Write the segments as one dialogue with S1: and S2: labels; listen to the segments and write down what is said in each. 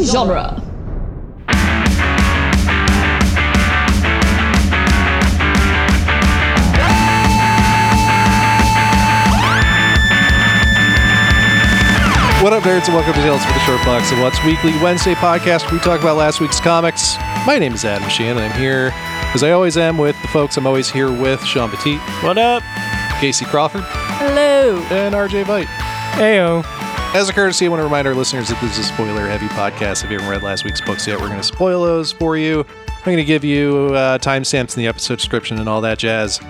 S1: genre.
S2: What up, nerds, and welcome to Tales for the Short Box and What's Weekly Wednesday podcast. Where we talk about last week's comics. My name is Adam Sheehan, and I'm here, as I always am, with the folks I'm always here with Sean Petit,
S3: What up?
S2: Casey Crawford,
S4: Hello.
S2: and RJ Vite.
S3: Ayo.
S2: As a courtesy, I want to remind our listeners that this is a spoiler heavy podcast. If you haven't read last week's books yet, we're going to spoil those for you. I'm going to give you uh, timestamps in the episode description and all that jazz.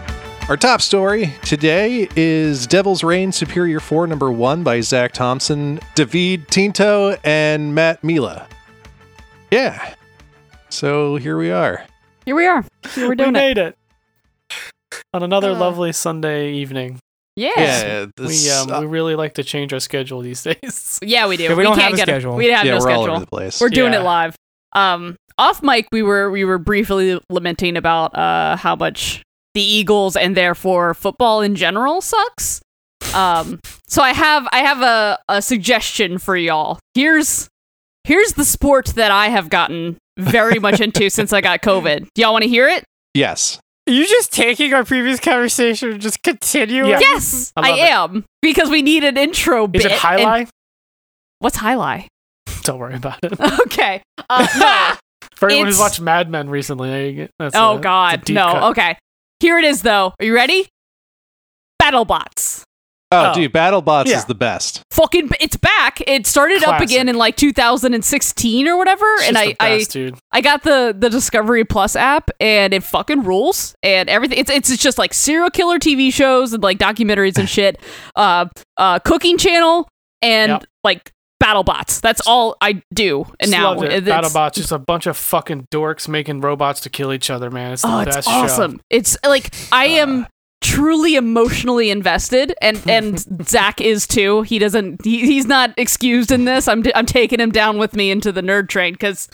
S2: Our top story today is Devil's Reign Superior 4, number one by Zach Thompson, David Tinto, and Matt Mila. Yeah. So here we are.
S4: Here we are. Here we're
S3: We
S4: doing it.
S3: made it. On another
S4: Uh.
S3: lovely Sunday evening.
S4: Yeah. yeah.
S2: Yeah. This,
S3: We um,
S2: uh,
S3: we really like to change our schedule these days.
S4: we do.
S5: Yeah, we don't
S4: can't
S5: have a
S4: get
S5: schedule.
S4: We have
S2: yeah,
S4: no
S2: we're all over
S4: schedule.
S2: the place.
S4: We're doing
S3: Yeah.
S4: it live. Um, off mic, we were we were briefly lamenting about uh how much the Eagles and therefore football in general sucks. Um, so I have I have a a suggestion for y'all. Here's here's the sport that I have gotten very much into since I got COVID. Do y'all want to hear it?
S2: yes.
S5: Are you just taking our previous conversation and just continuing?
S3: Yeah.
S4: Yes,
S3: I
S4: I,
S3: love it.
S4: am because we need an intro bit.
S3: Is it high
S4: and-
S3: lie?
S4: What's highlight?
S3: Don't worry about it.
S4: Okay. Uh, no.
S3: For anyone who's
S4: It's-
S3: watched Mad Men recently, there you go. That's a-
S4: oh
S3: it's a
S4: God,
S3: deep
S4: no.
S3: cut.
S4: Okay, here it is though. Are you ready? BattleBots.
S2: Oh,
S3: Oh.
S2: dude, BattleBots
S3: Yeah.
S2: is the best.
S4: Fucking, it's back. It started up
S3: Classic.
S4: again in like 2016 or whatever,
S3: It's
S4: and I,
S3: just the
S4: I,
S3: best, dude.
S4: I got the the Discovery Plus app, and it fucking rules. And everything, it's it's just like serial killer TV shows and like documentaries and shit. Uh, uh, cooking channel and
S3: Yep.
S4: like BattleBots. That's all I do
S3: Just
S4: now.
S3: loved it.
S4: It's-
S3: BattleBots, just a bunch of fucking dorks making robots to kill each other, man. It's the
S4: oh,
S3: best
S4: it's awesome.
S3: show. Uh.
S4: It's like I am truly emotionally invested, and and Zach is too. He doesn't. He, he's not excused in this. I'm I'm taking him down with me into the nerd train because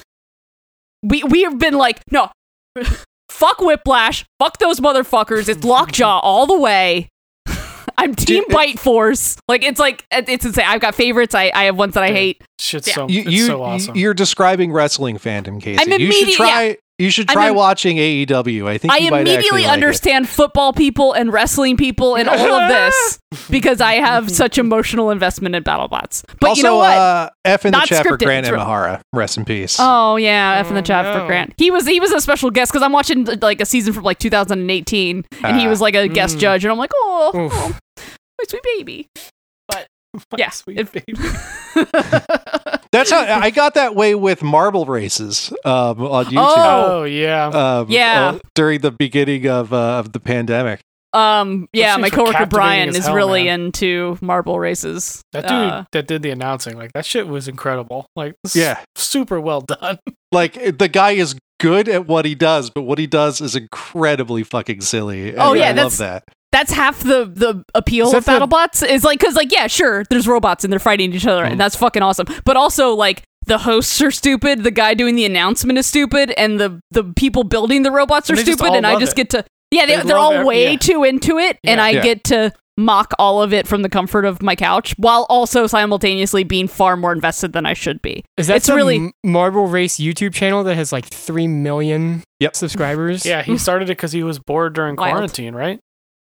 S4: we we have been like no, fuck Whiplash, fuck those motherfuckers. It's Lockjaw all the way. I'm Team
S2: Dude, it-
S4: Bite Force. Like it's like it- it's insane. I've got favorites. I I have ones that I
S3: Dude,
S4: hate.
S3: Shit's
S4: Yeah.
S3: so,
S2: you,
S3: it's
S2: you,
S3: so awesome.
S2: You're describing wrestling fandom, Casey.
S4: I'm
S2: you should
S4: immediate-
S2: try. You should
S4: I'm
S2: try
S4: im-
S2: watching AEW. I think
S4: I
S2: you might actually
S4: immediately
S2: like it.
S4: understand football people and wrestling people and all of this because I have such emotional investment in BattleBots. But
S2: also,
S4: you know what?
S2: Uh, F in the
S4: Not
S2: chat for
S4: scripted,
S2: Grant
S4: it's real.
S2: Imahara. Rest in peace.
S4: oh yeah, F in the chat for
S5: no.
S4: Grant. He was he was a special guest because I'm watching like a season from like 2018, and he
S2: Ah.
S4: was like a guest
S3: Mm.
S4: judge, and I'm like, oh,
S5: Oof.
S4: oh my sweet baby.
S3: My
S4: yeah,
S3: sweet
S4: if-
S3: baby.
S2: That's how I got that way with marble races um, on YouTube.
S4: Oh.
S3: Oh, yeah.
S2: um,
S4: yeah.
S2: uh, during the beginning of uh, of the pandemic.
S4: Um, yeah,
S3: Those
S4: my
S3: things were
S4: coworker
S3: captivating
S4: Brian
S3: as
S4: is
S3: hell,
S4: really
S3: man.
S4: into marble races.
S3: That dude
S4: Uh,
S3: that did the announcing, like that shit was incredible. Like s-
S2: Yeah.
S3: super well done.
S2: Like it- the guy is good at what he does, but what he does is incredibly fucking silly. and
S4: Oh, yeah,
S2: I love
S4: that's-
S2: that.
S4: that's half the the appeal
S5: Is
S4: of
S5: that the-
S4: BattleBots is like because like yeah sure there's robots and they're fighting each
S3: Mm.
S4: other and that's fucking awesome but also like the hosts are stupid the guy doing the announcement is stupid and the the people building the robots are
S3: And they just
S4: stupid
S3: all
S4: and I
S3: love
S4: just
S3: it.
S4: get to yeah they,
S3: They
S4: they are
S3: love
S4: all
S3: it.
S4: way
S3: Yeah.
S4: too into it and
S3: Yeah.
S4: I
S2: Yeah.
S4: get to mock all of it from the comfort of my couch while also simultaneously being far more invested than I should be
S5: Is that
S4: It's
S5: some
S4: really-
S5: M- Marble Race YouTube channel that has like 3 million
S2: Yep.
S5: subscribers?
S3: Yeah, he started it because he was bored during
S4: Wild.
S3: quarantine, right?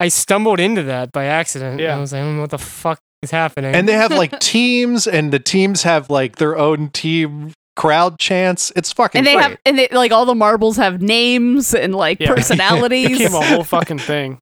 S5: I stumbled into that by accident.
S3: Yeah.
S5: I was like, I don't know what the fuck is happening.
S2: And they have like teams, and the teams have like their own team crowd chants. It's fucking
S4: and they
S2: great.
S4: have and they like all the marbles have names and like
S3: Yeah. It
S4: personalities
S3: became a whole fucking thing.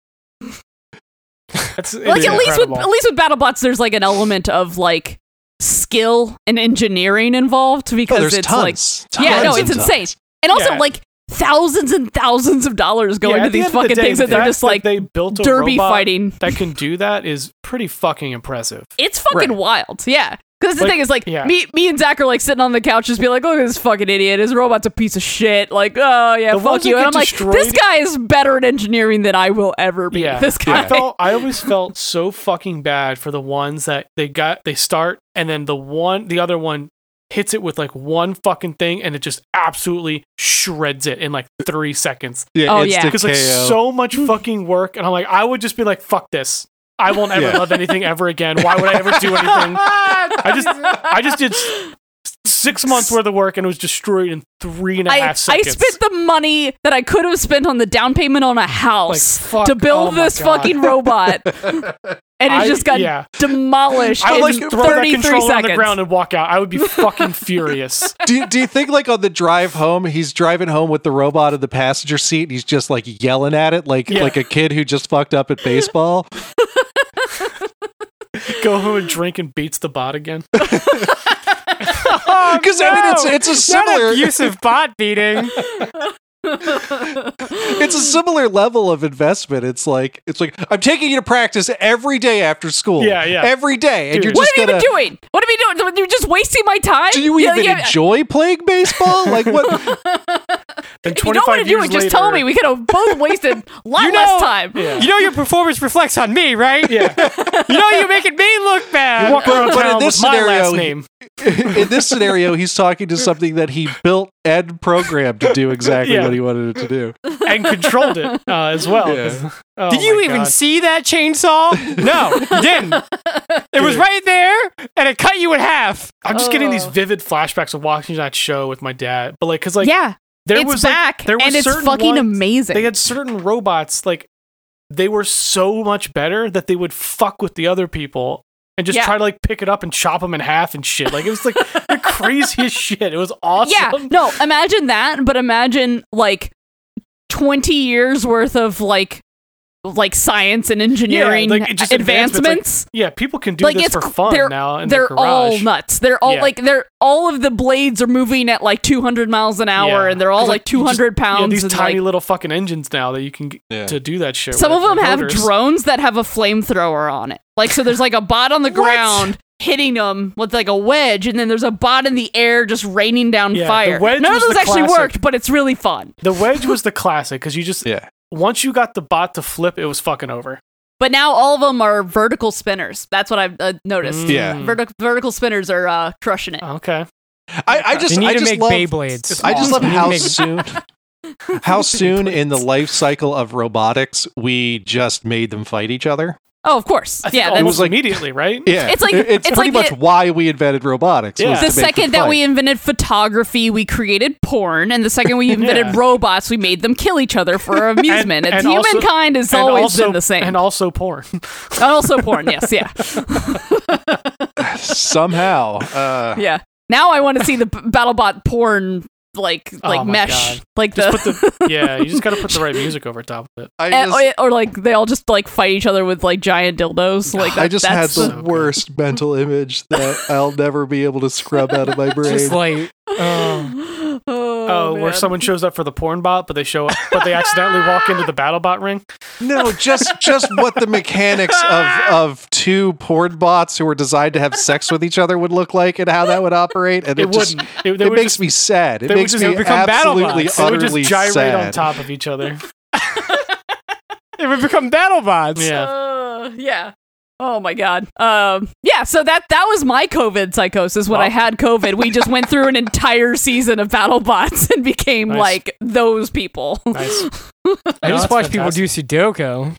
S3: That's it's
S4: like at least with
S3: incredible.
S4: at least with BattleBots, there's like an element of like skill and engineering involved because
S2: Oh, there's
S4: it's like
S2: tons. tons.
S4: yeah, no,
S2: and
S4: it's
S2: tons.
S4: insane, and also
S3: Yeah.
S4: like thousands and thousands of dollars go
S3: Yeah,
S4: into
S3: at the
S4: these
S3: end of the
S4: fucking
S3: day,
S4: things, and
S3: the
S4: they're
S3: fact
S4: just like
S3: that they built a
S4: derby
S3: robot
S4: fighting.
S3: that can do that is pretty fucking impressive.
S4: It's fucking
S2: Right.
S4: wild, yeah. Because the
S3: Like,
S4: thing is, like,
S3: yeah.
S4: me, me and Zach are like sitting on the couch, just being like, "Look at this fucking idiot! His robot's a piece of shit!" Like, oh yeah,
S3: The ones
S4: fuck you. And
S3: that
S4: I'm
S3: get
S4: like, this
S3: destroyed-
S4: guy is better at engineering than I will ever be.
S3: Yeah.
S4: This guy.
S3: I felt I always felt so fucking bad for the ones that they got they start and then the one the other one hits it with like one fucking thing and it just absolutely shreds it in like three seconds.
S2: Yeah,
S4: Oh,
S2: instant
S4: yeah.
S3: Because like
S2: KO.
S3: so much fucking work and I'm like, I would just be like, fuck this. I won't ever
S2: Yeah.
S3: love anything ever again. Why would I ever do anything? I just I just did s- s- six months worth of work and it was destroyed in three and a
S4: I,
S3: half
S4: I
S3: seconds.
S4: spent the money that I could have spent on the down payment on a house
S3: Like, fuck,
S4: to build
S3: oh my
S4: this
S3: God.
S4: fucking robot, and it
S3: I-
S4: just got
S3: yeah.
S4: demolished
S3: I
S4: in
S3: would like to throw that
S4: 33
S3: controller
S4: seconds.
S3: on the ground and walk out. I would be fucking furious.
S2: do, you- do you think like on the drive home he's driving home with the robot in the passenger seat and he's just like yelling at it like
S3: Yeah.
S2: like a kid who just fucked up at baseball
S3: Go home and drink and beats the bot again.
S2: because i mean it's
S5: No,
S2: it's a
S5: Not
S2: similar
S5: abusive bot beating.
S2: it's a similar level of investment it's like it's like i'm taking you to practice every day after school
S3: Yeah, yeah.
S2: every day and
S3: Dude.
S2: you're
S4: What
S2: just
S4: are you
S2: gonna
S4: even doing? What are you doing? You're just wasting my time.
S2: do you
S4: Yeah,
S2: even
S4: yeah.
S2: enjoy playing baseball like what
S3: Then
S4: If you don't
S3: 25
S4: want to do
S3: years
S4: it, just tell me.
S3: later-
S4: We could have both wasted a lot
S5: You know-
S4: less time.
S3: Yeah.
S5: You know your performance reflects on me, right?
S3: yeah.
S5: You know you're making me look
S3: You
S5: bad.
S3: walk around
S2: but in
S3: town
S2: this
S3: with my
S2: scenario,
S3: last name.
S2: in this scenario he's talking to something that he built and programmed to do exactly
S3: Yeah.
S2: what he wanted it to do
S3: and controlled it uh, as well.
S2: Yeah.
S3: Oh
S5: Did you
S3: my
S5: even
S3: God.
S5: see that chainsaw? No, you didn't. It was right there, and it cut you in half.
S3: I'm just getting these
S4: Oh.
S3: vivid flashbacks of watching that show with my dad, but like, cause like
S4: yeah,
S3: there
S4: it's
S3: was like,
S4: back,
S3: there was
S4: and it's
S3: certain
S4: fucking
S3: ones-
S4: amazing.
S3: they had certain robots like they were so much better that they would fuck with the other people and just
S4: Yeah.
S3: try to like pick it up and chop them in half and shit. Like it was like the craziest shit. It was awesome.
S4: yeah, no, imagine that, but imagine like twenty years worth of like like science and engineering
S3: like, it just
S4: advancements.
S3: advancements, Yeah, people can do
S4: Like,
S3: this
S4: it's
S3: for
S4: cr-
S3: fun
S4: they're-
S3: now. In
S4: they're
S3: the
S4: all
S3: garage.
S4: nuts. They're all
S3: Yeah.
S4: like they're all of the blades are moving at like 200 miles an hour,
S3: Yeah.
S4: and they're all
S3: 'Cause,
S4: like
S3: you just-
S4: 200
S3: Yeah,
S4: pounds.
S3: these
S4: and,
S3: tiny
S4: like-
S3: little fucking engines now that you can get
S2: Yeah.
S3: to do that shit.
S4: some
S3: with,
S4: of them
S3: with
S4: have
S3: motors.
S4: drones that have a flamethrower on it. Like so, there's like a bot on the ground hitting them with like a wedge, and then there's a bot in the air just raining down
S3: Yeah, the
S4: fire.
S3: wedge
S4: None of
S3: was
S4: those
S3: the
S4: actually
S3: classic.
S4: worked, but it's really fun.
S3: The wedge was the classic because you just
S2: yeah
S3: once you got the bot to flip, it was fucking over.
S4: But now all of them are vertical spinners. That's what I've uh, noticed.
S3: Mm.
S2: Yeah.
S4: Vertic- vertical spinners are uh, crushing it.
S3: Okay.
S2: i, I just
S5: you need
S2: i
S5: to
S2: just
S5: make
S2: love
S5: Beyblades.
S2: I just love
S5: You need to
S2: how
S5: make-
S2: soon how soon in the life cycle of robotics we just made them fight each other.
S4: Oh, of course.
S3: I think
S4: Yeah,
S3: almost
S4: that's
S2: was like-
S3: immediately, right?
S2: Yeah.
S4: It's like-
S2: It- it's,
S4: it's
S2: pretty
S4: like
S2: much
S4: the-
S2: why we invented robotics.
S3: Yeah.
S2: was
S4: the
S2: to make them
S4: second that
S2: fight.
S4: we invented photography, we created porn, and the second we invented
S3: Yeah.
S4: robots, we made them kill each other for our amusement. and,
S3: and also-
S4: humankind has always been the same.
S3: And also porn.
S4: And also porn, yes, yeah,
S2: somehow uh,
S4: yeah. Now I want to see the b- BattleBot porn like
S3: Oh
S4: like
S3: my
S4: mesh,
S3: God.
S4: like
S3: Just
S4: the,
S3: put the yeah. You just got to put the right music over top of it.
S2: I
S4: and-
S2: just,
S4: eh, or, or, like they all just like fight each other with like giant dildos. Like
S2: I
S4: that-
S2: just had
S4: that's
S2: the
S3: so good.
S2: worst mental image that I'll never be able to scrub out of my brain.
S5: Just like, oh,
S4: oh,
S3: Oh, where
S4: man.
S3: someone shows up for the porn bot, but they show up, but they accidentally walk into the battle bot ring.
S2: no, just just what the mechanics of of two porn bots who were designed to have sex with each other would look like and how that would operate. And
S3: It,
S2: it, just-
S3: wouldn't. It, they
S2: it
S3: would
S2: makes
S3: just,
S2: me sad. It
S3: they would
S2: makes
S3: just-
S2: me
S3: it would
S5: become
S2: absolutely
S5: BattleBots.
S3: they
S2: utterly
S3: would just gyrate
S2: sad.
S3: on top of each other.
S5: it would become battle bots.
S3: Yeah.
S4: Uh, yeah. Oh my god. Um, yeah. So that that was my COVID psychosis. When I
S3: Wow.
S4: had COVID, we just went through an entire season of BattleBots and became
S3: Nice.
S4: like those people.
S3: Nice.
S5: I
S3: No,
S5: just
S3: that's
S5: watch people do Sudoku.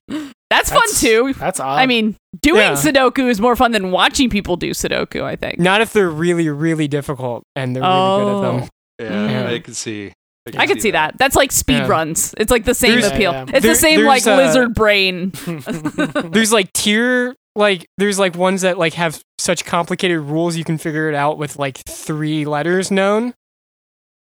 S4: That's fun
S3: That's-
S4: too.
S3: That's odd.
S4: I mean, doing
S5: uh, yeah.
S4: Sudoku is more fun than watching people do Sudoku. I think.
S5: Not if they're really, really difficult and they're really good at
S4: Oh.
S5: them.
S2: Yeah,
S5: Mm.
S2: I can see.
S4: I could see that. That's like speed
S5: Yeah.
S4: runs. It's like the same
S5: There's-
S4: appeal.
S3: Yeah, yeah.
S4: It's
S5: There-
S4: the same like
S5: there's, uh,
S4: lizard brain.
S5: There's like tier, like there's like ones that like have such complicated rules you can figure it out with like three letters known.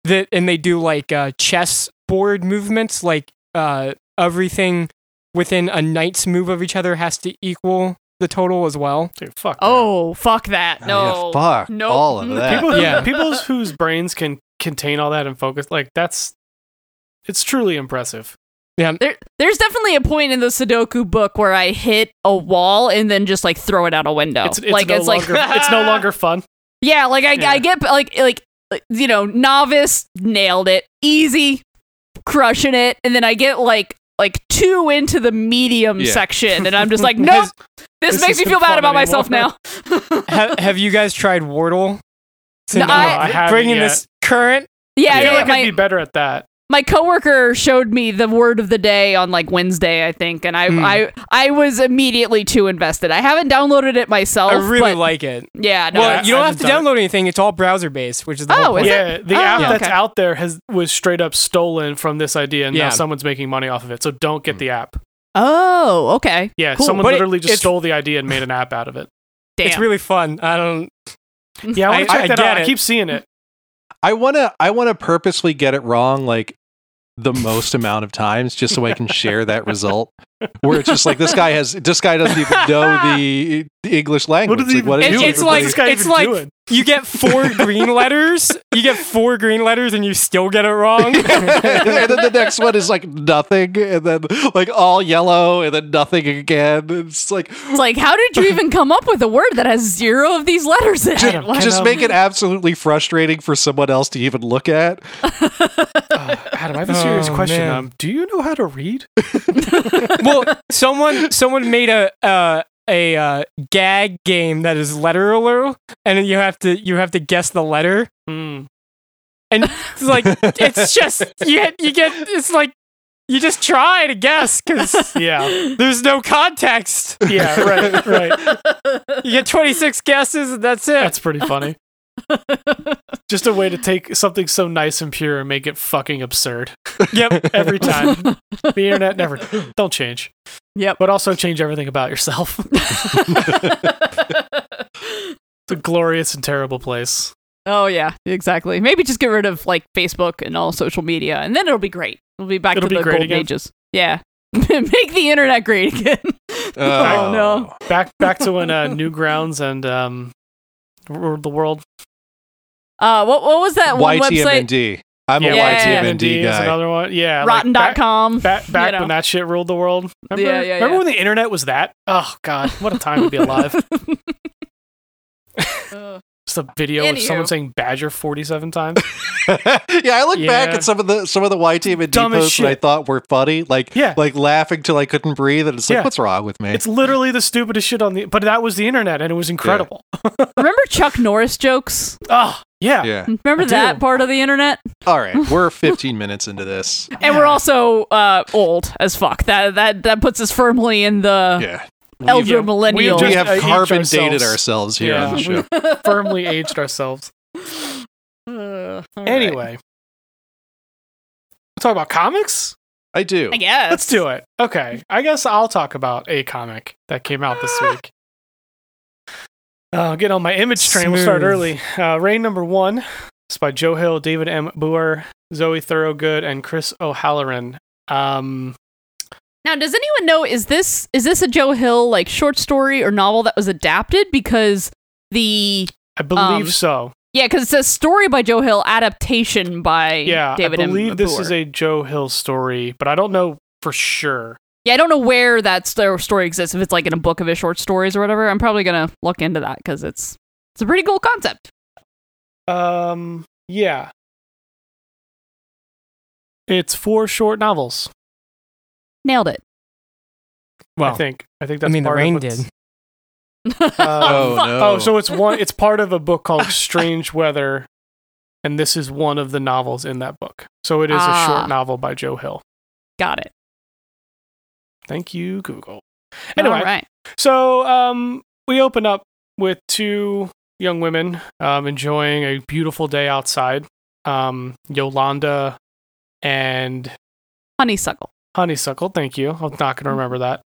S5: That and they do like uh, chess board movements, like uh, everything within a knight's move of each other has to equal the total as well.
S3: Dude, fuck. that.
S4: Oh fuck that! No.
S2: Oh, yeah, fuck
S4: Nope.
S2: all of that.
S3: Mm-hmm. people, who-
S5: Yeah.
S3: people whose brains can contain all that and focus like that's it's truly impressive
S4: There, there's definitely a point in the Sudoku book where I hit a wall and then just like throw it out a window.
S3: it's, it's
S4: like
S3: no
S4: it's
S3: longer,
S4: like
S3: it's no longer fun
S4: yeah, like I,
S3: Yeah.
S4: I get like like you know novice nailed it easy crushing it, and then I get like like two into the medium
S2: Yeah.
S4: section, and I'm just like nope. This,
S3: this
S4: makes me
S3: isn't
S4: feel bad
S3: fun
S4: about myself
S3: anymore.
S4: now.
S5: Ha- have you guys tried Wordle?
S4: No, I-
S3: I haven't
S5: bringing
S3: yet.
S5: this current.
S4: Yeah,
S3: i
S4: yeah,
S3: feel like
S4: my-
S3: i'd be better at that
S4: my coworker showed me the word of the day on like Wednesday, I think, and I
S5: Hmm.
S4: I I was immediately too invested. I haven't downloaded it myself.
S5: I really
S4: Oh, but-
S5: like it.
S4: Yeah, no.
S5: Well,
S3: I-
S5: you don't
S3: I
S5: have to
S3: haven't done
S5: download anything. It's all browser based, which is the
S4: Oh,
S5: whole
S4: is
S5: point.
S4: it?
S3: yeah, the
S4: Oh,
S3: app that's
S4: okay.
S3: out there has was straight up stolen from this idea, and now
S5: Yeah.
S3: someone's making money off of it. So don't get the app.
S4: oh, okay.
S3: Yeah,
S4: Cool.
S3: someone
S5: But it-
S3: literally just
S5: it's-
S3: stole the idea and made an app out of it.
S4: Damn.
S5: It's really fun. I don't.
S3: Yeah, I want
S5: I-
S3: to check
S5: I
S3: that
S5: get
S3: out. I
S5: it.
S3: keep seeing it.
S2: I wanna I wanna purposely get it wrong like the most amount of times just so I can share that result. Where it's just like this guy has this guy doesn't even know the, the English language.
S3: does he
S2: like, what
S3: even-
S2: is
S5: It's,
S2: he
S5: it's
S2: doing?
S5: like
S3: What is this guy
S5: it's
S3: even
S5: like
S3: doing?
S5: you get four green letters. You get four green letters, and you still get it wrong.
S2: and then the next one is like nothing, and then like all yellow, and then nothing again. It's like
S4: It's like, how did you even come up with a word that has zero of these letters in it?
S3: Shut up,
S4: Like-
S2: just
S3: know.
S2: make it absolutely frustrating for someone else to even look at.
S3: Uh, Adam, I have a serious
S5: Oh,
S3: question.
S5: man.
S3: Um, do you know how to read?
S5: well, someone someone made a uh, a uh, gag game that is letter alert, and then you have to you have to guess the letter,
S3: Mm.
S5: and it's like it's just you get, you get it's like you just try to guess because
S3: Yeah,
S5: there's no context.
S3: yeah, right, right.
S5: You get 26 guesses, and that's it.
S3: That's pretty funny. Just a way to take something so nice and pure and make it fucking absurd
S5: yep.
S3: every time. the internet never don't change,
S4: Yep.
S3: but also change everything about yourself. It's a glorious and terrible place.
S4: oh yeah, exactly. Maybe just get rid of like Facebook and all social media, and then it'll be great. It'll be back
S3: It'll
S4: to
S3: be
S4: the
S3: great
S4: golden
S3: again.
S4: ages. Yeah. Make the internet great again. Oh, no.
S3: Back back to when uh, Newgrounds and um, ruled the world.
S4: Uh, what what was that one website?
S2: YTMND. I'm
S4: Yeah,
S2: a YTMND
S3: is
S2: guy.
S3: another one. Yeah, like, back-
S4: Rotten.com.
S3: Back, back
S4: know.
S3: when that shit ruled the world. Remember,
S4: Yeah, yeah,
S3: remember
S4: yeah.
S3: when the internet was that? Oh god, what a time to be alive!
S4: Uh,
S3: Just a video of someone
S4: Anywho.
S3: saying Badger forty-seven times.
S2: yeah, I look back
S3: Yeah.
S2: at some of the some of the YTMND
S3: Dumb as
S2: posts that I
S3: shit.
S2: thought were funny, like
S3: Yeah.
S2: like laughing till I couldn't breathe, and it's like,
S3: Yeah.
S2: what's wrong with me?
S3: it's literally the stupidest shit on the. But that was the internet, and it was incredible.
S4: remember Chuck Norris jokes?
S3: Oh yeah,
S2: yeah.
S4: Remember
S3: do.
S4: that part of the internet?
S2: All right, we're 15 minutes into this.
S4: And we're also uh, old as fuck. That that that puts us firmly in the
S2: Yeah,
S4: elder
S3: Yeah, we
S4: millennial.
S2: we
S3: Uh, just,
S2: have
S3: uh, aged
S2: carbon dated
S3: ourselves.
S2: ourselves here
S3: Yeah.
S2: on the show.
S3: firmly aged ourselves.
S4: Uh, all right.
S3: Anyway, talk about comics.
S2: I do.
S4: I guess
S3: Let's do it. Okay. I guess I'll talk about a comic that came out this week. Uh, get on my image train. We'll start
S5: Smooth.
S3: early. Uh, Rain number one is by Joe Hill, David M. Boer, Zoe Thoroughgood, and Chris O'Halloran. Um,
S4: Now, does anyone know is this is this a Joe Hill like short story or novel that was adapted? Because the
S3: I believe
S4: Um,
S3: so.
S4: yeah, because it's a story by Joe Hill, adaptation by
S3: Yeah,
S4: David.
S3: I
S4: M.
S3: believe this
S4: Boer.
S3: is a Joe Hill story, but I don't know for sure.
S4: Yeah, I don't know where that st- story exists. If it's like in a book of his short stories or whatever, I'm probably gonna look into that because it's it's a pretty cool concept.
S3: Um, yeah. It's four short novels.
S4: Nailed it.
S5: Well,
S3: I think. I think
S5: I
S3: that's.
S5: mean, the
S3: part of
S5: rain
S3: what's-
S5: did.
S3: Uh,
S2: Oh,
S4: Fuck.
S2: no.
S3: Oh, so it's one. It's part of a book called Strange Weather, and this is one of the novels in that book. So it is a
S4: Ah.
S3: short novel by Joe Hill.
S4: Got it.
S3: Thank you, Google. Anyway,
S4: All right.
S3: so um, we open up with two young women um, enjoying a beautiful day outside. Um, Yolanda and
S4: Honeysuckle.
S3: Honeysuckle. Thank you. I'm not going
S4: Mm.
S3: to remember that.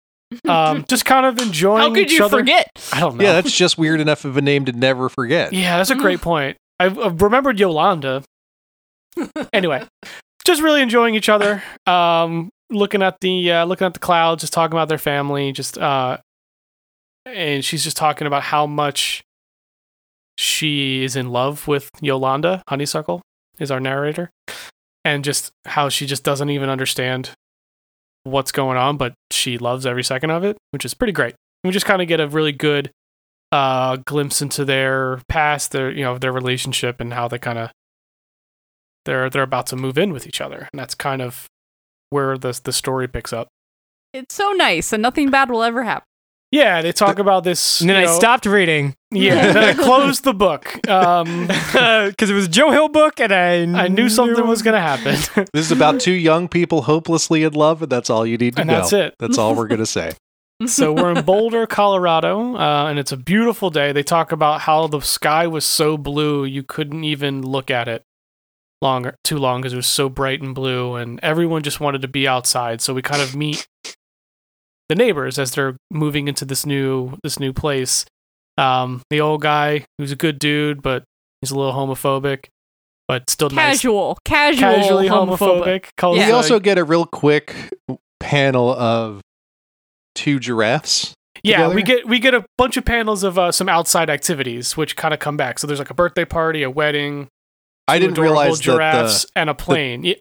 S3: Um, just kind of enjoying.
S4: How could
S3: each
S4: you
S3: other.
S4: forget?
S3: I don't know.
S2: Yeah, that's just weird enough of a name to never forget.
S3: Yeah, that's a great point. I've, I've remembered Yolanda. anyway, just really enjoying each other. Um, looking at the uh, looking at the clouds, just talking about their family, just uh, and she's just talking about how much she is in love with Yolanda. Honeysuckle is our narrator, and just how she just doesn't even understand what's going on, but she loves every second of it, which is pretty great. We just kind of get a really good uh glimpse into their past their you know their relationship and how they kind of they're they're about to move in with each other and that's kind of where the the story picks up
S4: It's so nice, and nothing bad will ever happen.
S3: Yeah, they talk about this.
S5: And then
S3: you
S5: I
S3: know-
S5: stopped reading
S3: Yeah, then I closed the book. Um,
S5: because it was a Joe Hill book, and I
S3: I knew something was going to happen.
S2: This is about two young people hopelessly in love, and that's all you need to
S3: And
S2: know.
S3: that's it.
S2: That's all we're gonna say.
S3: so we're in Boulder, Colorado, uh, and it's a beautiful day. They talk about how the sky was so blue you couldn't even look at it longer too long because it was so bright and blue, and everyone just wanted to be outside. So we kind of meet the neighbors as they're moving into this new this new place. Um, the old guy who's a good dude, but he's a little homophobic, but still nice.
S4: Casual, casual,
S3: Casually
S4: homophobic.
S3: homophobic. calls
S4: Yeah.
S2: We
S3: the-
S2: also get a real quick panel of two giraffes.
S3: Yeah,
S2: together?
S3: we get we get a bunch of panels of uh, some outside activities, which kind of come back. So there's like a birthday party, a wedding,
S2: I
S3: two
S2: didn't
S3: adorable
S2: realize
S3: giraffes,
S2: that
S3: and a plane. Ye-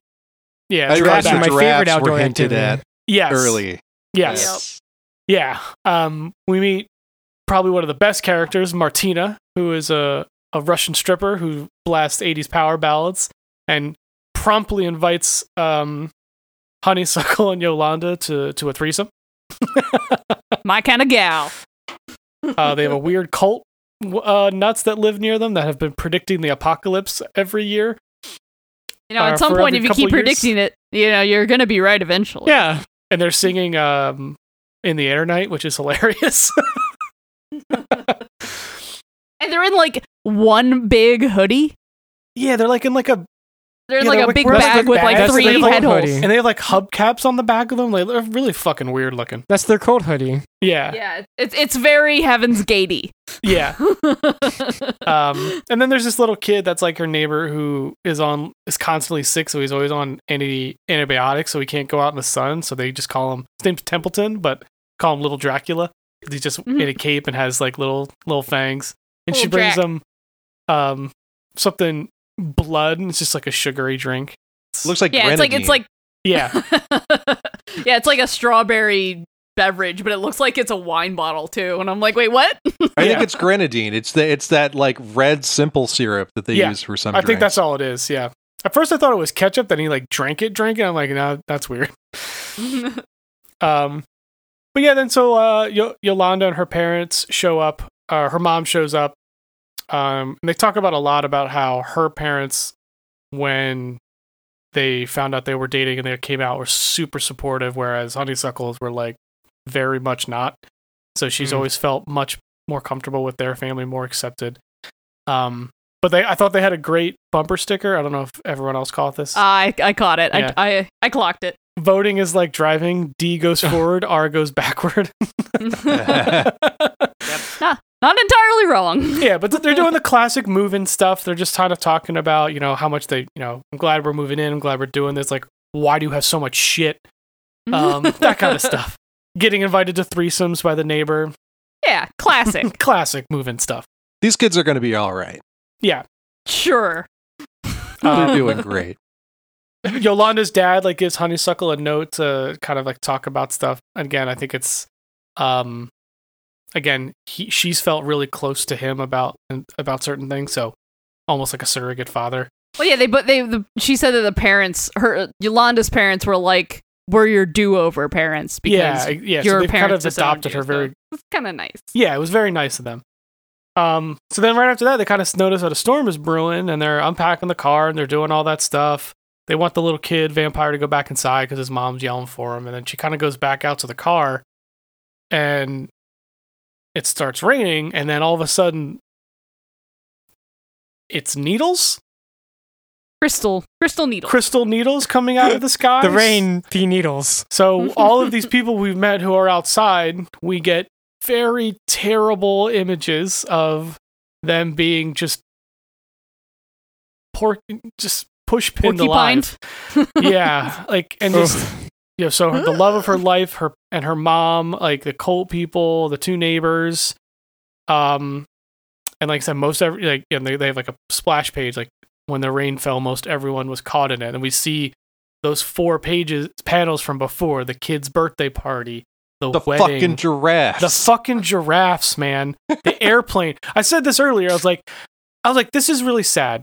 S2: the,
S3: yeah,
S2: I didn't realize the
S3: giraffes
S5: are my favorite
S2: giraffes were
S5: outdoor
S2: hinted
S5: activity.
S2: at
S3: yes,
S2: early.
S3: Yes, yeah. Um, we meet probably one of the best characters, Martina, who is a a Russian stripper who blasts 80s power ballads and promptly invites um, Honeysuckle and Yolanda to to a threesome.
S4: My kind of gal.
S3: Uh, they have a weird cult w- uh, nuts that live near them that have been predicting the apocalypse every year.
S4: You know,
S3: Uh,
S4: at some
S3: for
S4: point,
S3: every
S4: if you
S3: couple
S4: keep
S3: years.
S4: predicting it, you know you're gonna be right eventually.
S5: Yeah,
S3: and they're singing um in the air night which is hilarious
S4: and they're in like one big hoodie.
S3: yeah they're like in like a
S4: They're in
S3: Yeah,
S4: like
S3: they're
S4: a
S3: like
S4: big
S3: wearing
S4: bag
S5: like
S4: with like
S5: bags.
S4: three
S5: That's the
S4: head
S5: whole
S4: holes.
S5: hoodie.
S3: and they have like hubcaps on the back of them like they're really fucking weird looking
S5: that's their cold hoodie.
S3: yeah
S4: Yeah, it's it's very Heaven's Gatey.
S3: yeah um and then there's this little kid that's like her neighbor who is on is constantly sick so he's always on anti antibiotics so he can't go out in the sun so they just call him his name's templeton but call him little dracula 'cause he's just
S4: Mhm.
S3: in a cape and has like little little fangs and she
S4: Little
S3: brings
S4: Drac.
S3: him um something blood and it's just like a sugary drink
S2: Looks like
S4: yeah, it's like it's
S2: grenadine.
S4: like
S3: Yeah,
S4: yeah, it's like a strawberry beverage, but it looks like it's a wine bottle too. And I'm like, wait, what?
S2: I think
S3: yeah.
S2: it's grenadine. It's the it's that like red simple syrup that they
S3: Yeah,
S2: use for some.
S3: I think
S2: drinks.
S3: that's all it is. Yeah. At first, I thought it was ketchup. Then he like drank it, drank it. I'm like, nah, that's weird. Um, but yeah, then so uh, Yo- Yolanda and her parents show up. Uh, her mom shows up. Um, and they talk about a lot about how her parents, when they found out they were dating and they came out, were super supportive, whereas honeysuckles were like very much not. So she's
S5: Mm.
S3: always felt much more comfortable with their family, more accepted. Um, but they, I thought they had a great bumper sticker. I don't know if everyone else caught this.
S4: Ah, I I caught it.
S3: Yeah.
S4: I, I I clocked it.
S3: Voting is like driving. D goes forward, R goes backward.
S4: Not entirely wrong.
S3: yeah, but th- they're doing the classic moving stuff. They're just kind of talking about, you know, how much they, you know, I'm glad we're moving in. I'm glad we're doing this. Like, why do you have so much shit? Um, that kind of stuff. Getting invited to threesomes by the neighbor.
S4: Yeah, classic.
S3: Classic moving stuff.
S2: These kids are going to be all right.
S4: sure.
S2: They're
S3: Um,
S2: doing great.
S3: Yolanda's dad like gives Honeysuckle a note to kind of like talk about stuff. Again, I think it's um again, he she's felt really close to him about about certain things, so almost like a surrogate father.
S4: Well, yeah, they but they the, she said that the parents, her Yolanda's parents, were like, "We're your do-over parents because
S3: yeah, yeah.
S4: your
S3: so they've kind
S4: parents
S3: of
S4: disowned
S3: adopted
S4: you,
S3: her
S4: so-
S3: very
S4: it's kind of nice."
S3: Yeah, it was very nice of them. Um, so then right after that, they kind of notice that a storm is brewing, and they're unpacking the car and they're doing all that stuff. They want the little kid vampire to go back inside because his mom's yelling for him, and then she kind of goes back out to the car, and it starts raining, and then all of a sudden, it's needles,
S4: Crystal, crystal needle.
S3: crystal needles coming out of the sky.
S5: The rain pea needles.
S3: So all of these people we've met who are outside, we get very terrible images of them being just pork, just push pinned
S4: Porcupined.
S3: alive. yeah, like and just you know, so her, the love of her life, her and her mom, like the cult people, the two neighbors, um, and like I said, most every like and they they have like a splash page. Like when the rain fell, most everyone was caught in it, and we see those four pages panels from before the kid's birthday party, the,
S2: The
S3: wedding,
S2: fucking giraffes.
S3: the fucking giraffes, man. The airplane. I said this earlier. I was like, I was like, this is really sad.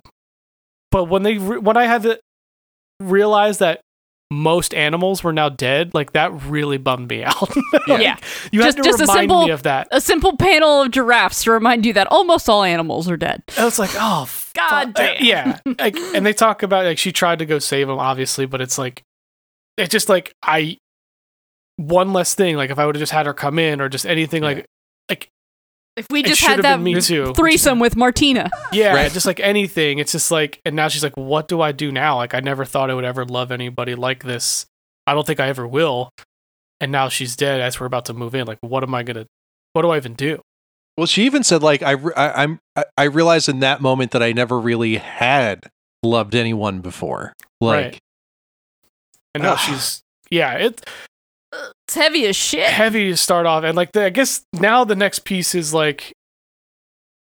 S3: But when they re- when I had to realize that most animals were now dead, like that really bummed me out.
S4: Yeah.
S3: you
S4: Just-
S3: had to
S4: just a
S3: remind
S4: simple-
S3: me of that.
S4: A simple panel of giraffes to remind you that almost all animals are dead.
S3: I was like, oh f-
S4: God
S3: uh,
S4: damn.
S3: yeah. Like, and they talk about like she tried to go save him, obviously, but it's like it's just like I one less thing. Like if I would have just had her come in or just anything, like
S4: If we
S3: it
S4: just
S3: should
S4: had
S3: have
S4: that
S3: been me too.
S4: threesome with Martina.
S3: Yeah,
S2: Right.
S3: just like anything. It's just like, and now she's like, what do I do now? Like, I never thought I would ever love anybody like this. I don't think I ever will. And now she's dead as we're about to move in. Like, what am I gonna? What do I even do?
S2: Well, she even said like I, re- I I'm I- I realized in that moment that I never really had loved anyone before. Like
S3: Right. And now
S2: Ugh.
S3: she's yeah, it's
S4: It's heavy as shit.
S3: heavy to start off. And like, the, I guess now the next piece is like,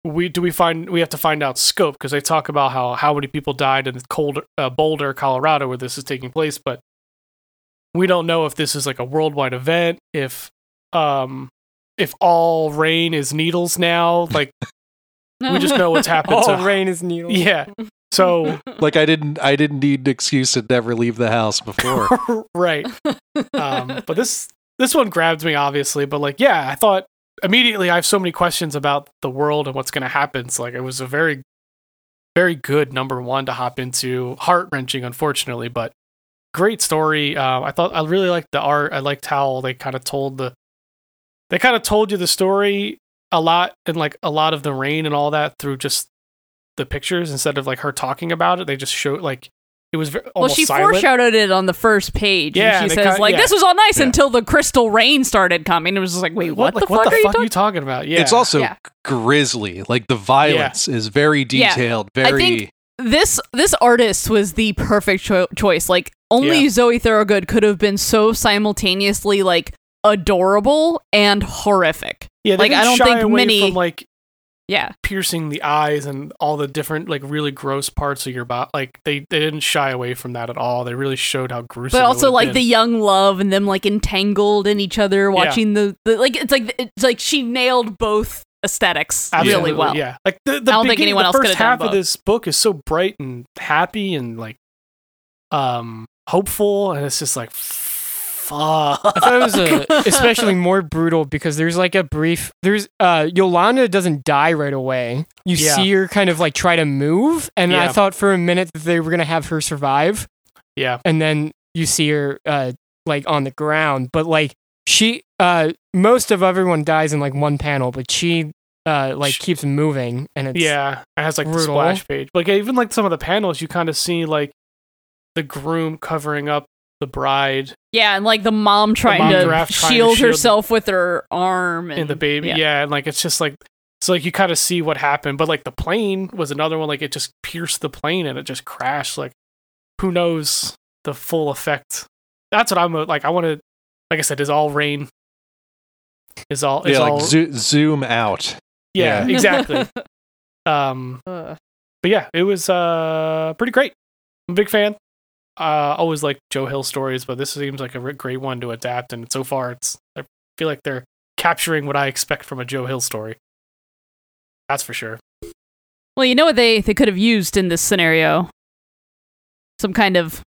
S3: we do we find we have to find out scope because they talk about how how many people died in cold uh, Boulder, Colorado, where this is taking place, but we don't know if this is like a worldwide event if um if all rain is needles now like we just know what's happened
S5: All
S3: to
S5: rain is needle.
S3: yeah so
S2: like I didn't I didn't need an excuse to never leave the house before.
S3: right um but this this one grabbed me obviously but like yeah i thought immediately i have so many questions about the world and what's going to happen so like it was a very very good number one to hop into heart-wrenching unfortunately but great story uh, i thought i really liked the art i liked how they kind of told the they kind of told you the story a lot and like a lot of the rain and all that through just the pictures instead of like her talking about it they just showed like it was very,
S4: well,
S3: almost
S4: she
S3: silent.
S4: foreshadowed it on the first page. and
S3: Yeah, and
S4: she
S3: it
S4: says
S3: kin-
S4: like,
S3: yeah.
S4: "This was all nice
S2: Yeah.
S4: until the crystal rain started coming." It was just like, "Wait, what,
S3: Like,
S4: the fuck are you talking?"
S3: talking about? Yeah,
S2: It's also
S4: Yeah.
S2: grisly. Like the violence is very
S4: Yeah.
S2: detailed,
S4: I
S2: very
S4: think- This this artist was the perfect cho- choice. Like only
S3: Yeah.
S4: Zoe Thorogood could have been so simultaneously like adorable and horrific.
S3: yeah. they
S4: like, I don't
S3: didn't shy
S4: think
S3: away
S4: many-
S3: from like
S4: Yeah,
S3: piercing the eyes and all the different like really gross parts of your body. Like they they didn't shy away from that at all. They really showed how gruesome.
S4: but
S3: it
S4: also
S3: would've
S4: like
S3: been.
S4: the young love and them like entangled in each other, watching the, the like it's like it's like she nailed both aesthetics really
S3: Absolutely,
S4: well.
S3: Yeah, like the, the
S4: I don't think
S3: beginning-
S4: anyone
S3: the
S4: else
S3: first
S4: could've done
S3: half
S4: both.
S3: of this book is so bright and happy and like um hopeful, and it's just like fuck.
S5: I thought it was uh especially more brutal because there's like a brief there's uh Yolanda doesn't die right away. You
S3: Yeah.
S5: see her kind of like try to move, and I
S3: Yeah.
S5: thought for a minute that they were gonna have her survive,
S3: Yeah,
S5: and then you see her uh like on the ground. But like she uh most of everyone dies in like one panel, but she uh like
S3: Sh-
S5: keeps moving and it's
S3: yeah. It has like the
S5: brutal.
S3: splash page. Like even like some of the panels, you kind of see like the groom covering up the bride
S4: Yeah, and like the mom trying,
S3: mom
S4: to,
S3: giraffe trying to
S4: shield
S3: shield-
S4: herself with her arm and
S3: and the baby yeah.
S4: yeah.
S3: and like it's just like so like you kind of see what happened but like the plane was another one like it just pierced the plane and it just crashed like who knows the full effect that's what i'm uh, like i want to like i said is all rain is all is
S2: yeah,
S3: all
S2: like zo- zoom out.
S3: yeah, exactly um
S4: Ugh.
S3: but yeah it was uh pretty great i'm a big fan uh always like joe hill stories but this seems like a re- great one to adapt and so far it's i feel like they're capturing what i expect from a joe hill story that's for sure
S4: Well, you know what they, they could have used in this scenario? Some kind of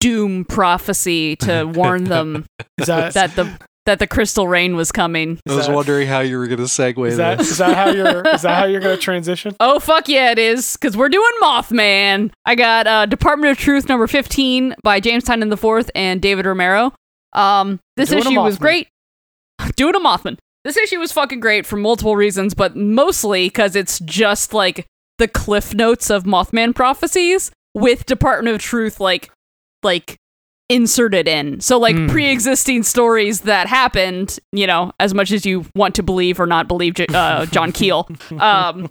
S4: doom prophecy to warn them
S3: is that,
S4: that the that the crystal rain was coming.
S3: Is
S2: I was
S3: that-
S2: wondering how you were going to segue
S3: is that
S2: this.
S3: is that how you're is that how you're gonna transition
S4: Oh fuck yeah, it is because we're doing Mothman. I got uh, Department of Truth number fifteen by James Tynan IV and David Romero. Um, this
S3: Doing a
S4: issue was
S3: Mothman.
S4: great. doing a Mothman. This issue was fucking great for multiple reasons, but mostly because it's just like the cliff notes of Mothman prophecies with Department of Truth like like inserted in. So like
S5: Hmm.
S4: pre-existing stories that happened, you know, as much as you want to believe or not believe J- uh, John Keel. Um,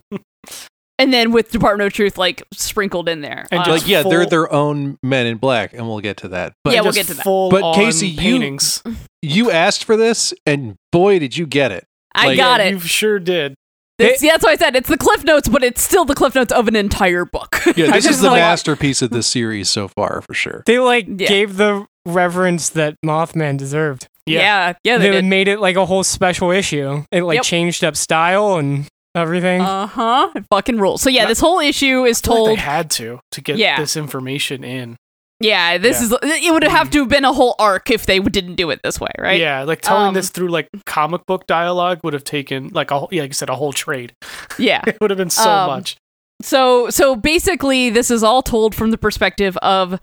S4: and then with Department of Truth like sprinkled in there.
S3: And
S4: Uh,
S2: like yeah, they're
S3: full-
S2: their own Men in Black, and we'll get to that. But
S4: Yeah, we'll
S3: Just
S4: get to that.
S3: full
S2: But
S3: on
S2: Casey, you-
S3: paintings
S2: you asked for this, and boy, did you get it!
S4: I
S2: like-
S4: got
S3: Yeah,
S4: it.
S3: you sure did
S4: It's- yeah, that's why I said it's the cliff notes, but it's still the cliff notes of an entire book.
S2: Yeah,
S5: I
S2: this is
S5: just
S2: the
S5: like-
S2: masterpiece of this series so far, for sure.
S5: They like
S4: Yeah.
S5: gave the reverence that Mothman deserved.
S4: yeah, yeah,
S5: they
S4: they did.
S5: made it like a whole special issue. It like
S4: Yep.
S5: changed up style and everything.
S4: Uh huh. Fucking rules. So yeah,
S3: Not-
S4: this whole issue is
S3: I feel like
S4: told
S3: they had to to get
S4: Yeah.
S3: this information in
S4: Yeah, this is. It would have to have been a whole arc if they didn't do it this way, right?
S3: Yeah, like telling
S4: Um,
S3: this through like comic book dialogue would have taken like a whole- yeah, like I said a whole trade.
S4: Yeah.
S3: It would have been so
S4: Um,
S3: much.
S4: So, so basically, this is all told from the perspective of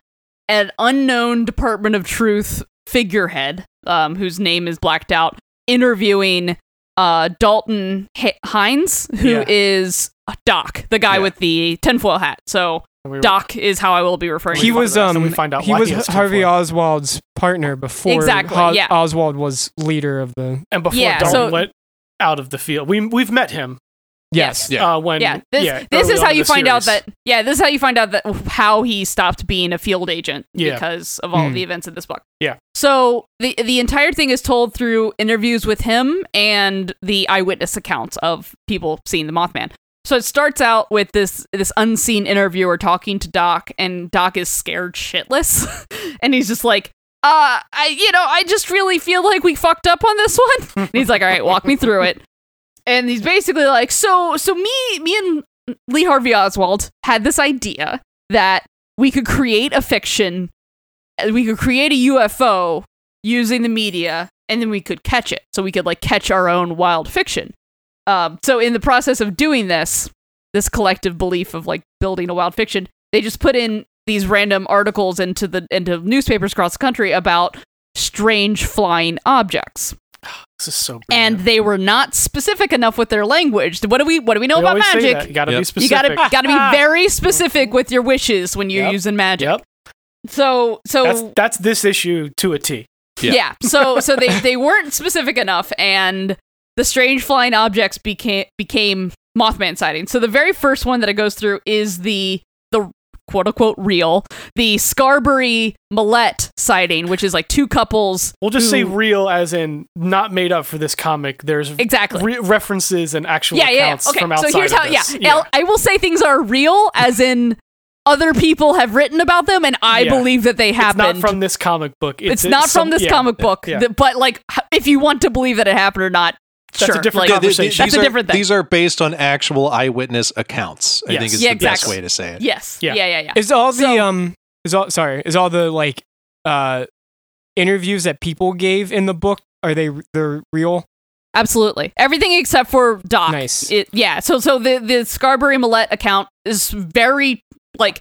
S4: an unknown Department of Truth figurehead, um, whose name is blacked out, interviewing uh, Dalton H- Hines, who
S3: Yeah.
S4: is uh, Doc, the guy
S2: Yeah.
S4: with the tinfoil hat. So,
S3: And we were-
S4: Doc is how I will be referring to
S5: He
S4: him.
S5: was
S3: And
S5: um
S3: we find out
S5: he
S3: why
S5: was
S3: he has
S5: Harvey
S3: tinfoil.
S5: Oswald's partner before
S4: Exactly,
S5: Ho-
S4: yeah.
S5: Oswald was leader of the
S3: and before
S4: yeah,
S3: Dalton
S4: so-
S3: went out of the field, we we've met him.
S5: Yes.
S2: Yeah.
S3: Uh, when
S4: yeah, this, this
S3: early
S4: is
S3: on
S4: how
S3: in
S4: you
S3: the
S4: find out
S3: series.
S4: that yeah, this is how you find out that how he stopped being a field agent
S3: Yeah. Hmm.
S4: because of all
S5: Mm.
S4: of the events in this book.
S3: Yeah.
S4: So the the entire thing is told through interviews with him and the eyewitness accounts of people seeing the Mothman. So it starts out with this this unseen interviewer talking to Doc, and Doc is scared shitless, and he's just like, "Uh, I you know I just really feel like we fucked up on this one." And he's like, "All right, walk me through it." And he's basically like, "So so me me and Lee Harvey Oswald had this idea that we could create a fiction, uh, we could create a UFO using the media, and then we could catch it. So we could like catch our own wild fiction." Um, so in the process of doing this, this collective belief of like building a wild fiction, they just put in these random articles into the into newspapers across the country about strange flying objects,
S3: this is so
S4: and
S3: brilliant.
S4: they were not specific enough with their language. What do we What do we know
S3: We
S4: about
S3: always say
S4: magic?
S3: that. You gotta
S2: Yep.
S3: be
S4: You
S3: specific.
S4: gotta gotta be very specific with your wishes when you're
S3: Yep.
S4: using magic.
S3: Yep.
S4: So so
S3: That's that's this issue to a T.
S2: Yeah.
S4: yeah. So so they they weren't specific enough, and the strange flying objects became became Mothman sightings. So the very first one that it goes through is the the quote unquote real the Scarberry Millette sighting, which is like two couples.
S3: We'll just say
S4: who-
S3: real as in not made up for this comic. There's
S4: exactly.
S3: re- references and actual
S4: yeah, yeah, yeah.
S3: accounts
S4: Okay.
S3: from outside
S4: So here's
S3: of
S4: how. Yeah.
S3: this.
S4: I'll- I will say things are real, as in other people have written about them, and I
S3: Yeah.
S4: believe that they
S3: It's
S4: happened.
S3: not from this comic book. It's,
S4: It's not
S3: some-
S4: from this
S3: yeah.
S4: comic book,
S3: yeah.
S4: th- but like, h- if you want to believe that it happened or not,
S3: That's a
S4: sure, like-
S3: different Yeah,
S2: th- th-
S3: conversation.
S4: That's
S2: these
S4: a
S2: are-
S4: different thing.
S2: These are based on actual eyewitness accounts. I
S3: Yes.
S2: think is
S4: Yeah,
S2: the best
S4: exactly.
S2: way to say it.
S4: Yes.
S3: Yeah.
S4: Yeah. Yeah. Yeah.
S5: Is all the
S4: So-
S5: um is all sorry is all the like uh interviews that people gave in the book are they they're real?
S4: Absolutely. Everything except for Doc.
S5: Nice.
S4: It, yeah. So so the the Scarberry Millette account is very like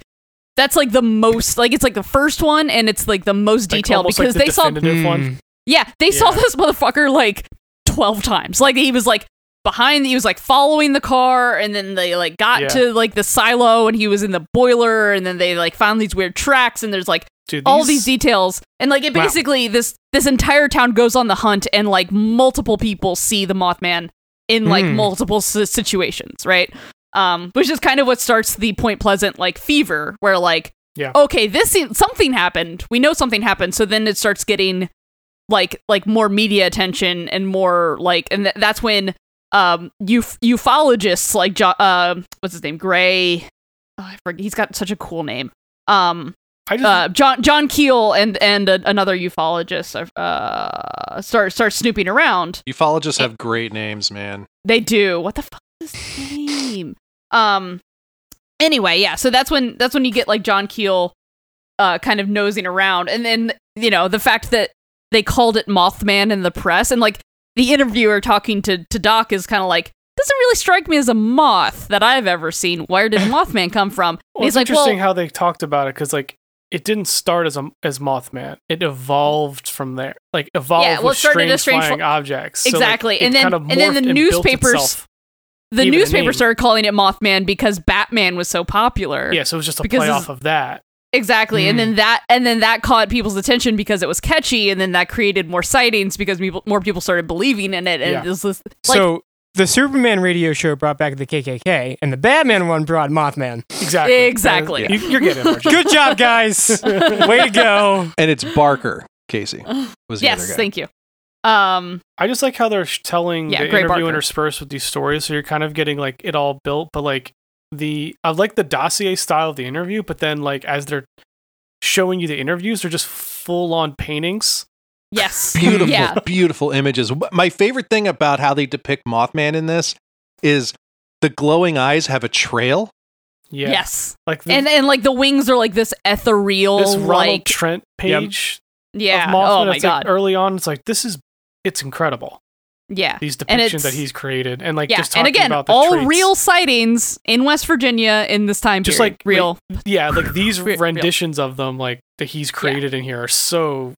S4: that's like the most like it's like the first one and it's like the most
S3: Like,
S4: detailed
S3: almost like
S4: because
S3: the
S4: they saw
S3: definitive one.
S5: Hmm.
S4: yeah they saw
S3: Yeah.
S4: this motherfucker like twelve times like he was like behind he was like following the car and then they like got
S3: Yeah.
S4: to like the silo and he was in the boiler and then they like found these weird tracks and there's like
S3: Dude,
S4: all these details and like it
S5: Wow.
S4: basically this this entire town goes on the hunt and like multiple people see the mothman in like
S5: Mm.
S4: multiple s- situations right um which is kind of what starts the point pleasant like fever where like
S3: Yeah.
S4: okay this seems something happened we know something happened so then it starts getting like like more media attention and more like and th- that's when um uf- ufologists like jo- uh, what's his name gray oh, I forget he's got such a cool name um
S3: I just,
S4: uh, John John Keel and and a, another ufologist uh, start start snooping around.
S2: Ufologists have great names, man.
S4: They do. What the fuck is his name? Um. Anyway, yeah. So that's when that's when you get like John Keel, uh, kind of nosing around, and then you know the fact that they called it Mothman in the press, and like the interviewer talking to to Doc is kind of like. Doesn't really strike me as a moth that I've ever seen. Where did Mothman come from?
S3: well,
S4: And
S3: it's
S4: he's like,
S3: interesting
S4: well,
S3: how they talked about it because like it didn't start as a, as Mothman. It evolved from there. Like evolved
S4: well, it
S3: with
S4: started
S3: strange,
S4: as strange
S3: flying
S4: fl-
S3: objects.
S4: Exactly,
S3: So, like, it
S4: and then-
S3: kind of
S4: and then the
S3: morphed built
S4: newspapers-
S3: itself.
S4: the
S3: even a
S4: newspaper
S3: name.
S4: started calling it Mothman because Batman was so popular.
S3: Yeah, so it was just a
S4: Because
S3: play
S4: it's-
S3: off of that.
S4: Exactly.
S5: Mm.
S4: And then that and then that caught people's attention because it was catchy and then that created more sightings because people, more people started believing in it and
S3: Yeah.
S4: it was this like
S5: so the Superman radio show brought back the KKK and the Batman one brought Mothman.
S3: Exactly.
S4: Exactly.
S3: You, you're getting it. Marjorie.
S5: Good job guys. Way to go.
S2: And it's Barker Casey was the other
S4: yes,
S2: guy.
S4: thank you. Um
S3: I just like how they're sh- telling
S4: Yeah,
S3: the
S4: Gray
S3: interview
S4: Barker.
S3: interspersed with these stories, so you're kind of getting like it all built. But like the I like the dossier style of the interview, but then like as they're showing you the interviews, they're just full on paintings.
S4: yes.
S2: beautiful,
S4: Yeah.
S2: beautiful images. W- My favorite thing about how they depict Mothman in this is the glowing eyes have a trail.
S3: Yeah.
S4: Yes.
S3: Like the,
S4: And and like the wings are like this ethereal
S3: this Ronald
S4: Oh, like
S3: Trent
S5: Yep.
S3: page
S4: yeah.
S3: of Mothman.
S4: Oh my
S3: it's
S4: god.
S3: like early on, it's like this is it's incredible
S4: yeah.
S3: these
S4: And
S3: depictions that
S4: it's-
S3: he's created and like
S4: Yeah.
S3: just
S4: And
S3: talking
S4: again,
S3: about the
S4: all
S3: traits.
S4: real sightings in West Virginia in this time
S3: Just
S4: period.
S3: like-
S4: real.
S3: yeah like these
S4: Real- real.
S3: renditions of them like that he's created in here are so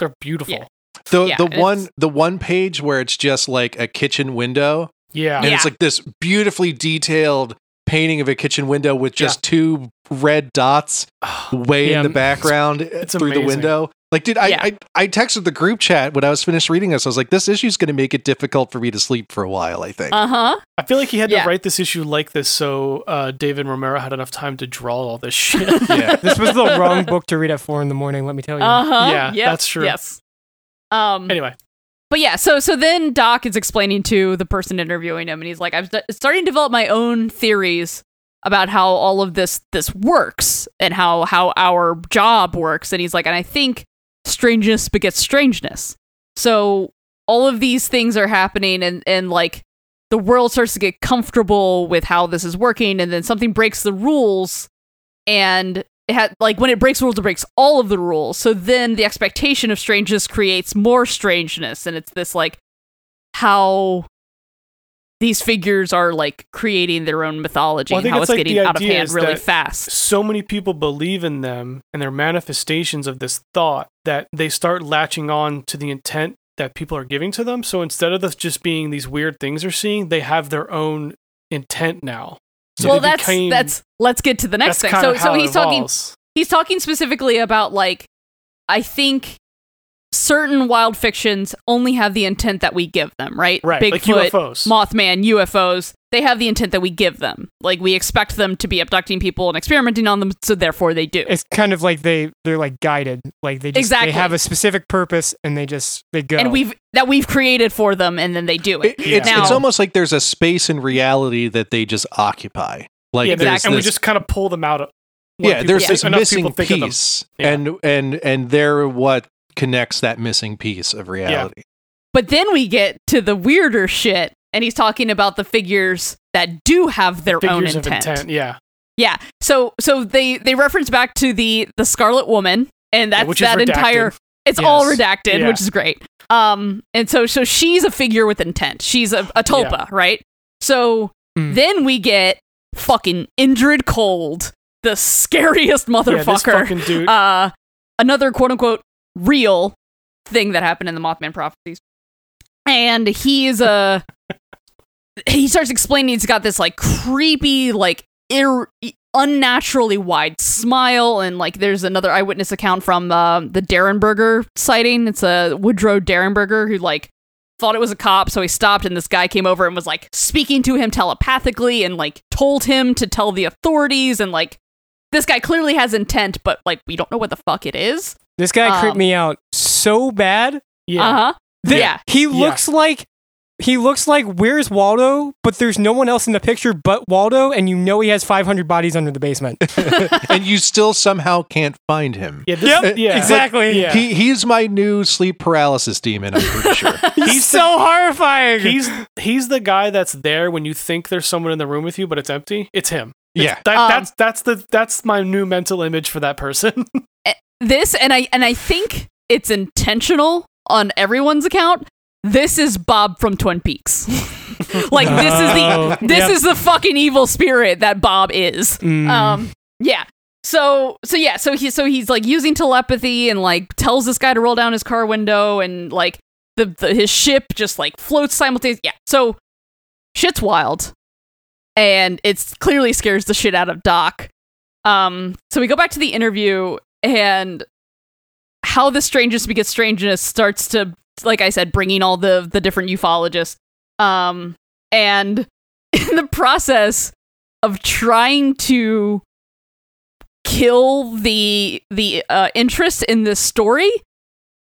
S3: they're beautiful
S4: Yeah.
S2: The
S4: Yeah,
S2: the
S4: and
S2: one
S4: it's-
S2: the one page where it's just like a kitchen window
S3: yeah
S2: and it's like this beautifully detailed painting of a kitchen window with just two red dots
S4: Oh,
S2: way
S5: Yeah,
S2: in the background through
S3: amazing.
S2: the window. Like, dude, I,
S4: Yeah.
S2: I I texted the group chat when I was finished reading this. I was like, this issue's going to make it difficult for me to sleep for a while. I think.
S4: Uh huh.
S3: i feel like he had
S4: Yeah.
S3: to write this issue like this so uh david romero had enough time to draw all this shit
S2: yeah.
S5: This was the wrong book to read at four in the morning. Let me tell you.
S4: Uh huh.
S3: Yeah, that's true.
S4: Yes. Um.
S3: anyway
S4: But yeah, so so then Doc is explaining to the person interviewing him, and he's like, "I'm st- starting to develop my own theories about how all of this this works and how how our job works." And he's like, "And I think strangeness begets strangeness." So all of these things are happening, and and like the world starts to get comfortable with how this is working, and then something breaks the rules, and it had like when it breaks rules, it breaks all of the rules. So then the expectation of strangeness creates more strangeness, and it's this like how these figures are like creating their own mythology
S3: Well, I
S4: and
S3: think
S4: how
S3: it's,
S4: it's,
S3: like,
S4: getting
S3: the
S4: out of
S3: idea
S4: hand
S3: is
S4: really
S3: that-
S4: fast.
S3: so many people believe in them and their manifestations of this thought that they start latching on to the intent that people are giving to them. So instead of this just being these weird things they're seeing, they have their own intent now. So
S4: well,
S3: they
S4: that's
S3: became-
S4: that's let's get to the next
S3: that's
S4: thing.
S3: kind
S4: So
S3: of how
S4: so
S3: it
S4: he's talking
S3: evolves.
S4: he's talking specifically about like I think certain wild fictions only have the intent that we give them, right?
S3: right,
S4: Bigfoot,
S3: like UFOs.
S4: Mothman, UFOs, they have the intent that we give them. Like we expect them to be abducting people and experimenting on them, so therefore they do.
S5: It's kind of like they they're like guided. Like they just
S4: Exactly.
S5: they have a specific purpose and they just they go.
S4: And we've that we've created for them and then they do
S2: It-
S4: it.
S2: it's,
S4: Now-
S2: it's almost like there's a space in reality that they just occupy. Like
S3: yeah,
S2: there's
S3: and we
S2: this-
S3: just kind of pull them out. Of when
S2: yeah,
S3: people
S2: there's
S3: think-
S2: this
S3: enough
S2: missing
S3: people think of them.
S2: piece,
S3: Yeah.
S2: and and and they're what connects that missing piece of reality.
S4: But then we get to the weirder shit and he's talking about the figures that do have their own
S3: Figures of intent. Yeah,
S4: Yeah. So so they they reference back to the the Scarlet Woman and that's
S3: which is
S4: that
S3: redacted.
S4: entire it's all
S3: Yes.
S4: redacted,
S3: Yeah.
S4: which is great. Um and so so she's a figure with intent. She's a, a tulpa, right? So
S3: Hmm.
S5: Mm.
S4: then we get fucking Indrid Cold, the scariest
S3: yeah, this
S4: motherfucker.
S3: fucking dude.
S4: uh another quote unquote real thing that happened in the Mothman prophecies. And he is a he starts explaining he's got this like creepy like ir- e, unnaturally wide smile and like there's another eyewitness account from uh, the Derenberger sighting. It's a Woodrow Derenberger who like thought it was a cop so he stopped and this guy came over and was like speaking to him telepathically and like told him to tell the authorities and like this guy clearly has intent but like we don't know what the fuck it is.
S5: this guy creeped
S4: um,
S5: me out so bad.
S3: yeah,
S4: Uh-huh.
S5: that
S4: Yeah.
S5: He looks like he looks like where's Waldo, but there's no one else in the picture but Waldo, and you know he has 500 bodies under the basement.
S2: and you still somehow can't find him.
S3: yeah, this,
S5: Yep,
S3: yeah,
S5: exactly.
S3: Yeah.
S2: He he's my new sleep paralysis demon. I'm pretty sure.
S5: He's so horrifying.
S3: He's he's the guy that's there when you think there's someone in the room with you, but it's empty. It's him.
S2: yeah,
S3: That,
S4: Um,
S3: that's that's the that's my new mental image for that person.
S4: this and I and I think it's intentional on everyone's account. This is Bob from Twin Peaks. like this is the
S5: Oh,
S4: this
S5: yep.
S4: is the fucking evil spirit that Bob is.
S5: Mm.
S4: Um yeah. So so yeah, so he so he's like using telepathy and like tells this guy to roll down his car window and like the, the his ship just like floats simultaneously. Yeah. So shit's wild. And it's clearly scares the shit out of Doc. Um so we go back to the interview and how the strangeness begets strangeness starts to like I said bringing all the the different ufologists um and in the process of trying to kill the the uh, interest in this story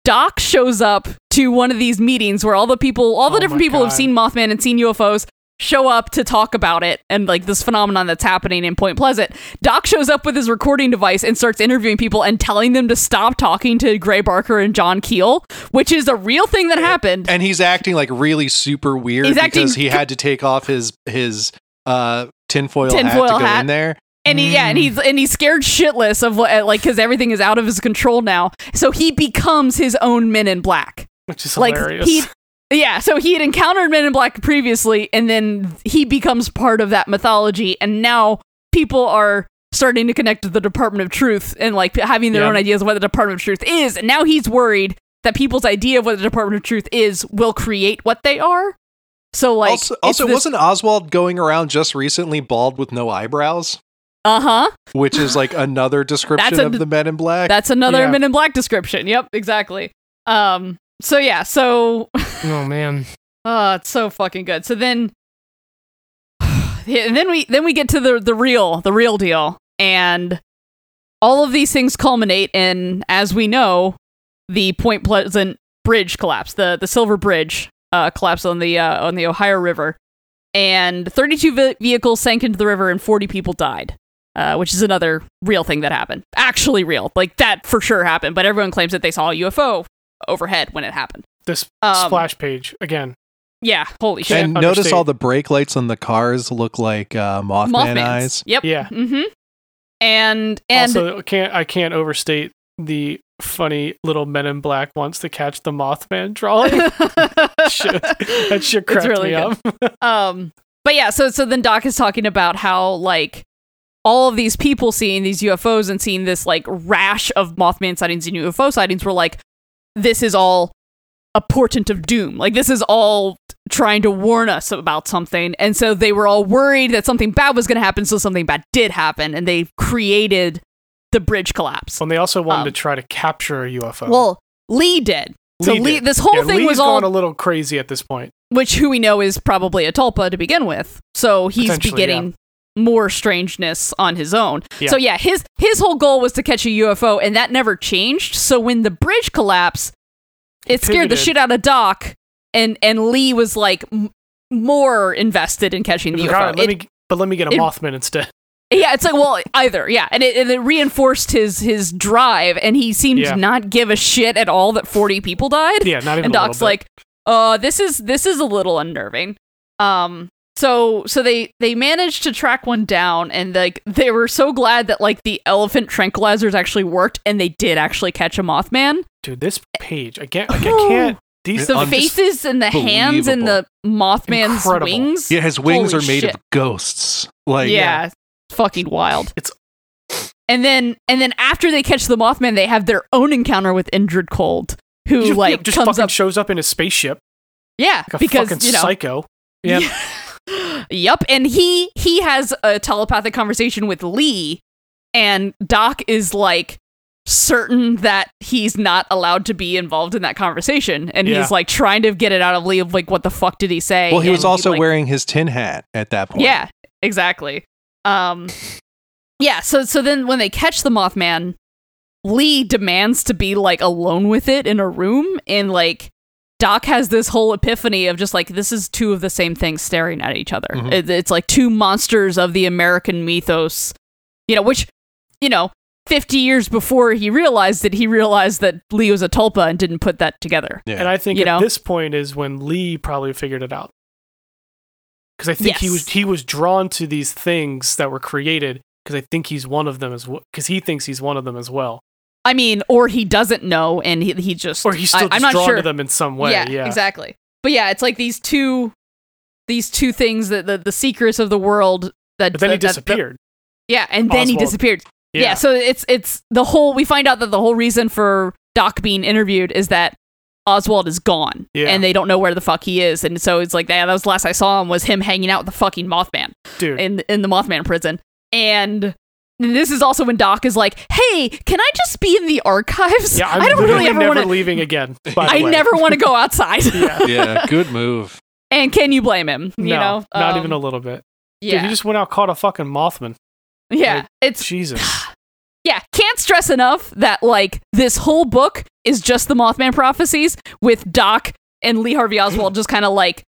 S4: doc shows up to one of these meetings where all the people all the
S3: Oh
S4: different
S3: my
S4: people who've
S3: God.
S4: seen mothman and seen ufos show up to talk about it and like this phenomenon that's happening in point pleasant doc shows up with his recording device and starts interviewing people and telling them to stop talking to gray barker and john keel which is a real thing that happened
S2: and he's acting like really super weird
S4: He's acting
S2: because he had to take off his his uh tinfoil, hat
S4: Tinfoil
S2: to go
S4: hat.
S2: in there.
S4: And he, yeah, and he's and he's scared shitless of what- like because everything is out of his control now. So he becomes his own Men in Black.
S3: which is
S4: Like
S3: hilarious.
S4: he, yeah. So he had encountered Men in Black previously, and then he becomes part of that mythology. And now people are starting to connect to the Department of Truth and like having their
S3: Yeah.
S4: own ideas of what the Department of Truth is. And now he's worried that people's idea of what the Department of Truth is will create what they are. So like
S2: also, also wasn't Oswald going around just recently bald with no eyebrows,
S4: uh huh.
S2: which is like another description
S4: a-
S2: of the Men in Black?
S4: That's another
S5: Yeah.
S4: Men in Black description. Yep, exactly. Um. So yeah. So
S5: Oh man.
S4: uh, it's so fucking good. So then, Yeah, and then we then we get to the the real the real deal, and all of these things culminate in, as we know, the Point Pleasant Bridge collapse, the the Silver Bridge uh, collapse on the uh, on the Ohio River, and 32 ve- vehicles sank into the river and 40 people died. Uh, which is another real thing that happened. Actually, real. Like, that for sure happened, but everyone claims that they saw a UFO overhead when it happened.
S3: this
S4: Um,
S3: splash page again.
S4: Yeah, holy shit.
S2: and
S3: can't
S2: notice
S3: understate.
S2: all the brake lights on the cars look like uh, Mothman
S4: Mothman's.
S2: eyes.
S4: Yep.
S3: Yeah.
S4: Mm-hmm. And and
S3: also, can't I can't overstate the funny little Men in Black wants to catch the Mothman drawing. shit, that shit
S4: It's
S3: cracked
S4: really
S3: me up.
S4: um, but yeah. So so then Doc is talking about how like all of these people seeing these UFOs and seeing this like rash of Mothman sightings and UFO sightings were like, this is all a portent of doom. Like this is all trying to warn us about something. And so they were all worried that something bad was going to happen. So something bad did happen, and they created the bridge collapse.
S3: And they also wanted
S4: Um,
S3: to try to capture a UFO.
S4: Well, Lee did. So
S3: Lee
S4: Lee,
S3: did.
S4: this whole
S3: yeah,
S4: thing
S3: Lee's
S4: was all
S3: gone a little crazy at this point.
S4: which who we know is probably a tulpa to begin with. So he's
S3: Potentially,
S4: beginning more strangeness on his own.
S3: Yeah.
S4: So yeah, his his whole goal was to catch a UFO and that never changed. So when the bridge collapsed, it scared the
S3: pivoted.
S4: shit out of Doc and and Lee was like m- more invested in catching the
S3: Like, "All right,
S4: UFO.
S3: let
S4: It-
S3: me, but let me get a
S4: it-
S3: Mothman instead.
S4: yeah, it's like well, either yeah, and it, and it reinforced his his drive, and he seemed
S3: Yeah.
S4: to not give a shit at all that forty people died
S3: Yeah, not
S4: and
S3: even. a little
S4: Doc's
S3: bit.
S4: like, "Uh, this is this is a little unnerving." Um, so so they they managed to track one down, and like they were so glad that like the elephant tranquilizers actually worked, and they did actually catch a Mothman.
S3: dude, this page again. Like, I can't. These
S4: The
S2: I'm just
S4: faces and the hands and the Mothman's
S3: Incredible.
S4: wings.
S2: Yeah, his wings
S4: Holy
S2: are made
S4: shit.
S2: of ghosts. Like
S4: yeah, fucking wild.
S3: It's-
S4: and then and then after they catch the Mothman, they have their own encounter with Indrid Cold, who
S3: just,
S4: like
S3: just
S4: comes
S3: fucking
S4: up,
S3: shows up in a spaceship
S4: yeah,
S3: like a
S4: because
S3: fucking
S4: you know
S3: psycho. Yeah.
S4: Yep, and he he has a telepathic conversation with Lee, and Doc is like certain that he's not allowed to be involved in that conversation, and
S3: Yeah.
S4: he's like trying to get it out of Lee of like what the fuck did he say?
S2: Well, he
S4: and
S2: was also
S4: like-
S2: wearing his tin hat at that point.
S4: yeah, exactly. Um, yeah. So so then when they catch the Mothman, Lee demands to be like alone with it in a room, and like Doc has this whole epiphany of just like this is two of the same things staring at each other.
S3: Mm-hmm.
S2: Mhm.
S4: It- it's like two monsters of the American mythos, you know, which you know. 50 years before he realized it, he realized that Lee was a tulpa and didn't put that together.
S2: Yeah.
S3: And I think
S4: You
S3: at
S4: know?
S3: this point is when Lee probably figured it out. Because I think he was
S4: Yes.
S3: he was drawn to these things that were created. Because I think he's one of them as well. Because he thinks he's one of them as well,
S4: I mean, or he doesn't know and he, he just.
S3: or he's
S4: I,
S3: still just
S4: am not
S3: drawn
S4: sure.
S3: to them in some way. Yeah,
S4: exactly. But yeah, it's like these two, these two things that the, the secrets of the world that.
S3: But then he
S4: that- that-
S3: disappeared.
S4: yeah, and then he
S3: Oswald.
S4: disappeared. Yeah. so it's it's the whole. We find out that the whole reason for Doc being interviewed is that Oswald is gone,
S3: Yeah.
S4: and they don't know where the fuck he is, and so it's like yeah, that was the last I saw him was him hanging out with the fucking Mothman
S3: dude.
S4: in in the Mothman prison. And this is also when Doc is like, "Hey, can I just be in the archives?
S3: yeah, I'm
S4: I don't
S3: literally
S4: really ever
S3: never
S4: want to.
S3: leaving again. By the
S4: I
S3: way.
S4: never want to go outside."
S3: Yeah.
S2: yeah, good move.
S4: And can you blame him? You
S3: no,
S4: know,
S3: not
S4: Um,
S3: even a little bit.
S4: yeah,
S3: Dude, he just went out caught a fucking Mothman.
S4: yeah.
S3: like-
S4: it's
S3: Jesus.
S4: yeah. Can't stress enough that like this whole book is just the Mothman prophecies with Doc and Lee Harvey Oswald just kind of like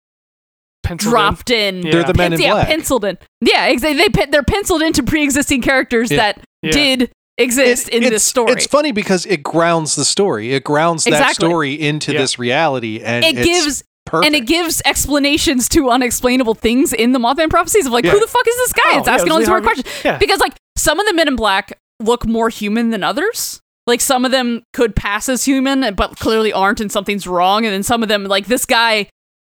S3: Pencil
S4: dropped in.
S3: Yeah.
S2: They're the men in
S4: Pens- yeah,
S2: black.
S4: penciled in. Yeah, exactly. They pe- they're penciled into pre-existing characters
S2: Yeah.
S4: that
S3: Yeah.
S4: did
S2: It-
S4: exist in
S2: it's-
S4: this story.
S2: It's funny because it grounds the story. It grounds that
S4: Exactly.
S2: story into
S3: Yeah.
S2: this reality, and
S4: it
S2: it's
S4: gives
S2: perfect.
S4: and it gives explanations to unexplainable things in the Mothman prophecies of like
S2: Yeah.
S4: who the fuck is this guy?
S3: Oh,
S4: it's
S3: yeah, it
S4: asking
S3: was
S4: all
S3: Lee
S4: these weird
S3: Harvey-
S4: questions
S3: yeah.
S4: because like some of the men in black look more human than others. Like some of them could pass as human, but clearly aren't, and something's wrong. And then some of them, like this guy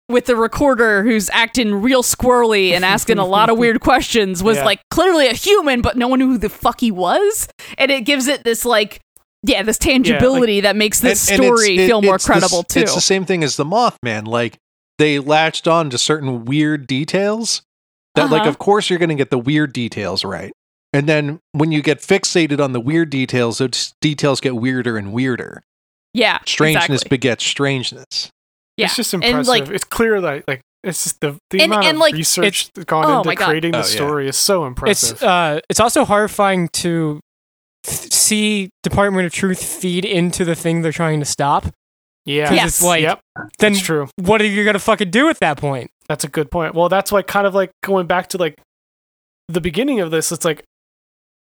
S4: with the recorder who's acting real squirrely and asking a lot of weird questions, was
S5: Yeah.
S4: like clearly a human, but no one knew who the fuck he was. And it gives it this like, yeah, this tangibility that makes this
S2: And- and it's-
S4: story
S2: it-
S4: feel more
S2: it's the s-
S4: credible too.
S2: It's the same thing as the Mothman. Like they latched on to certain weird details that, like,
S4: Uh-huh.
S2: of course you're going to get the weird details right. And then when you get fixated on the weird details, those details get weirder and weirder.
S4: yeah,
S2: Strangeness
S4: exactly.
S2: begets strangeness.
S4: Yeah.
S3: It's just
S4: And,
S3: impressive.
S4: like-
S3: it's clear that like it's just the, the
S4: And-
S3: amount
S4: and,
S3: of
S4: like,
S5: it's-
S3: research that's gone
S4: oh my
S3: into
S4: God.
S3: creating
S2: Oh,
S3: the
S2: yeah.
S3: story is so impressive.
S5: It's uh, it's also horrifying to th- see Department of Truth feed into the thing they're trying to stop.
S3: yeah.
S5: 'Cause
S4: Yes.
S5: it's like,
S3: Yep.
S5: then
S3: That's true.
S5: what are you gonna fucking do at that point?
S3: That's a good point. Well, that's why kind of like going back to like the beginning of this, it's like,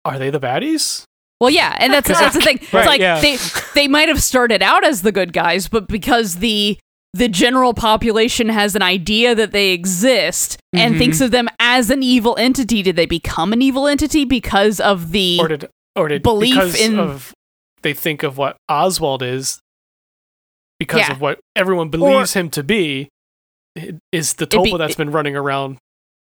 S3: are they the baddies?
S4: Well, yeah, and that's that's the thing.
S5: Right,
S4: it's like
S5: yeah.
S4: they they might have started out as the good guys, but because the the general population has an idea that they exist and
S5: Mhm.
S4: thinks of them as an evil entity, did they become an evil entity because of the
S3: Or did or did
S4: Belief
S3: because
S4: in-
S3: of they think of what Oswald is because
S4: Yeah.
S3: of what everyone believes him to be i- is the
S4: It'd
S3: Topa
S4: be-
S3: that's been running around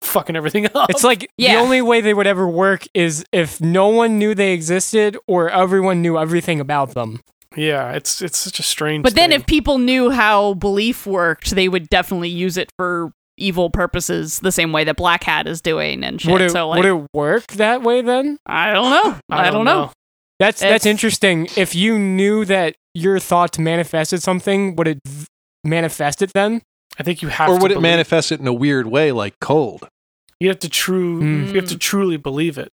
S3: fucking everything up.
S5: It's like
S4: Yeah.
S5: the only way they would ever work is if no one knew they existed or everyone knew everything about them.
S3: yeah, it's it's such a strange.
S4: But then
S3: thing.
S4: if people knew how belief worked, they would definitely use it for evil purposes the same way that Black Hat is doing and shit.
S5: Would it
S4: so like
S5: would it work that way then?
S4: I don't know. I, don't know.
S5: That's
S4: It's-
S5: that's interesting. If you knew that your thoughts manifested something, would it v- manifest it then?
S3: I think you have
S2: or
S3: to
S2: would it
S3: believe-
S2: manifest it in a weird way, like cold?
S3: You have to true.
S5: Mm.
S3: You have
S4: Hmm.
S3: to truly believe it.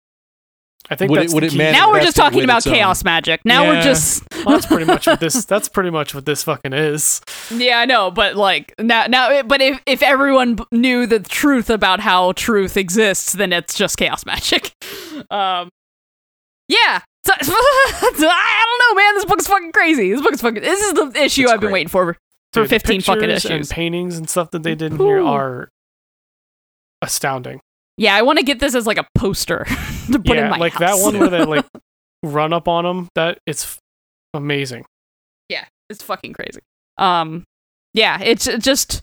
S3: I think
S2: Would it-
S3: that's
S2: would
S3: the
S2: it
S3: key.
S2: mani-
S4: Now we're
S2: Manifest
S4: just
S2: it
S4: talking
S2: with
S4: about
S2: its own-
S4: chaos magic. Now
S5: Yeah.
S4: we're just
S3: Well, that's pretty much what this. That's pretty much what this fucking is.
S4: Yeah, I know, but like now, now, but if if everyone b- knew the truth about how truth exists, then it's just chaos magic. Um, yeah, so, I don't know, man. This book's fucking crazy. This book's fucking. This is the issue
S2: It's
S4: I've been
S2: great.
S4: waiting for for
S3: Dude, the
S4: fifteen fucking
S3: pictures
S4: issues.
S3: And paintings and stuff that they did in here
S4: Ooh.
S3: are astounding.
S4: yeah, I want to get this as like a poster to put
S3: yeah,
S4: in my
S3: like
S4: house.
S3: that one where they like run up on them. That it's f- amazing.
S4: yeah, it's fucking crazy. Um, yeah, it's uh, just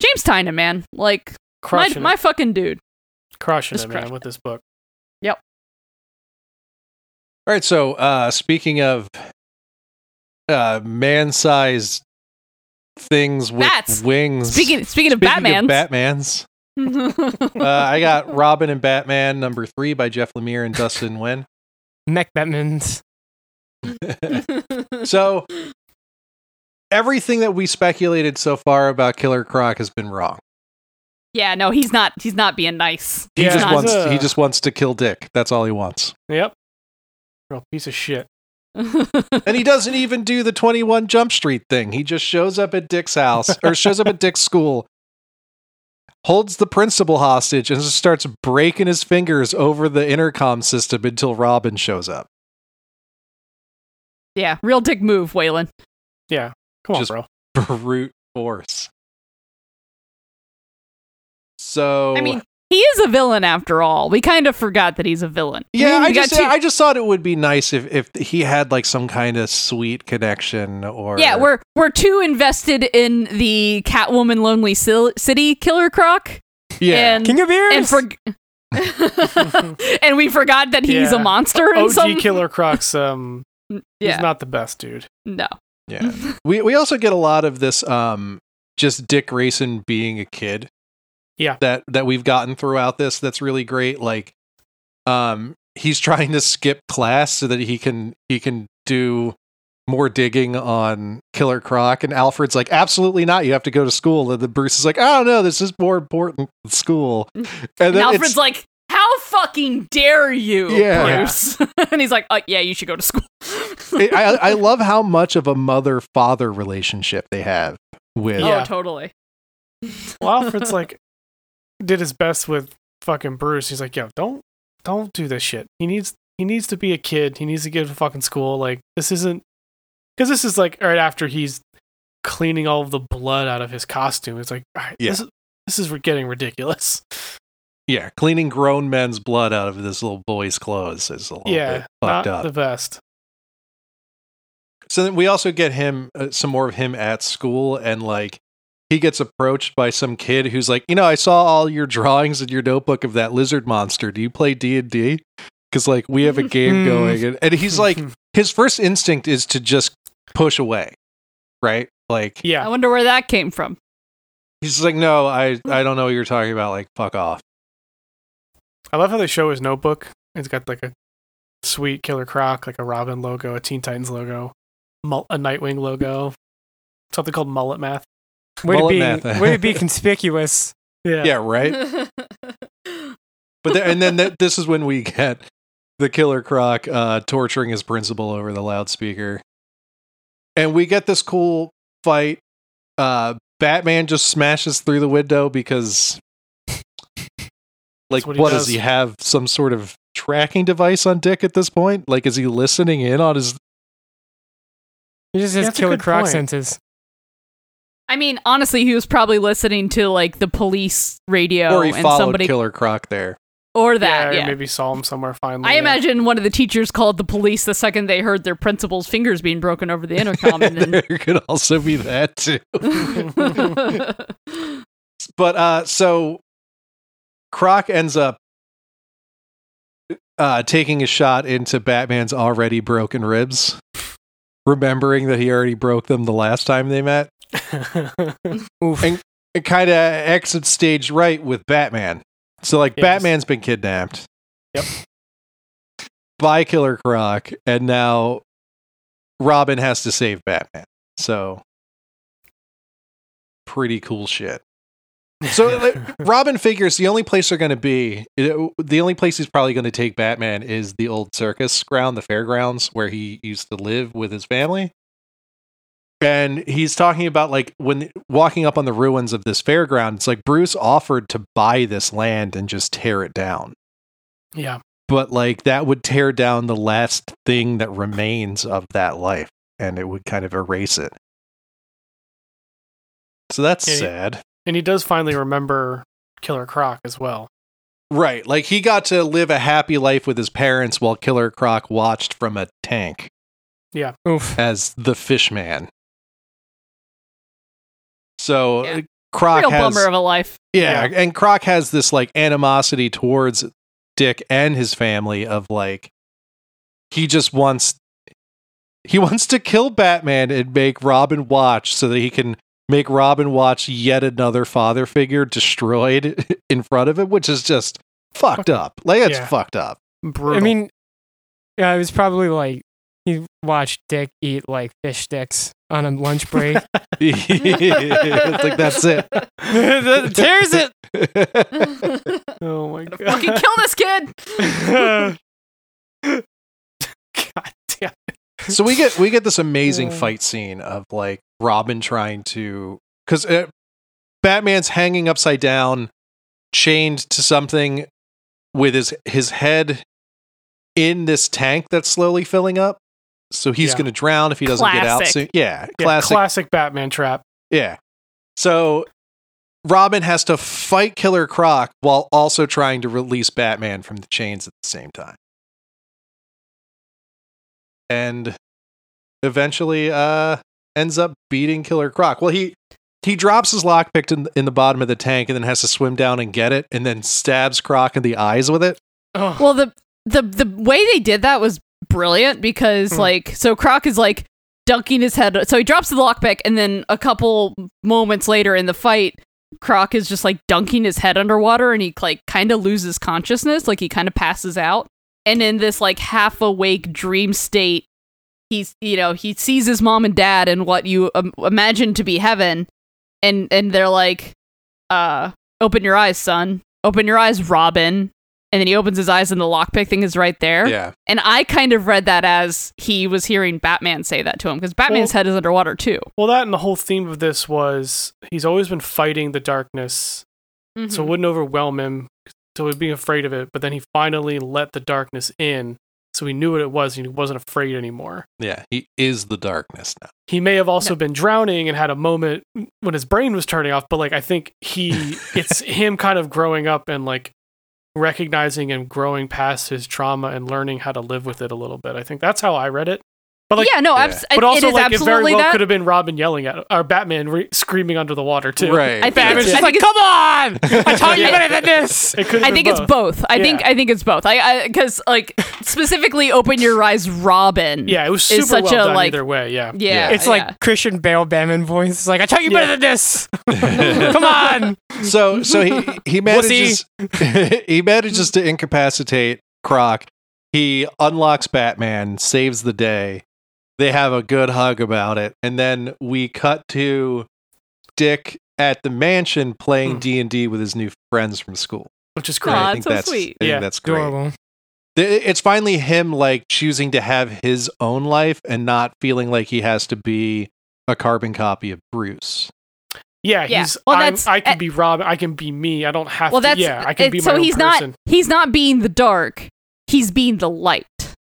S4: James Tynan, man. Like my
S3: Crushing
S4: my
S3: it,
S4: fucking dude.
S3: crushing
S4: just
S3: it, man,
S4: crushing
S3: with this book.
S2: All right. So, uh, speaking of uh, man-sized things with
S4: Bats.
S2: wings.
S4: Speaking speaking, of
S2: Batman,
S4: Batman's.
S2: Batmans. Uh, I got Robin and Batman number three by Jeff Lemire and Dustin Nguyen.
S5: Mech
S4: Mm.
S5: Batman's.
S3: Uh,
S2: So everything that we speculated so far about Killer Croc has been wrong.
S4: Yeah, no, he's not. He's not being nice.
S2: He
S3: Yeah,
S2: just
S4: he's
S2: wants
S3: uh,
S2: he just wants to kill Dick. That's all he wants.
S3: Yep. Real piece of shit.
S2: And he doesn't even do the 21 Jump Street thing. He just shows up at Dick's house or shows up at Dick's school, holds the principal hostage, and just starts breaking his fingers over the intercom system until Robin shows up.
S4: yeah, real dick move, Waylon.
S3: Yeah. Come on,
S2: Just-
S3: bro.
S2: Brute force. So
S4: I mean, he is a villain after all. We kind of forgot that he's a villain.
S2: Yeah,
S4: we,
S2: I
S4: we got
S2: just, I just thought it would be nice if, if he had like some kind of sweet connection or
S4: yeah, we're we're too invested in the Catwoman, Lonely Sil- City, Killer Croc,
S2: yeah
S4: and
S5: King of Beers.
S4: and for. and we forgot that he's a
S3: Yeah.
S4: monster in
S3: OG
S4: some
S3: Killer Croc's um,
S4: Yeah,
S3: he's not the best dude.
S4: no.
S2: yeah. We we also get a lot of this um just Dick Grayson being a kid.
S3: Yeah.
S2: That that we've gotten throughout this that's really great like um he's trying to skip class so that he can he can do more digging on Killer Croc and Alfred's like absolutely not you have to go to school and then Bruce is like I don't know this is more important than school. And then
S4: And
S2: Uh, it's-
S4: Alfred's like, "How fucking dare you,
S2: Yeah.
S4: Bruce?" and he's like, "Oh yeah, you should go to school."
S2: It- I, I love how much of a mother father relationship they have with.
S3: Yeah.
S4: Oh, totally.
S3: Well, Alfred's like did his best with fucking Bruce. He's like, yo, don't don't do this shit. He needs he needs to be a kid. He needs to get to fucking school. Like this isn't because this is like right after he's cleaning all of the blood out of his costume. It's like all right,
S2: Yeah.
S3: this is this is getting ridiculous.
S2: yeah, cleaning grown men's blood out of this little boy's clothes is a little
S3: yeah,
S2: bit
S3: not
S2: fucked up.
S3: the best.
S2: So then we also get him uh, some more of him at school, and like he gets approached by some kid who's like, you know, I saw all your drawings in your notebook of that lizard monster. Do you play D and D? Because like we have a game
S5: Hmm.
S2: going, and, and he's like, his first instinct is to just push away, right? Like
S4: I
S3: yeah,
S4: wonder where that came from.
S2: he's just like, no, I I don't know what you're talking about. Like fuck off.
S3: I love how they show his notebook. It's got like a sweet Killer Croc, like a Robin logo, a Teen Titans logo, mul- a Nightwing logo, something called Mullet Math.
S5: Way
S2: Mullet
S5: to
S2: math.
S5: be, way to be conspicuous.
S3: Yeah,
S2: Yeah, right. But there, and then th- this is when we get the Killer Croc uh, torturing his principal over the loudspeaker, and we get this cool fight. Uh, Batman just smashes through the window because, like,
S3: That's
S2: what,
S3: what he
S2: does
S3: does.
S2: he have? Some sort of tracking device on Dick at this point? Like, is he listening in on his?
S5: He just
S3: Yeah,
S5: has
S3: that's a
S5: killer
S3: good
S5: croc
S3: point.
S5: senses.
S4: I mean, honestly, he was probably listening to like the police radio
S2: or he
S4: Oh, and
S2: followed
S4: somebody
S2: Killer Croc there.
S4: or that.
S3: or
S4: Yeah,
S3: maybe saw him somewhere finally.
S4: I
S3: yeah.
S4: imagine one of the teachers called the police the second they heard their principal's fingers being broken over the intercom. and then-
S2: there could also be that too. but uh so croc ends up uh taking a shot into batman's already broken ribs remembering that he already broke them the last time they met
S5: Oof.
S2: And- it kind of exits stage right with batman so like
S3: Yes.
S2: batman's been kidnapped
S3: Yep.
S2: by killer croc and now robin has to save batman so pretty cool shit So, like, Robin figures the only place they're going to be, the only place he's probably going to take Batman is the old circus ground, the fairgrounds where he used to live with his family. And he's talking about like when walking up on the ruins of this fairground, it's like Bruce offered to buy this land and just tear it down.
S3: yeah,
S2: But like that would tear down the last thing that remains of that life and it would kind of erase it. So that's
S3: Yeah, he-
S2: sad.
S3: and he does finally remember Killer Croc as well.
S2: Right. Like he got to live a happy life with his parents while Killer Croc watched from a tank
S5: Oof.
S2: as the fish man. So uh,
S4: Yeah.
S2: Croc
S4: Real
S2: has
S4: bummer of a life.
S2: yeah, and Croc has this like animosity towards Dick and his family of like he just wants he wants to kill Batman and make Robin watch so that he can make Robin watch yet another father figure destroyed in front of him, which is just fucked up. Like it's
S3: Yeah.
S2: fucked up.
S3: Brutal.
S5: I mean, yeah, it was probably like he watched Dick eat like fish sticks on a lunch break.
S2: it's like that's it.
S5: That tears it.
S3: oh my god,
S4: Fucking kill this kid.
S3: god damn.
S2: so we get we get this amazing
S5: Yeah.
S2: fight scene of like Robin trying to because uh, Batman's hanging upside down, chained to something, with his his head in this tank that's slowly filling up. So he's
S3: Yeah.
S2: going to drown if he doesn't get out
S4: Classic.
S2: soon. Yeah,
S3: Yeah,
S2: classic.
S3: classic Batman trap.
S2: yeah. So Robin has to fight Killer Croc while also trying to release Batman from the chains at the same time. And eventually uh ends up beating Killer Croc. Well, he he drops his lockpick in, in the bottom of the tank and then has to swim down and get it and then stabs Croc in the eyes with it.
S5: Oh,
S4: Well, the the the way they did that was brilliant because
S3: Hmm.
S4: like so Croc is like dunking his head so he drops the lockpick and then a couple moments later in the fight Croc is just like dunking his head underwater and he like kind of loses consciousness like he kind of passes out and in this like half awake dream state he's you know he sees his mom and dad in what you um, imagine to be heaven and and they're like uh open your eyes son open your eyes robin and then he opens his eyes and the lockpick thing is right there
S2: Yeah.
S4: and i kind of read that as he was hearing batman say that to him because batman's
S3: Well-
S4: head is underwater too
S3: Well, that and the whole theme of this was he's always been fighting the darkness, so it
S4: Mm-hmm.
S3: wouldn't overwhelm him. So he'd be afraid of it, but then he finally let the darkness in, so he knew what it was, and he wasn't afraid anymore.
S2: Yeah, he is the darkness now.
S3: He may have also been drowning and had a moment when his brain was turning off, but like I think he, it's him kind of growing up and like recognizing and growing past his trauma and learning how to live with it a little bit. I think that's how I read it. But like,
S4: yeah, no,
S2: Yeah.
S4: abs-
S3: but also
S4: it is
S3: like it very
S4: absolutely
S3: well
S4: that.
S3: could have been Robin yelling at or Batman re- screaming under the water too.
S2: Right.
S4: I think
S5: Batman's
S4: it's-
S5: just
S4: I think
S5: like, come on! I taught you
S4: Yeah.
S5: better than this.
S3: It could.
S4: I think it's both. I think
S3: Yeah.
S4: I think it's both. I because like specifically, open your eyes, Robin.
S3: Yeah, it was super
S4: Is such
S3: well
S4: a,
S3: done
S4: like-
S3: either way. Yeah.
S4: yeah.
S5: It's
S4: yeah.
S5: like Christian Bale Batman voice. It's like, I taught you
S3: Yeah.
S5: better than this. Come on.
S2: So so he he manages he manages to incapacitate Croc. He unlocks Batman, saves the day. They have a good hug about it, and then we cut to Dick at the mansion playing
S3: Hmm.
S2: D and D with his new friends from school.
S3: which is
S4: Aw,
S3: great.
S2: I
S4: it's
S2: think
S4: so
S2: that's
S4: sweet.
S2: I think
S3: Yeah.
S2: that's great.
S5: Adorable.
S2: Th- It's finally him like choosing to have his own life and not feeling like he has to be a carbon copy of Bruce.
S3: Yeah,
S4: Yeah.
S3: he's.
S4: Well,
S3: I'm-
S4: that's-
S3: I can
S4: uh,
S3: be Robin. I can be me. I don't have
S4: well,
S3: to.
S4: that's
S3: yeah, I can
S4: it-
S3: be my
S4: so
S3: own
S4: he's
S3: person.
S4: not he's not being the dark. He's being the light.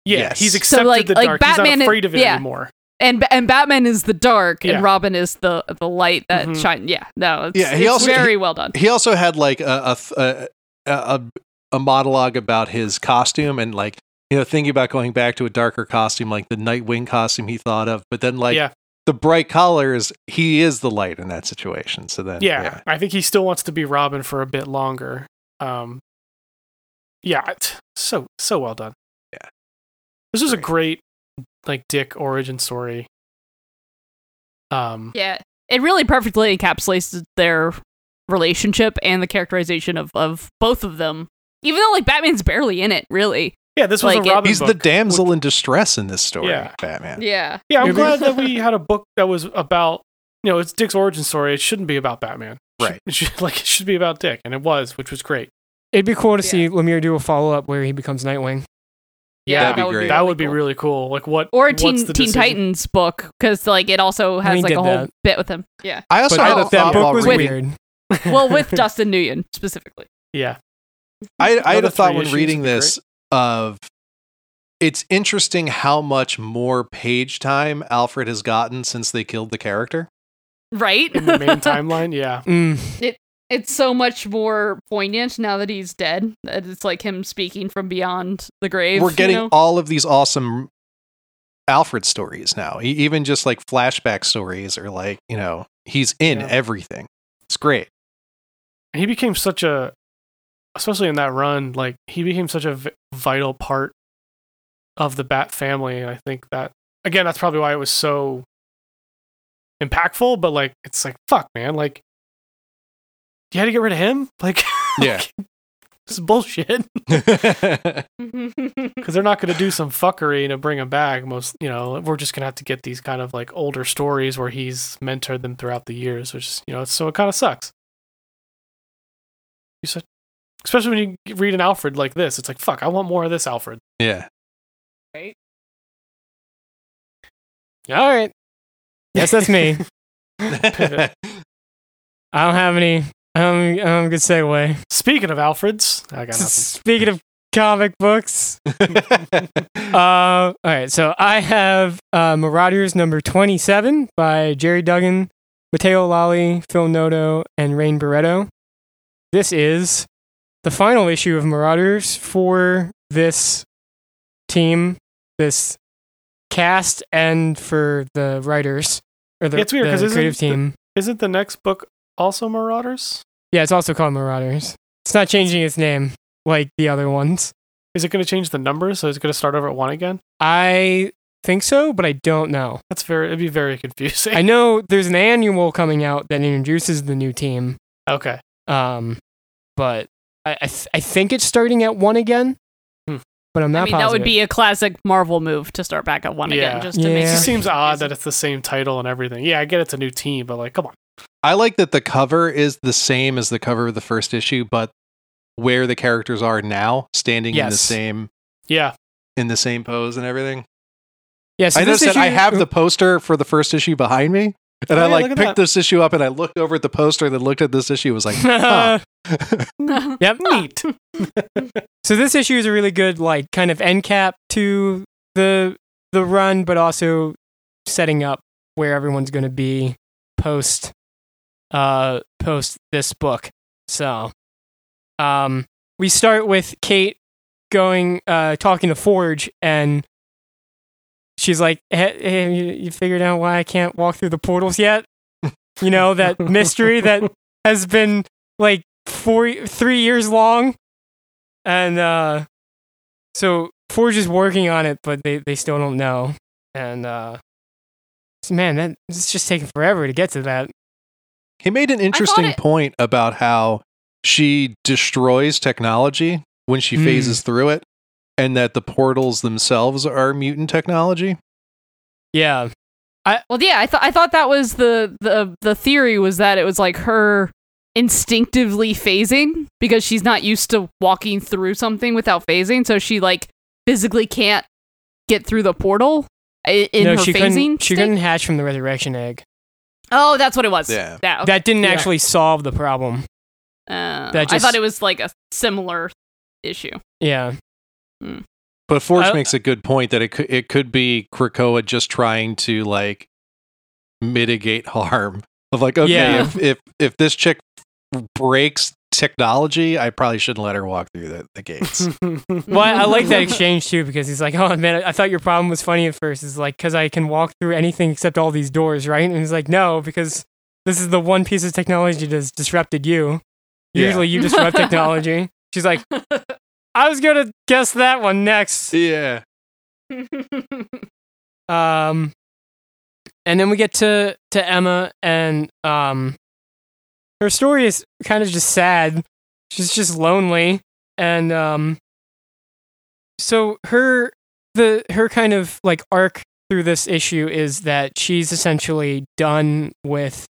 S3: yeah,
S2: Yes.
S3: he's
S2: So,
S3: accepted
S4: like-
S3: the
S4: like
S3: dark. he's
S4: Batman
S3: not
S4: is-
S3: afraid of it
S4: yeah.
S3: anymore.
S4: And Ba- and Batman is the dark,
S3: Yeah.
S4: and Robin is the the light that
S3: Mhm.
S4: shines. Yeah, no, it's,
S2: Yeah, he
S4: it's
S2: also-
S4: very
S2: he-
S4: well done.
S2: he also had like a a, th- a a a monologue about his costume and like you know thinking about going back to a darker costume like the Nightwing costume he thought of, but then like
S3: Yeah.
S2: the bright colors, he is the light in that situation. So then
S3: Yeah, I think he still wants to be Robin for a bit longer. Um, yeah, t- so so well done.
S2: Yeah.
S3: this was a great like Dick origin story. Um,
S4: Yeah, it really perfectly encapsulates their relationship and the characterization of of both of them. Even though like Batman's barely in it, really.
S3: yeah, this was
S4: Like,
S3: a
S4: it-
S3: Robin.
S2: he's the
S3: book.
S2: damsel in distress in this story,
S3: Yeah.
S2: Batman.
S4: Yeah,
S3: yeah, I'm
S5: Maybe-
S3: glad that we had a book that was about you know it's Dick's origin story. It shouldn't be about Batman, It should-
S2: Right.
S3: It should, like it should be about Dick, and it was, which was great.
S5: It'd be cool to see Lemire do a follow up where he becomes Nightwing.
S4: yeah,
S2: That'd be great.
S3: that would be
S4: cool.
S3: really cool. Like what
S4: Or a
S3: what's
S4: Teen
S3: the
S4: Teen
S3: decision?
S4: Titans book because like it also has
S5: he
S4: like
S5: did
S4: a whole
S5: that.
S4: bit with him. Yeah,
S2: I also
S5: But
S2: had a
S4: that-
S2: thought
S5: that book
S2: while
S5: was
S2: reading.
S5: weird.
S4: well, with Dustin Nguyen specifically.
S3: Yeah,
S2: I, I had
S3: Another
S2: a thought
S3: three
S2: when
S3: issues
S2: reading
S3: would be
S2: this of it's interesting how much more page time Alfred has gotten since they killed the character.
S4: Right?
S3: in the main timeline. Yeah,
S5: Mm.
S4: it's so much more poignant now that he's dead. That it's like him speaking from beyond the grave.
S2: We're
S4: you
S2: getting
S4: know?
S2: all of these awesome Alfred stories now. E- Even just like flashback stories or like, you know, he's in
S3: Yeah.
S2: everything. It's great.
S3: he became such a especially in that run like he became such a v- vital part of the bat family and i think that again that's probably why it was so impactful but like it's like fuck man like you had to get rid of him like
S2: Yeah.
S3: this is bullshit
S2: yeah.
S3: because they're not going to do some fuckery to bring him back most you know we're just going to have to get these kind of like older stories where he's mentored them throughout the years which is, you know so it kind of sucks you said especially when you read an alfred like this it's like fuck i want more of this alfred
S5: All right. Yes, that's me. I don't have any. Um, um, good segue.
S3: speaking of alfreds i got nothing
S5: Speaking of comic books, uh, all right. So I have uh, Marauders number twenty-seven by Jerry Duggan, Matteo Lally, Phil Noto, and Rain Barretto. This is the final issue of Marauders for this team, this cast, and for the writers or the,
S3: Yeah, it's weird,
S5: the
S3: 'cause isn't
S5: creative
S3: the-
S5: team.
S3: isn't the next book also marauders
S5: Yeah, it's also called Marauders. It's not changing its name like the other ones.
S3: is it going to change the numbers so it's going to start over at one again
S5: I think so, but I don't know.
S3: that's very it'd be very confusing
S5: I know there's an annual coming out that introduces the new team,
S3: okay
S5: um, but I I, th- I think it's starting at one again.
S3: Hmm.
S5: But I'm not
S4: I mean, that
S5: positive.
S4: would be a classic Marvel move to start back at one
S3: Yeah.
S4: again, just to
S5: Yeah.
S4: make
S3: it
S5: It
S3: just
S5: just
S3: seems odd that it's the same title and everything yeah i get it's a new team but like come on
S2: I like that the cover is the same as the cover of the first issue, but where the characters are now, standing in the
S5: Yes.
S2: same
S3: yeah
S2: in the same pose and everything.
S5: Yeah, so
S2: I
S5: this
S2: noticed that I
S5: issue-
S2: have the poster for the first issue behind me. And
S3: Oh,
S2: I
S3: yeah,
S2: like
S3: look at
S2: picked
S3: that.
S2: this issue up and I looked over at the poster then looked at this issue was like, huh.
S4: it.
S5: yep.
S3: neat
S5: So this issue is a really good like kind of end cap to the the run, but also setting up where everyone's going to be post uh post this book. So um we start with Kate going uh talking to Forge and she's like "Eh, eh, you, you figured out why I can't walk through the portals yet? You know that mystery that has been like four 3 years long and uh so Forge is working on it but they they still don't know and uh so, man that it's just taking forever to get to that
S2: He made an interesting
S4: it-
S2: point about how she destroys technology when she
S5: Hmm.
S2: phases through it, and that the portals themselves are mutant technology.
S5: yeah
S4: Well, yeah, I thought I thought that was the the the theory was that it was like her instinctively phasing because she's not used to walking through something without phasing, so she like physically can't get through the portal i- in
S5: no
S4: her
S5: she
S4: phasing.
S5: couldn't she
S4: state?
S5: couldn't hatch from the resurrection egg
S4: Oh, that's what it was.
S2: Yeah.
S4: That,
S5: that didn't
S3: Yeah.
S5: actually solve the problem.
S4: uh,
S5: that
S4: I
S5: just-
S4: thought it was like a similar issue.
S5: Yeah.
S2: But Forge
S5: I-
S2: makes a good point that it could it could be Krakoa just trying to like mitigate harm of like okay
S5: Yeah.
S2: if if if this chick breaks technology, I probably shouldn't let her walk through the, the gates.
S5: Well, I I like that exchange too because he's like, "Oh man, I I thought your problem was funny at first. It's like because I can walk through anything except all these doors, right?" And he's like, "No, because this is the one piece of technology that's disrupted you.
S2: Yeah.
S5: Usually, you disrupt technology." She's like, "I was gonna guess that one next."
S2: yeah.
S5: Um, and then we get to to Emma, and um, her story is kind of just sad. She's just lonely, and um, so her the her kind of like arc through this issue is that she's essentially done with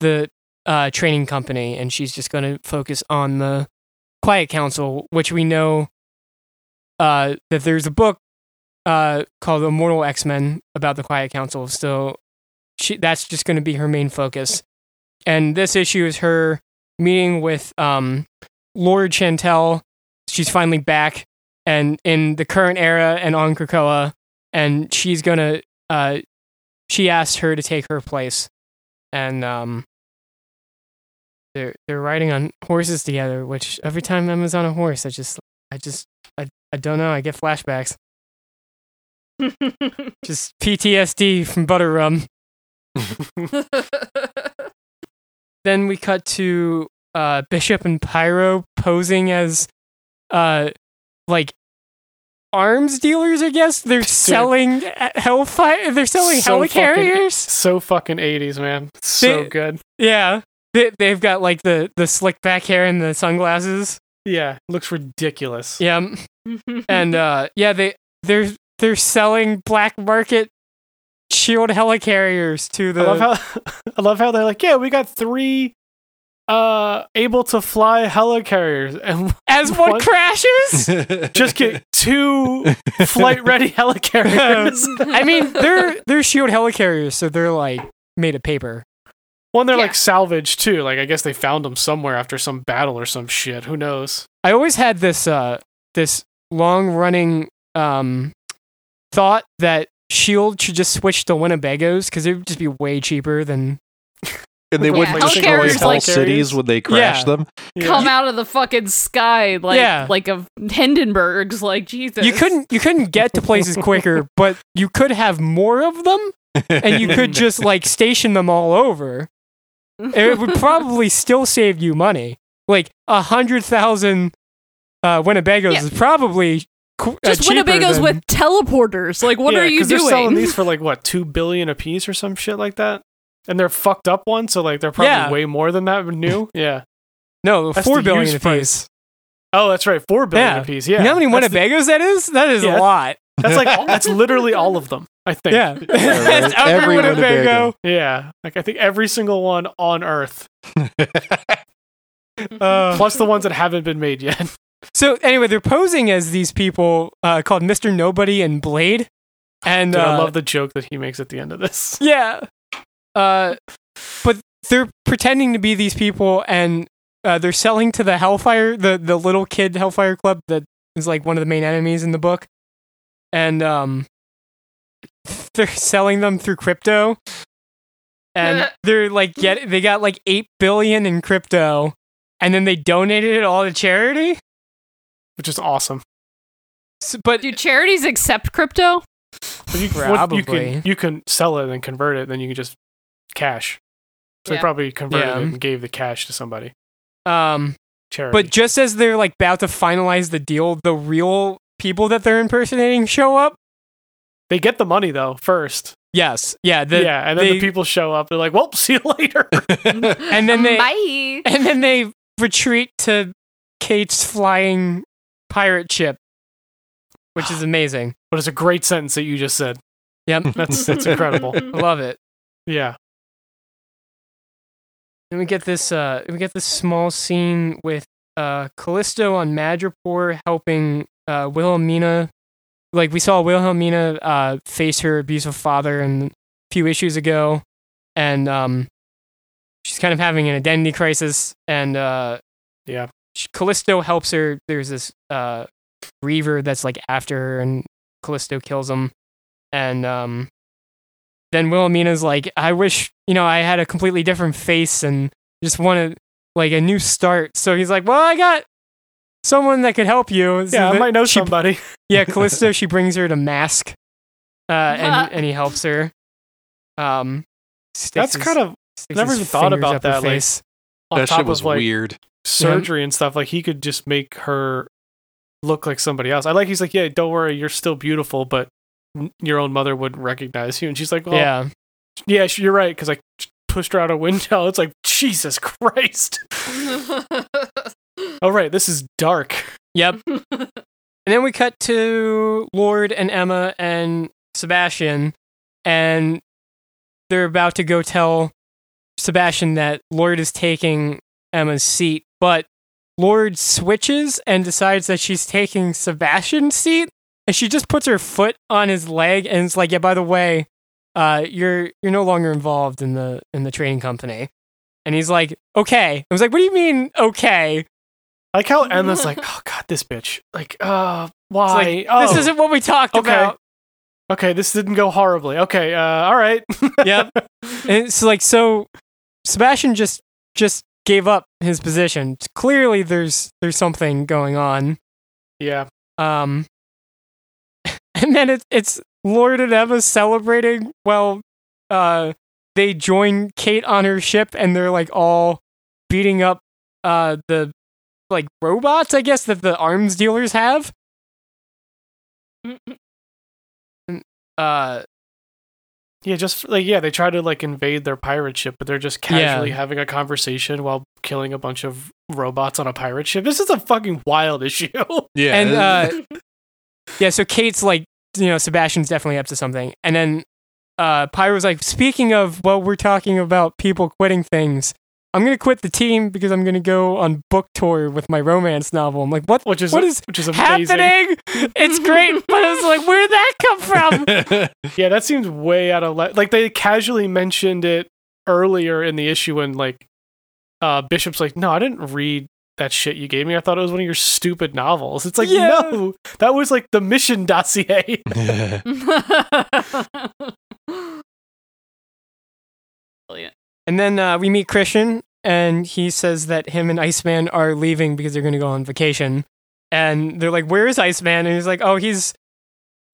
S5: the uh, training company, and she's just going to focus on the Quiet Council, which we know uh, that there's a book uh, called Immortal X Men about the Quiet Council. So she, that's just going to be her main focus. And this issue is her meeting with um, Lord Chantel. She's finally back and in the current era and on Krakoa. And she's going to, uh, she asked her to take her place. And um, they're, they're riding on horses together, which every time Emma's on a horse, I just, I just, I, I don't know, I get flashbacks just PTSD from butter rum. Then we cut to uh, Bishop and Pyro posing as uh, like arms dealers. I guess they're selling uh, hellfire. They're selling
S3: So fucking-
S5: helicarriers.
S3: so fucking eighties, man. So
S5: They-
S3: good.
S5: Yeah, they, they've got like the the slick back hair and the sunglasses.
S3: Yeah, looks ridiculous.
S5: Yeah. and uh yeah they they're they're selling black market shield helicarriers to the
S3: I love how I love how they're like, yeah, we got three uh able to fly helicarriers and
S5: as one
S3: What?
S5: crashes
S3: just get two flight ready helicarriers.
S5: i mean they're they're shield helicarriers so they're like made of paper
S3: One they're like
S4: Yeah.
S3: salvaged too. Like I guess they found them somewhere after some battle or some shit. Who knows?
S5: i always had this uh this long running um thought that shield should just switch to winnebagos because it would just be way cheaper than
S2: And they
S5: Yeah,
S2: wouldn't
S4: hell
S2: destroy
S4: carriers,
S2: whole
S3: like-
S2: cities when they crash
S5: Yeah.
S2: them.
S4: come out of the fucking sky like
S5: Yeah.
S4: like a Hindenburg's like Jesus.
S5: you couldn't you couldn't get to places quicker but you could have more of them and you could just like station them all over it would probably still save you money. Like a hundred thousand uh, Winnebagos
S4: Yeah.
S5: is probably qu- uh,
S4: just
S5: cheaper
S4: Winnebago's
S5: than-
S4: with teleporters. Like what
S3: Yeah,
S4: are you
S3: 'cause They're selling
S4: doing?
S3: these for like what two billion a piece or some shit like that, and they're fucked up ones, so like they're probably
S5: Yeah.
S3: way more than that new. Yeah.
S5: no
S3: That's
S5: four
S3: the
S5: billion
S3: used
S5: a piece.
S3: price. Oh, that's right, four billion
S5: Yeah.
S3: a piece. Yeah.
S5: You know how many
S3: that's, the-
S5: Winnebagos that is? That is
S3: Yeah.
S5: a lot.
S3: that's like all- that's literally all of them. I think.
S5: Yeah, that's
S2: right.
S5: every,
S2: Every
S5: Winnebago.
S3: Yeah. Like I think every single one on Earth,
S5: Uh,
S3: plus the ones that haven't been made yet.
S5: so anyway, they're posing as these people uh, called Mister Nobody and Blade, and
S3: Dude,
S5: uh,
S3: I love the joke that he makes at the end of this.
S5: Yeah. Uh, but they're pretending to be these people, and uh, they're selling to the Hellfire, the the little kid Hellfire Club that is like one of the main enemies in the book, and um, they're selling them through crypto, and they're like get they got like eight billion in crypto, and then they donated it all to charity.
S3: which is awesome.
S5: S- but
S4: Do charities accept crypto?
S3: But you, what-
S5: probably
S3: you can you can sell it and convert it, then you can just cash. So they
S4: Yeah.
S3: probably converted
S5: Yeah.
S3: it and gave the cash to somebody.
S5: um
S3: Charity.
S5: but just as they're like about to finalize the deal, the real people that they're impersonating show up.
S3: they get the money though first.
S5: Yes. Yeah. The,
S3: yeah, and then
S5: they-
S3: the people show up. They're like, "Well, see you later."
S5: And then they
S4: Bye.
S5: and then they retreat to Kate's flying pirate ship, which is amazing.
S3: but it's a great sentence that you just said.
S5: Yep.
S3: That's that's incredible.
S5: I love it.
S3: Yeah.
S5: Then we get this uh we get this small scene with uh Callisto on Madripoor helping uh Wilhelmina like we saw Wilhelmina uh face her abusive father and a few issues ago and um she's kind of having an identity crisis and uh
S3: Yeah.
S5: sh- Callisto helps her there's this uh Reaver that's like after her and Callisto kills him and um then Wilhelmina's like, I wish, you know, I had a completely different face and just wanted like a new start. So he's like, Well, I got someone that could help you. So
S3: Yeah, I
S5: the-
S3: might know
S5: she-
S3: somebody.
S5: Yeah, Callisto, she brings her to Mask. Uh, and,
S4: Huh.
S5: he- and he helps her. Um
S3: That's kind of never even thought about that, like, on
S2: that
S3: top
S2: shit was
S3: of like
S2: weird.
S3: surgery and stuff. Like he could just make her look like somebody else. I like he's like, yeah, don't worry, you're still beautiful, but n- your own mother wouldn't recognize you. And she's like, well, yeah,
S5: yeah.
S3: sh- you're right, because I pushed her out a window. It's like Jesus Christ. All right, this is dark.
S5: Yep. And then we cut to Lord and Emma and Sebastian, and they're about to go tell Sebastian that Lord is taking Emma's seat, but Lord switches and decides that she's taking Sebastian's seat, and she just puts her foot on his leg and it's like, yeah, by the way, uh, you're you're no longer involved in the in the trading company. And he's like, okay. I was like, what do you mean, okay?
S3: I like how Emma's like, oh god, this bitch. Like, uh,
S5: It's
S3: why?
S5: like,
S3: oh,
S5: this isn't what we talked
S3: Okay.
S5: about.
S3: okay. This didn't go horribly. Okay, uh, all right.
S5: yep. And it's like so Sebastian just just gave up his position. Clearly there's there's something going on.
S3: yeah,
S5: Um and then it, it's Lord and Emma celebrating well uh they join Kate on her ship and they're like all beating up uh the like robots I guess that the arms dealers have. Uh
S3: yeah. Just like yeah, they try to like invade their pirate ship, but they're just
S5: Yeah.
S3: casually having a conversation while killing a bunch of robots on a pirate ship. This is a fucking wild issue.
S2: Yeah.
S5: and uh, yeah, so Kate's like, you know, Sebastian's definitely up to something, and then uh, Pyro's like, speaking of, well, we're talking about people quitting things. I'm gonna quit the team because I'm gonna go on book tour with my romance novel. I'm like, what?
S3: which is
S5: what is
S3: which is amazing.
S5: happening? It's great, but it's like, where would that come from?
S3: Yeah, that seems way out of le- like they casually mentioned it earlier in the issue when like uh Bishop's like, "No, I didn't read that shit you gave me. I thought it was one of your stupid novels." It's like,
S5: Yeah.
S3: "No, that was like the mission dossier."
S4: Brilliant.
S5: And then uh, we meet Christian, and he says that him and Iceman are leaving because they're going to go on vacation. And they're like, "Where is Iceman?" And he's like, "Oh, he's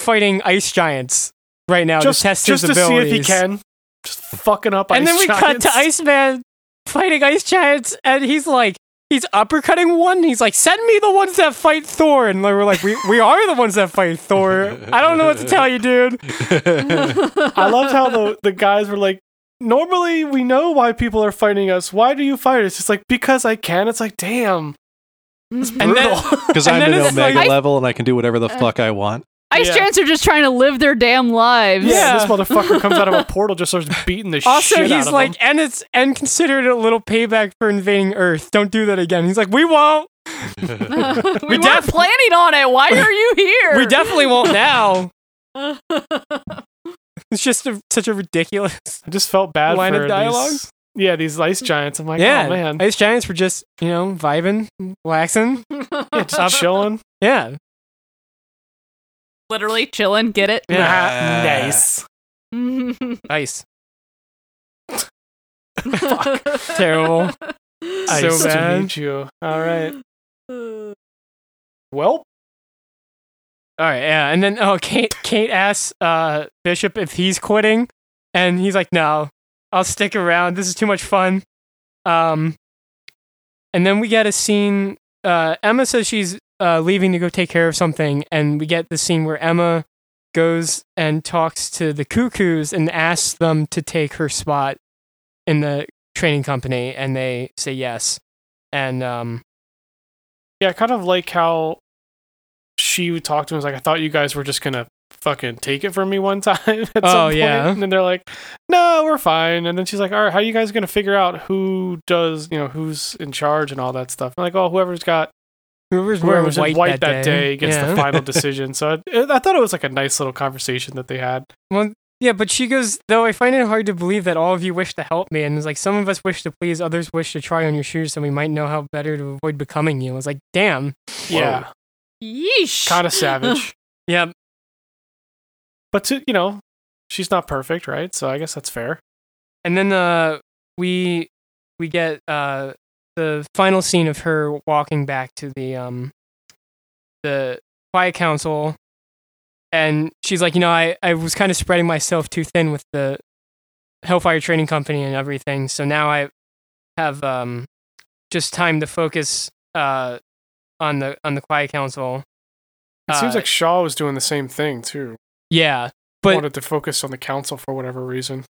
S5: fighting ice giants right now
S3: just
S5: to test
S3: just
S5: his
S3: to see if
S5: abilities."
S3: he can. Just fucking up
S5: And
S3: ice
S5: then we cut
S3: giants.
S5: to Iceman fighting ice giants, and he's like, he's uppercutting one. And he's like, "Send me the ones that fight Thor." And we're like, "We we are the ones that fight Thor." I don't know what to tell you, dude.
S3: I loved how the the guys were like Normally, we know why people are fighting us. Why do you fight us? It's like because I can. It's like, damn,
S5: And then-
S3: brutal.
S2: Because
S5: and
S2: I'm
S5: then
S2: an
S5: it's
S2: omega
S4: like-
S2: level and I can do whatever
S3: Uh,
S2: the fuck I want.
S4: Ice
S3: Yeah.
S4: giants are just trying to live their damn lives.
S3: yeah,
S5: Yeah.
S3: this motherfucker comes out of a portal, just starts beating the
S5: Also,
S3: shit out
S5: he's
S3: of
S5: like,
S3: him.
S5: and it's and consider it a little payback for invading Earth. Don't do that again. He's like, we won't.
S4: we were
S5: def-
S4: planning on it. Why are you here?
S5: We definitely won't now. It's just a, such a ridiculous.
S3: I just felt bad
S5: Line
S3: for
S5: of dialogue?
S3: These, yeah, these ice giants. I'm like,
S5: yeah,
S3: oh man,
S5: Ice Giants were just you know vibing, relaxing.
S3: Yeah, just chilling.
S5: Yeah,
S4: Literally chilling. Get it?
S2: Yeah.
S3: Nah, nice.
S5: ice.
S4: Fuck.
S5: Terrible.
S3: Ice
S5: So
S3: to
S5: bad.
S3: meet you. All right. Well,
S5: All right, yeah, and then oh, Kate Kate asks uh, Bishop if he's quitting, and he's like, "No, I'll stick around. This is too much fun." Um, and then we get a scene. Uh, Emma says she's uh, leaving to go take care of something, and we get the scene where Emma goes and talks to the Cuckoos and asks them to take her spot in the training company, and they say yes. And um,
S3: yeah, I kind of like how she would talk to him. was like, I thought you guys were just gonna fucking take it from me one time. At some
S5: Oh,
S3: point."
S5: yeah.
S3: And then they're like, No, we're fine. And then she's like, All right, how are you guys gonna figure out who does, you know, who's in charge and all that stuff? And like, oh, whoever's got
S5: whoever's wearing
S3: whoever's
S5: white,
S3: in white that day, gets
S5: yeah.
S3: the final decision. So I, I thought it was like a nice little conversation that they had.
S5: Well, yeah, but she goes, though I find it hard to believe that all of you wish to help me. And it's like, some of us wish to please, others wish to try on your shoes, and we might know how better to avoid becoming you. It's like, damn.
S3: Yeah,
S4: Yeesh.
S3: kind of savage.
S5: Yeah.
S3: but to, you know, she's not perfect, right? So I guess that's fair.
S5: And then uh, we we get uh, the final scene of her walking back to the um, the quiet council. And she's like, you know, I, I was kind of spreading myself too thin with the Hellfire Training Company and everything. So now I have um, just time to focus uh, on the on the Quiet Council.
S3: It seems
S5: Uh,
S3: like Shaw was doing the same thing too.
S5: yeah, but
S3: wanted to focus on the council for whatever reason.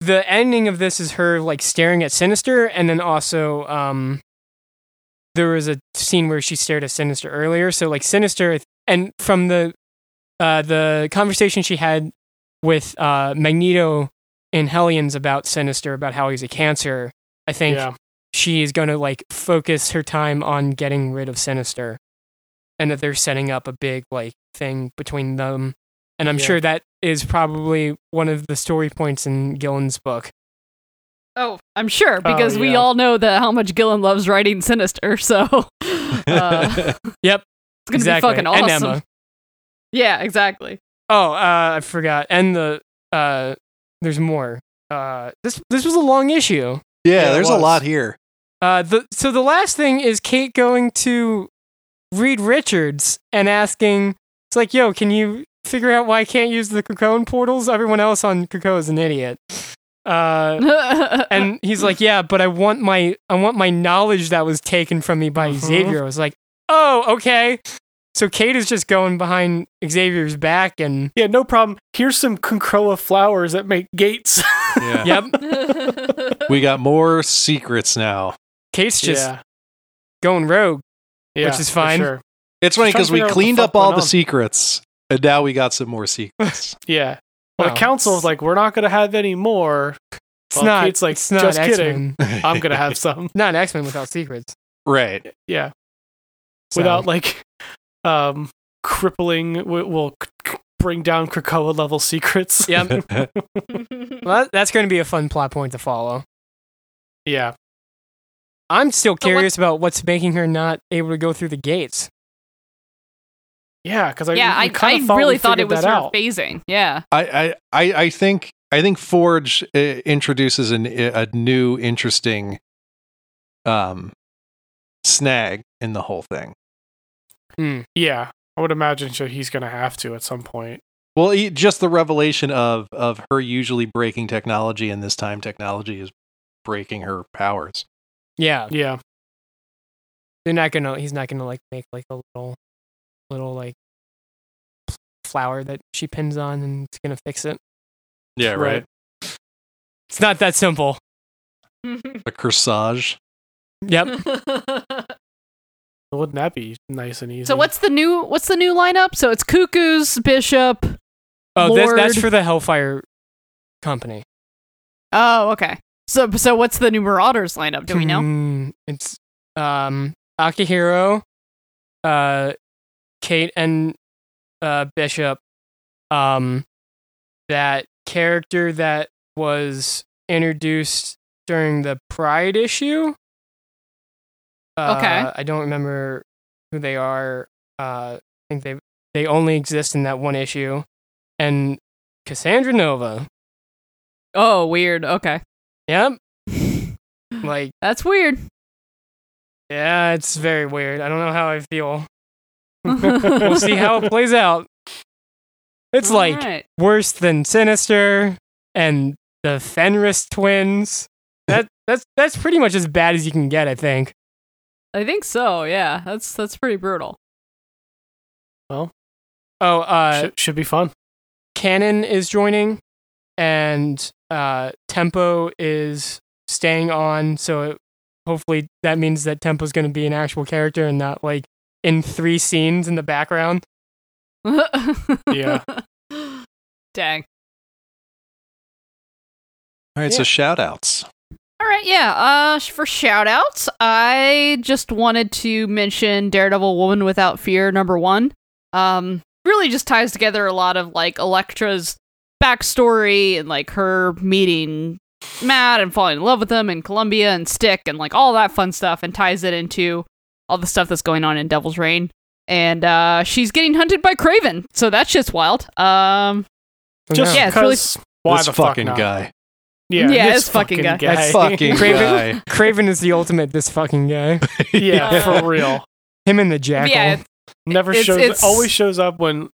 S5: the ending of this is her like staring at Sinister, and then also um, there was a scene where she stared at Sinister earlier. So like Sinister, and from the uh, the conversation she had with uh, Magneto in Hellions about Sinister, about how he's a cancer, I think
S3: Yeah.
S5: she is going to like focus her time on getting rid of Sinister, and that they're setting up a big like thing between them. And I'm
S3: Yeah.
S5: sure that is probably one of the story points in Gillen's book.
S4: Oh, I'm sure
S3: Oh,
S4: because we
S3: yeah.
S4: all know that how much Gillen loves writing Sinister. So uh, it's gonna
S5: exactly.
S4: be fucking
S5: And
S4: awesome.
S5: Emma.
S4: Yeah, exactly.
S5: Oh, uh, I forgot. And the uh, there's more. Uh, this this was a long issue.
S2: yeah,
S3: it
S2: there's a
S3: was.
S2: lot here.
S5: Uh, the so the last thing is Kate going to Reed Richards and asking. It's like, yo, can you figure out why I can't use the Cocoon portals? Everyone else on Cocoon is an idiot. Uh,
S4: and
S5: and he's like, yeah, but I want my I want my knowledge that was taken from me by
S3: Mhm.
S5: Xavier. I was like, oh, okay. So Kate is just going behind Xavier's back and
S3: Yeah, no problem. Here's some Concroa flowers that make gates.
S2: Yeah.
S5: yep,
S2: We got more secrets now.
S5: Kate's just going rogue. Which is
S3: for
S5: fine.
S3: sure.
S2: It's funny
S3: trying
S2: because
S3: to
S2: we
S3: figure out what the
S2: cleaned
S3: fuck
S2: up all
S3: went
S2: the
S3: on.
S2: secrets, and now we got some more secrets.
S3: Yeah. Well,
S5: Wow.
S3: the council is like, we're not going to have any more.
S5: It's
S3: Well,
S5: not.
S3: Kate's like,
S5: it's not
S3: "Just
S5: X-Men.
S3: kidding." I'm going to have some.
S5: Not X Men without secrets.
S2: right.
S3: Yeah.
S5: So-
S3: Without like um crippling, w- will c- c- bring down Krakoa level secrets.
S5: Yep.
S2: All
S5: Well, that- that's going to be a fun plot point to follow.
S3: Yeah.
S5: I'm
S4: So
S5: still
S4: what-
S5: curious about what's making her not able to go through the gates.
S3: Yeah. Because I,
S4: yeah,
S3: we- we
S4: I,
S3: kinda
S4: I
S3: thought we
S4: really thought it
S3: figured
S4: was
S3: that
S4: her
S3: out.
S4: phasing. Yeah.
S2: I, I, I think I think Forge uh, introduces an, uh, a new interesting um, snag in the whole thing.
S3: Yeah. I would imagine so he's going to have to at some point.
S2: Well, e- just the revelation of of her usually breaking technology, and this time technology is breaking her powers.
S5: Yeah,
S3: Yeah.
S5: they're not gonna. He's not gonna like make like a little, little like pl- flower that she pins on, and it's gonna fix it.
S2: Yeah,
S3: right.
S5: It's not that simple.
S2: A corsage.
S5: Yep.
S3: Wouldn't that be nice and easy?
S4: so what's the new what's the new lineup? So it's Cuckoo's Bishop.
S5: Oh, that's, that's
S4: Lord.
S5: for the Hellfire Company.
S4: Oh, okay. So so what's the new Marauders lineup? Do we know?
S5: Hmm, it's um Akihiro, uh, Kate and uh Bishop, um, that character that was introduced during the Pride issue. Uh,
S4: Okay.
S5: I don't remember who they are. Uh, I think they they only exist in that one issue, and Cassandra Nova.
S4: Oh, weird. Okay.
S5: Yep. Like
S4: That's weird.
S5: Yeah, it's very weird. I don't know how I feel. we'll see how it plays out. It's like
S4: Alright.
S5: worse than Sinister and the Fenris twins. That that's that's pretty much as bad as you can get, I think.
S4: I think so. Yeah, that's that's pretty brutal.
S5: Oh, uh
S3: should, should be fun.
S5: Canon is joining and uh Tempo is staying on, so it, hopefully that means that Tempo's going to be an actual character and not like in three scenes in the background.
S3: Yeah.
S4: Dang.
S2: All right, so
S5: Yeah.
S2: shout outs.
S4: All right, yeah. Uh, sh- for shout outs, I just wanted to mention Daredevil Woman Without Fear number one. Um, really just ties together a lot of like Elektra's backstory and like her meeting Matt and falling in love with him and Columbia and Stick and like all that fun stuff and ties it into all the stuff that's going on in Devil's Reign. And uh, she's getting hunted by Craven, so that shit's wild. Um,
S3: Just
S4: Yeah,
S3: yeah,
S4: it's really-
S3: why
S2: this
S3: the fuck
S2: fucking
S3: not?
S2: guy.
S3: Yeah,
S4: Yeah,
S3: this
S4: this fucking guy.
S2: That fucking guy.
S5: Craven? Craven is the ultimate this fucking guy.
S3: yeah,
S4: Yeah.
S3: for real.
S5: Him and the jackal.
S4: yeah,
S3: Never
S4: It's-
S3: shows.
S4: it's-
S3: always shows up when,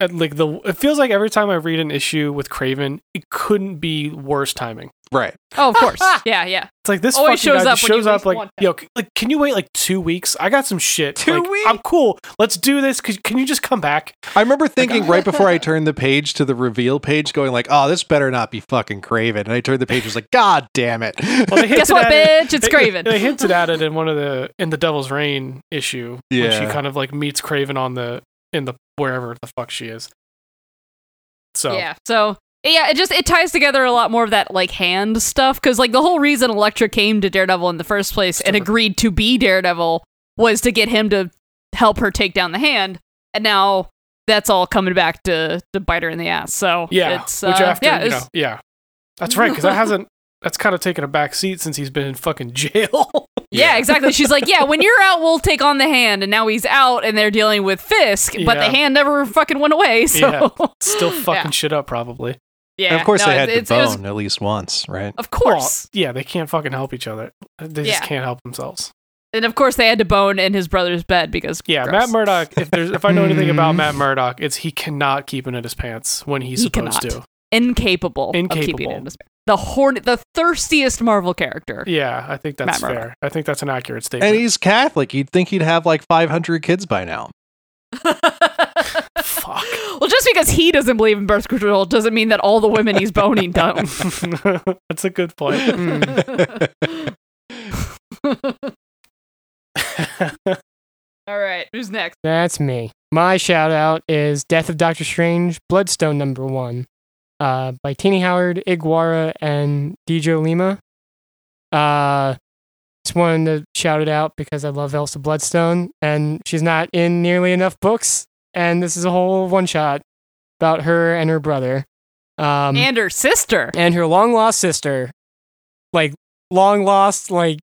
S3: at, like the. It feels like every time I read an issue with Craven, it couldn't be worse timing.
S2: Right.
S4: oh, of course. yeah, yeah.
S3: It's like this
S4: Always
S3: fucking
S4: shows
S3: guy
S4: up
S3: just
S4: when you
S3: shows up
S4: least
S3: like
S4: want him.
S3: yo, c- like can you wait like two weeks? I got some shit.
S5: Two
S3: Like,
S5: weeks?
S3: I'm cool. Let's do this. Cause can you just come back?
S2: I remember thinking right before I turned the page to the reveal page, going like, "Oh, this better not be fucking Craven." And I turned the page, was like, "God damn it!"
S3: Well, they
S4: Guess
S3: hinted
S4: what,
S3: at it-
S4: bitch? It's
S3: they-
S4: Craven.
S3: They hinted at it in one of the in the Devil's Reign issue. Yeah,
S2: Yeah.
S3: she kind of like meets Craven on the in the wherever the fuck she is. So
S4: Yeah. So yeah, it just it ties together a lot more of that like hand stuff because like the whole reason Elektra came to Daredevil in the first place and agreed to be Daredevil was to get him to help her take down the hand, and now that's all coming back to to bite her in the ass. So
S3: yeah,
S4: it's,
S3: which
S4: uh,
S3: after
S4: yeah,
S3: you
S4: it's-
S3: know, yeah, that's right. Because that hasn't that's kind of taken a back seat since he's been in fucking jail.
S4: yeah, exactly. She's like, yeah, when you're out, we'll take on the hand, and now he's out, and they're dealing with Fisk, but
S3: Yeah.
S4: the hand never fucking went away. So yeah,
S3: Still fucking
S4: Yeah.
S3: shit up probably.
S2: And of course,
S4: no,
S2: they had
S4: it's,
S2: to
S4: it
S2: bone
S4: was-
S2: at least once, right?
S4: of
S3: Well,
S4: course.
S3: yeah, they can't fucking help each other. They just
S4: Yeah.
S3: can't help themselves.
S4: And of course, they had to bone in his brother's bed because
S3: Yeah,
S4: gross.
S3: Matt Murdock. If there's if I know anything about
S2: Mm.
S5: Hmm.
S3: Matt Murdock, it's he cannot keep it in his pants when he's
S4: He
S3: supposed
S4: cannot.
S3: to.
S4: incapable, of keeping
S3: Incapable.
S4: it in his the horn the thirstiest Marvel character.
S3: Yeah, I think that's
S4: Matt
S3: fair.
S4: Murdock.
S3: I think that's an accurate
S2: And
S3: statement.
S2: he's Catholic. You'd think he'd have like 500 kids by now.
S3: Fuck.
S4: well, just because he doesn't believe in birth control doesn't mean that all the women he's boning don't.
S3: Um, that's a good point.
S2: Mm.
S3: Mm.
S4: all right, who's next?
S5: That's me. My shout out is Death of Doctor Strange, Bloodstone number one, uh, by Tini Howard, Iguara, and DJ Lima. Uh, just wanted to shout it out because I love Elsa Bloodstone, and she's not in nearly enough books. And this is a whole one shot about her and her brother, um,
S4: and her sister
S5: and her long lost sister, like long lost, like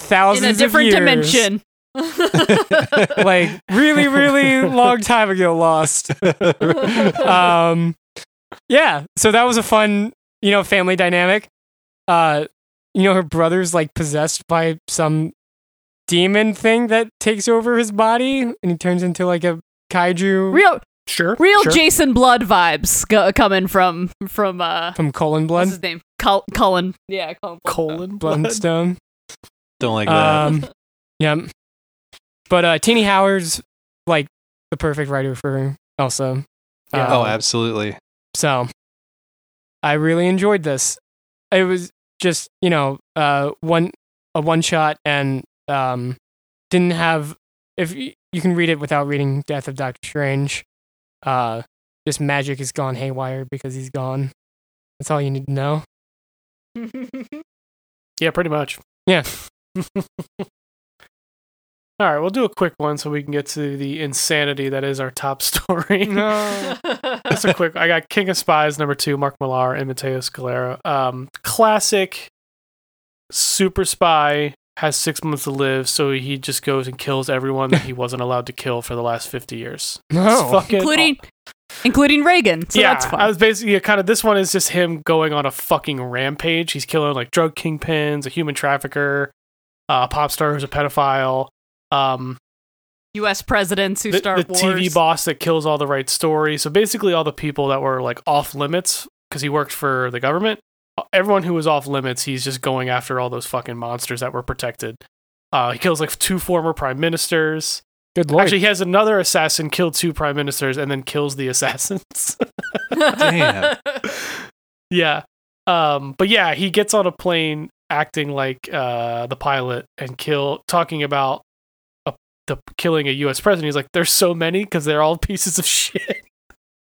S4: in
S5: thousands
S4: a different
S5: of years
S4: dimension.
S5: like really really long time ago lost um yeah so that was a fun you know family dynamic uh you know her brother's like possessed by some demon thing that takes over his body and he turns into like a kaiju
S4: real,
S3: sure.
S4: real
S3: sure.
S4: Jason Blood vibes go- coming from from uh,
S5: from colon
S4: what's
S5: blood
S4: his name? Cul- Cullen. Yeah, Cullen.
S3: colon blood.
S5: bloodstone
S2: Don't
S3: Uh,
S2: like that.
S5: um yeah but uh teeny howard's like the perfect writer for elsa
S3: Yeah.
S2: oh,
S5: Uh,
S2: absolutely.
S5: So I really enjoyed this. It was just, you know, uh one a one shot and um didn't have if y- you can read it without reading Death of Doctor Strange. Uh just magic has gone haywire because he's gone. That's all you need to know.
S3: Yeah, pretty much.
S5: Yeah.
S3: All right, we'll do a quick one so we can get to the insanity that is our top story.
S5: No.
S3: That's a quick. I got King of Spies number two, Mark Millar and Mateo Scalera. Um, classic super spy has six months to live, so he just goes and kills everyone that he wasn't allowed to kill for the last fifty years, It's
S5: No.
S3: fucking
S4: including including Reagan. So
S3: yeah,
S4: that's fun.
S3: I was basically yeah, kind of this one is just him going on a fucking rampage. He's killing like drug kingpins, a human trafficker, uh, a pop star who's a pedophile. Um,
S4: U.S. presidents who
S3: the,
S4: start
S3: the
S4: wars.
S3: TV boss that kills all the right stories. So basically, all the people that were like off limits because he worked for the government. uh, Everyone who was off limits, he's just going after all those fucking monsters that were protected. Uh, he kills like two former prime ministers.
S5: Good lord.
S3: Actually, he has another assassin kill two prime ministers and then kills the assassins.
S2: Damn.
S3: yeah. Um, but yeah, he gets on a plane acting like uh, the pilot and kill talking about a, the killing a U.S. president. He's like, "There's so many because they're all pieces of shit."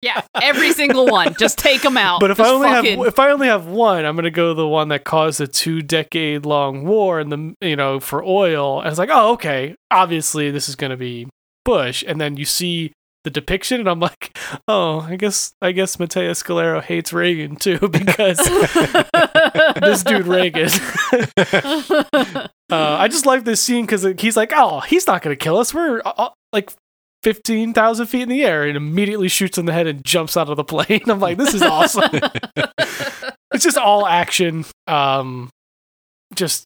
S4: yeah, every single one. Just take them out.
S3: But if
S4: Oh, Just
S3: I only
S4: fucking-
S3: have if I only have one, I'm gonna go the one that caused a two decade long war and the you know for oil. And it's like, oh okay, obviously this is gonna be Bush. And then you see the depiction, and I'm like, oh, I guess I guess Mateo Scalero hates Reagan too because this dude Reagan. Uh, I just like this scene because he's like, oh, he's not gonna kill us. We're uh, uh, like. 15,000 feet in the air and immediately shoots in the head and jumps out of the plane. I'm like, this is awesome it's just all action. Um, just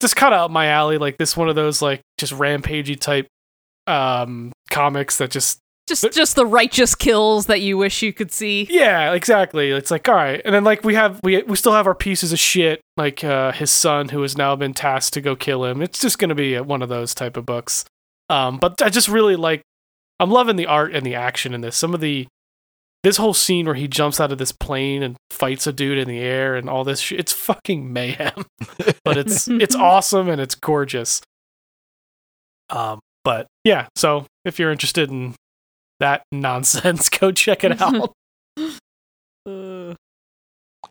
S3: just kind of up my alley. Like this one of those like just rampagey type um comics that just
S4: just just the righteous kills that you wish you could see.
S3: yeah exactly. It's like all right, and then like we have we we still have our pieces of shit like uh, his son who has now been tasked to go kill him. It's just gonna be one of those type of books. Um, but I just really like I'm loving the art and the action in this. Some of the this whole scene where he jumps out of this plane and fights a dude in the air and all this shit, it's fucking mayhem. but it's it's awesome and it's gorgeous. Um, but yeah, so if you're interested in that nonsense, go check it out. Uh.
S2: All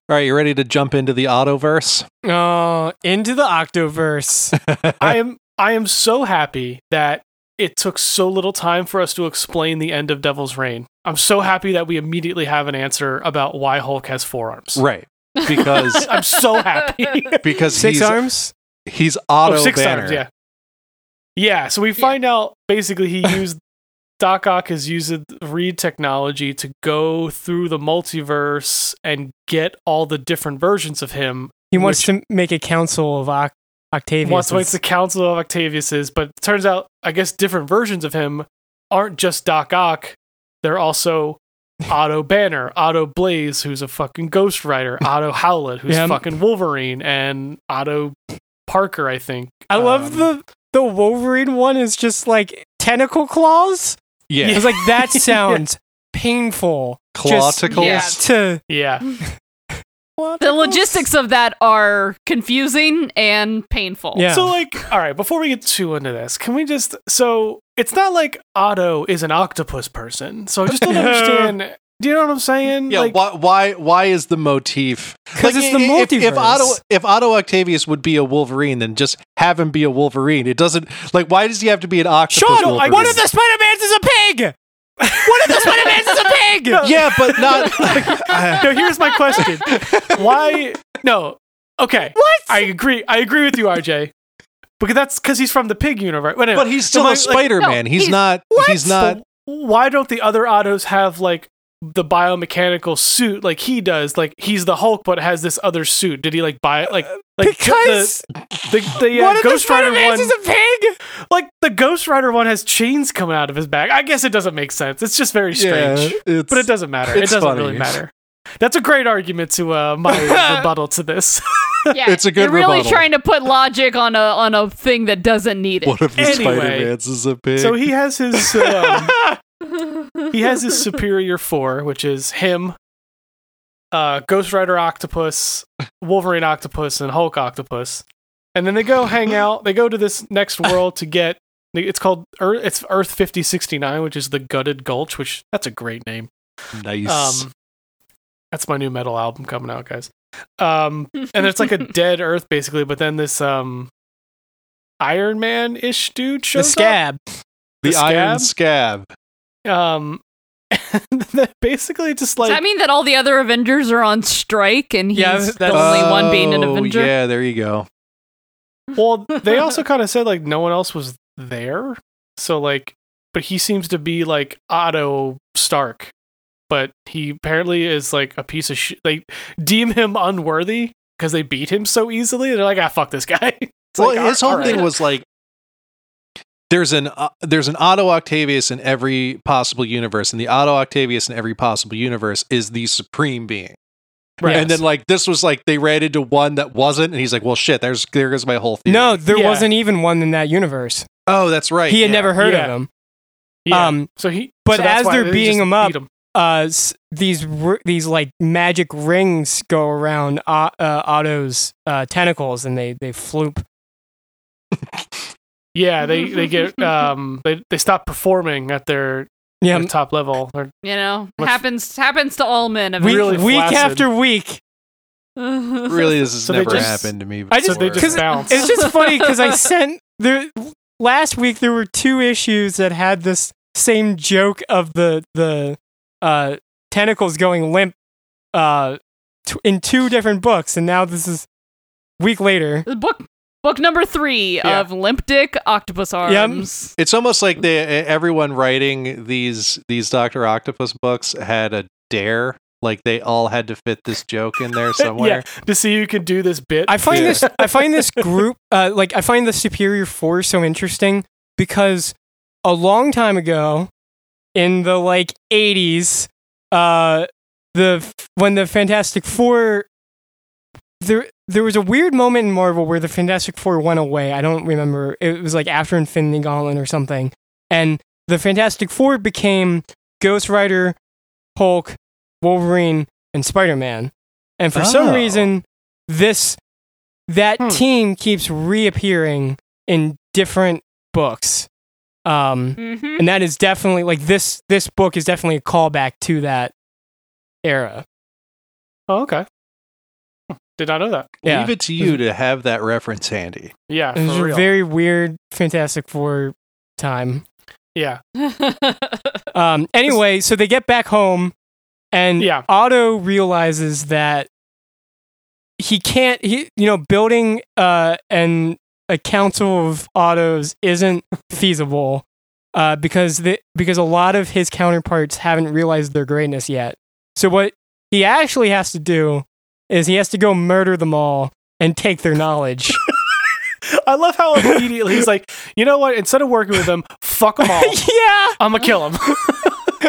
S2: right, you ready to jump into the Autoverse?
S5: oh, into the Octoverse.
S3: I am I am so happy that it took so little time for us to explain the end of Devil's Reign. I'm so happy that we immediately have an answer about why Hulk has four arms.
S2: Right, because
S3: I'm so happy.
S2: because
S5: Six
S2: he's
S5: arms?
S2: he's Otto
S3: Oh, six
S2: Banner.
S3: times, yeah. Yeah, so we find out basically he used Doc Ock has used Reed technology to go through the multiverse and get all the different versions of him.
S5: He wants to make a council of Oc- Octavius.
S3: Once it's the Council of Octavius's, but it turns out I guess different versions of him aren't just Doc Ock. They're also Otto Banner, Otto Blaze, who's a fucking Ghost Rider, Otto Howlett, who's
S5: Yeah.
S3: fucking Wolverine, and Otto Parker, I think.
S5: I love
S3: Um,
S5: the the Wolverine one is just like tentacle claws.
S2: yeah.
S5: I was like, that sounds painful. Just-
S2: Clawticles.
S4: Yeah.
S5: To
S3: Yeah.
S4: The logistics of that are confusing and painful.
S5: Yeah.
S3: So like, all right, before we get too into this, can we just so it's not like Otto is an octopus person. So I just don't understand. Do you know what I'm saying?
S2: Yeah,
S3: like,
S2: why, why? Why is the motif?
S5: 'Cause it's the
S2: i- If, if
S5: multiverse.
S2: Otto, if Otto Octavius would be a Wolverine, then just have him be a Wolverine. It doesn't like. Why does he have to be an octopus?
S5: Sean,
S2: Wolverine?
S5: one of the Spider Mans is a pig. One of the Spider Mans is a pig.
S2: yeah, but not.
S3: no, here's my question. why? No. Okay.
S5: What?
S3: I agree. I agree with you, RJ. Because that's because he's from the pig universe. But, anyway,
S2: but he's still a
S3: my- like,
S2: Spider Man.
S4: no,
S2: he's,
S4: he's-
S2: not. He's not.
S3: So why don't the other Ottos have like the biomechanical suit like he does? Like he's the Hulk, but has this other suit. Did he like buy like
S2: Uh,
S3: like
S5: because
S3: the the, the
S5: one
S3: uh,
S5: of the
S3: Ghost
S5: Spider
S3: Rider one?
S5: Mans is a pig.
S3: like the Ghost Rider one has chains coming out of his back. I guess it doesn't make sense. It's just very strange,
S2: it's,
S3: but it doesn't matter. It
S2: it's
S3: doesn't
S2: funny.
S3: really matter. That's a great argument to uh, my rebuttal to this.
S4: Yeah,
S2: It's a good
S4: You're really
S2: rebuttal.
S4: trying to put logic on a on a thing that doesn't need it.
S2: One of the
S3: Anyway.
S2: Spider Mans is a pig.
S3: so he has his um, he has his superior four, which is him, uh, Ghost Rider Octopus, Wolverine Octopus, and Hulk Octopus. And then they go hang out. They go to this next world to get. It's called Earth. It's Earth fifty sixty nine, which is the Gutted Gulch. Which that's a great name.
S2: nice.
S3: Um, that's my new metal album coming out, guys. Um, and it's like a dead Earth basically, but then this um Iron Man ish dude
S5: The
S3: shows
S5: scab.
S2: the
S3: the
S2: Iron Scab.
S3: up. Um, and then basically just like
S4: Does that mean that all the other Avengers are on strike and he's
S5: Yeah,
S4: the
S5: that's-
S4: only one being an
S2: Oh,
S4: Avenger?
S2: Yeah, there you go.
S3: well, they also kind of said like no one else was there, so like, but he seems to be like Otto Stark. But he apparently is like a piece of shit. They deem him unworthy because they beat him so easily. They're like, ah, fuck this guy. It's
S2: well,
S3: like,
S2: his whole
S3: "Alright."
S2: thing was like there's an uh, there's an Otto Octavius in every possible universe, and the Otto Octavius in every possible universe is the supreme being.
S3: Right.
S2: And then like this was like they ran into one that wasn't, and he's like, "Well, shit, there's there goes my whole theory."
S5: No, there
S3: Yeah.
S5: wasn't even one in that universe.
S2: oh, that's right.
S5: he had
S2: yeah.
S5: never heard
S3: Yeah.
S5: of him.
S3: Yeah.
S5: Um,
S3: so he,
S5: but
S3: so that's
S5: as
S3: why
S5: they're
S3: they
S5: beating
S3: just
S5: him up,
S3: beat him.
S5: uh, s- these r- these like magic rings go around O- uh, Otto's uh, tentacles, and they they floop.
S3: yeah, they they get um they they stop performing at their,
S5: Yeah,
S3: their top level. They're-
S4: You know,
S3: Much-
S4: happens happens to all men.
S5: week,
S3: really
S5: week
S3: flaccid.
S5: after week.
S2: Really, this has
S3: So they
S2: never
S3: just-
S2: happened to me. Before.
S5: I
S3: so
S5: just-
S3: they just
S5: 'cause-
S3: bounce.
S5: It's just funny because I sent there last week. There were two issues that had this same joke of the the uh, tentacles going limp uh, t- in two different books, and now this is week later.
S4: book book number three
S3: Yeah.
S4: of Limp Dick Octopus Arms.
S2: It's almost like they e, everyone writing these these Doctor Octopus books had a dare, like they all had to fit this joke in there somewhere.
S3: to see you can do this bit.
S5: I find
S2: Yeah.
S5: this I find this group uh, like I find the Superior Four so interesting because a long time ago in the like 80s uh the when the Fantastic 4 there there was a weird moment in Marvel where the Fantastic 4 went away. I don't remember. It was like after Infinity Gauntlet or something. And the Fantastic 4 became Ghost Rider, Hulk, Wolverine, and Spider-Man. And for
S2: Oh.
S5: some reason this that
S3: Hmm.
S5: team keeps reappearing in different books um
S4: Mm-hmm.
S5: and that is definitely like this this book is definitely a callback to that era
S3: Oh, okay. Did not know that.
S5: yeah
S2: Leave it to you to have that reference handy.
S3: Yeah,
S5: it was
S3: for
S5: a
S3: real.
S5: very weird fantastic four time
S3: yeah,
S5: um anyway so they get back home and
S3: Yeah.
S5: otto realizes that he can't he you know building uh an a council of autos isn't feasible uh because the because a lot of his counterparts haven't realized their greatness yet so what he actually has to do is he has to go murder them all and take their knowledge
S3: I love how immediately he's like, you know what? Instead of working with them, fuck them all.
S5: yeah
S3: I'm gonna kill them.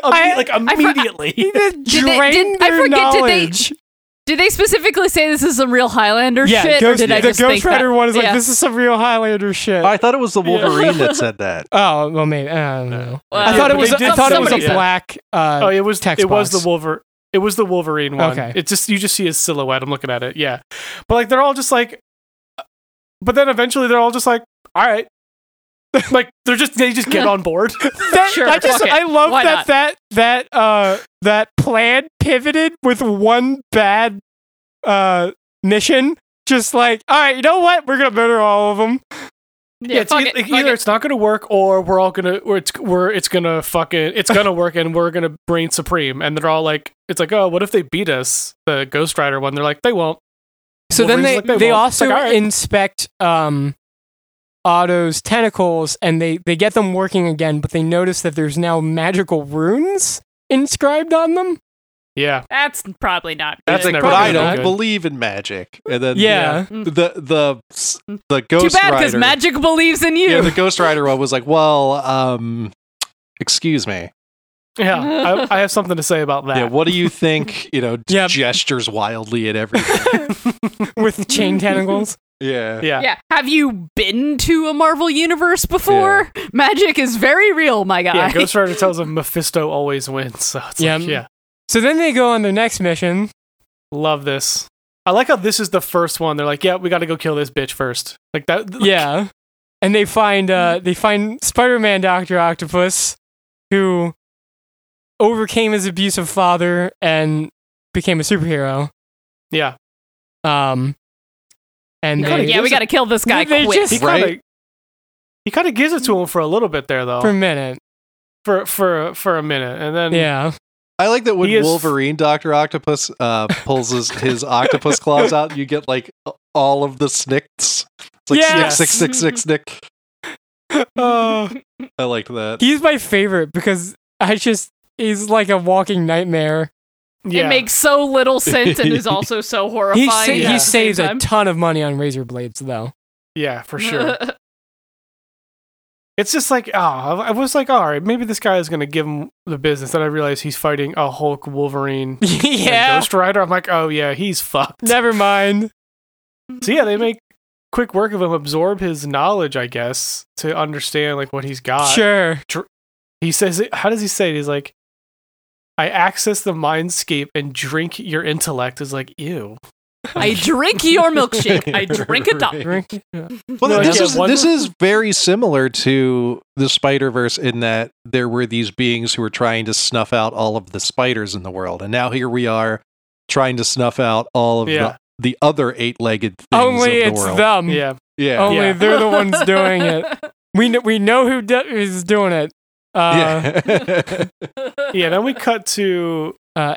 S5: I-
S3: like
S4: for-
S3: immediately.
S5: he did
S4: Did they-
S5: drain
S4: did- I
S5: their
S4: forget, did they-
S5: knowledge.
S4: Did they specifically say this is some real Highlander
S5: yeah,
S4: shit,
S5: Ghost,
S4: or did I
S5: the
S4: just think
S5: Ghost
S4: that?
S5: Rider one is like
S4: yeah.
S5: this is some real Highlander shit.
S2: I thought it was the
S3: Yeah.
S2: Wolverine that said that.
S5: oh well, maybe I don't know. I
S4: Uh,
S5: thought it
S3: but
S5: was.
S3: they did
S5: I thought it was a
S3: somebody said-
S5: black. Uh,
S3: oh, it was
S5: text
S3: it was
S5: box.
S3: the Wolver. It was the Wolverine one.
S5: Okay.
S3: It just you just see his silhouette. I'm looking at it. Yeah, but like they're all just like, uh, but then eventually they're all just like, all right, like they're just they just get on board.
S5: that-
S4: Sure,
S5: I just
S4: fuck it.
S5: I love
S4: Why
S5: that
S4: not?
S5: that that uh that plan pivoted with one bad uh mission. Just like, all right, you know what? We're gonna murder all of them.
S4: yeah,
S3: it's
S4: fuck
S3: e-
S4: it,
S3: like,
S4: fuck
S3: either
S4: it.
S3: it's not gonna work or we're all gonna or it's we're it's gonna fucking it's gonna work and we're gonna reign supreme. And they're all like, it's like, oh, what if they beat us? The Ghost Rider one. They're like, they won't.
S5: So then they
S3: Wolverine's
S5: they,
S3: like, they won't. It's
S5: also
S3: like, all right.
S5: inspect um Otto's tentacles and they they get them working again, but they notice that there's now magical runes inscribed on them.
S3: Yeah,
S4: That's probably not.
S3: That's
S4: good.
S2: like,
S3: never
S2: but I
S5: gonna
S2: don't
S5: be good.
S2: believe in magic. And then
S5: Yeah.
S2: the the the, the
S4: Too
S2: Ghost
S4: bad because
S2: Rider.
S4: magic believes in you.
S2: yeah, the Ghost Rider one was like, well, um, excuse me.
S3: yeah. I, I have something to say about that.
S2: Yeah, what do you think? You know,
S5: Yeah.
S2: gestures wildly at everything.
S5: with chain tentacles.
S2: Yeah.
S3: yeah.
S4: Yeah. Have you been to a Marvel universe before? Magic is very real, my guy.
S3: Yeah, Ghost Rider tells him Mephisto always wins. So it's
S5: Yeah.
S3: like, yeah,
S5: So then they go on their next mission.
S3: love this. I like how this is the first one. They're like, yeah, we got to go kill this bitch first. Like that. like-
S5: Yeah. And they find
S2: Mm.
S5: uh they find Spider-Man Doctor Octopus who overcame his abusive father and became a superhero.
S3: yeah.
S5: Um and
S4: Yeah,
S5: they,
S4: yeah, we got to kill this guy
S5: They
S4: quick.
S5: just-
S3: He kind of
S2: Right.
S3: he kind of gives it to him for a little bit there though,
S5: for a
S3: for
S5: minute.
S3: for for, a minute, and
S2: Um,
S3: then
S5: Yeah.
S2: I like that when
S3: He is-
S2: Wolverine, Doctor Octopus, uh, pulls his, his octopus claws out, you get like all of the snicks. It's like
S5: Yes!
S2: snick, snick, snick, snick, snick.
S3: uh,
S5: Oh,
S2: I liked that.
S5: he's my favorite because I just he's like a walking nightmare.
S3: yeah.
S4: It makes so little sense and is also so
S5: He
S4: horrifying.
S5: sa-
S4: at
S5: he
S4: the same
S5: saves a
S4: time.
S5: ton of money on razor blades though.
S3: yeah for sure. It's just like, oh, I was like, all right, maybe this guy is going to give him the business. Then I realize he's fighting a Hulk, Wolverine, and
S5: yeah.
S3: Ghost Rider. I'm like, oh, yeah, he's fucked.
S5: Never mind.
S3: So, yeah, they make quick work of him, absorb his knowledge, I guess, to understand, like, what he's got.
S5: sure.
S3: He says, it- how does he say it? He's like, I access the mindscape and drink your intellect. Is like, ew.
S4: I drink your milkshake. I drink a dog.
S5: Drink-
S2: Well,
S3: No,
S2: this
S3: yeah,
S2: is
S3: one-
S2: this is very similar to the Spider Verse in that there were these beings who were trying to snuff out all of the spiders in the world, and now here we are trying to snuff out all of
S3: Yeah.
S2: the, the other eight-legged things
S5: Only
S2: of the
S5: it's
S2: world.
S5: them.
S3: Yeah.
S2: yeah,
S5: Only
S3: Yeah.
S5: they're the ones doing it. We know, we know who do- is doing it. Uh,
S2: yeah.
S3: Yeah. Then we cut to
S5: uh,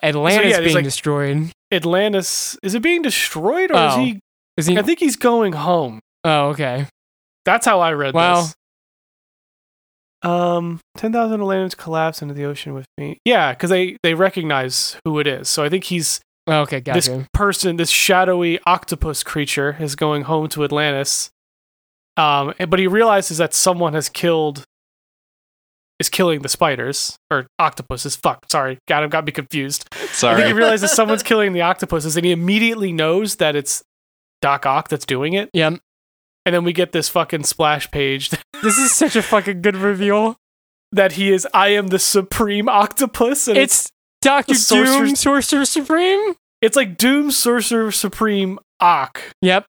S3: yeah,
S5: Atlanta's
S3: there's
S5: being
S3: like-
S5: destroyed.
S3: Atlantis. Is it being destroyed or is
S5: Oh.
S3: he?
S5: Is he?
S3: I think he's going home.
S5: oh, okay.
S3: That's how I read
S5: Wow.
S3: this. Um, 10,000 Atlanteans collapse into the ocean with me. Yeah, because they, they recognize who it is. So I think he's
S5: Okay,
S3: this
S5: gotcha.
S3: person, this shadowy octopus creature is going home to Atlantis. Um, and- but he realizes that someone has killed, is killing the spiders, or octopuses. Fuck, sorry. God, I've got me confused. I think he
S2: Sorry.
S3: realizes someone's killing the octopuses and he immediately knows that it's Doc Ock that's doing it.
S5: yeah,
S3: And then we get this fucking splash page
S5: this is such a fucking good reveal.
S3: that he is I am the supreme octopus and it's
S5: It's Doctor
S3: The Sorcerer-
S5: Doom, Sorcerer Supreme.
S3: it's like Doom Sorcerer Supreme Ock,
S5: Yep.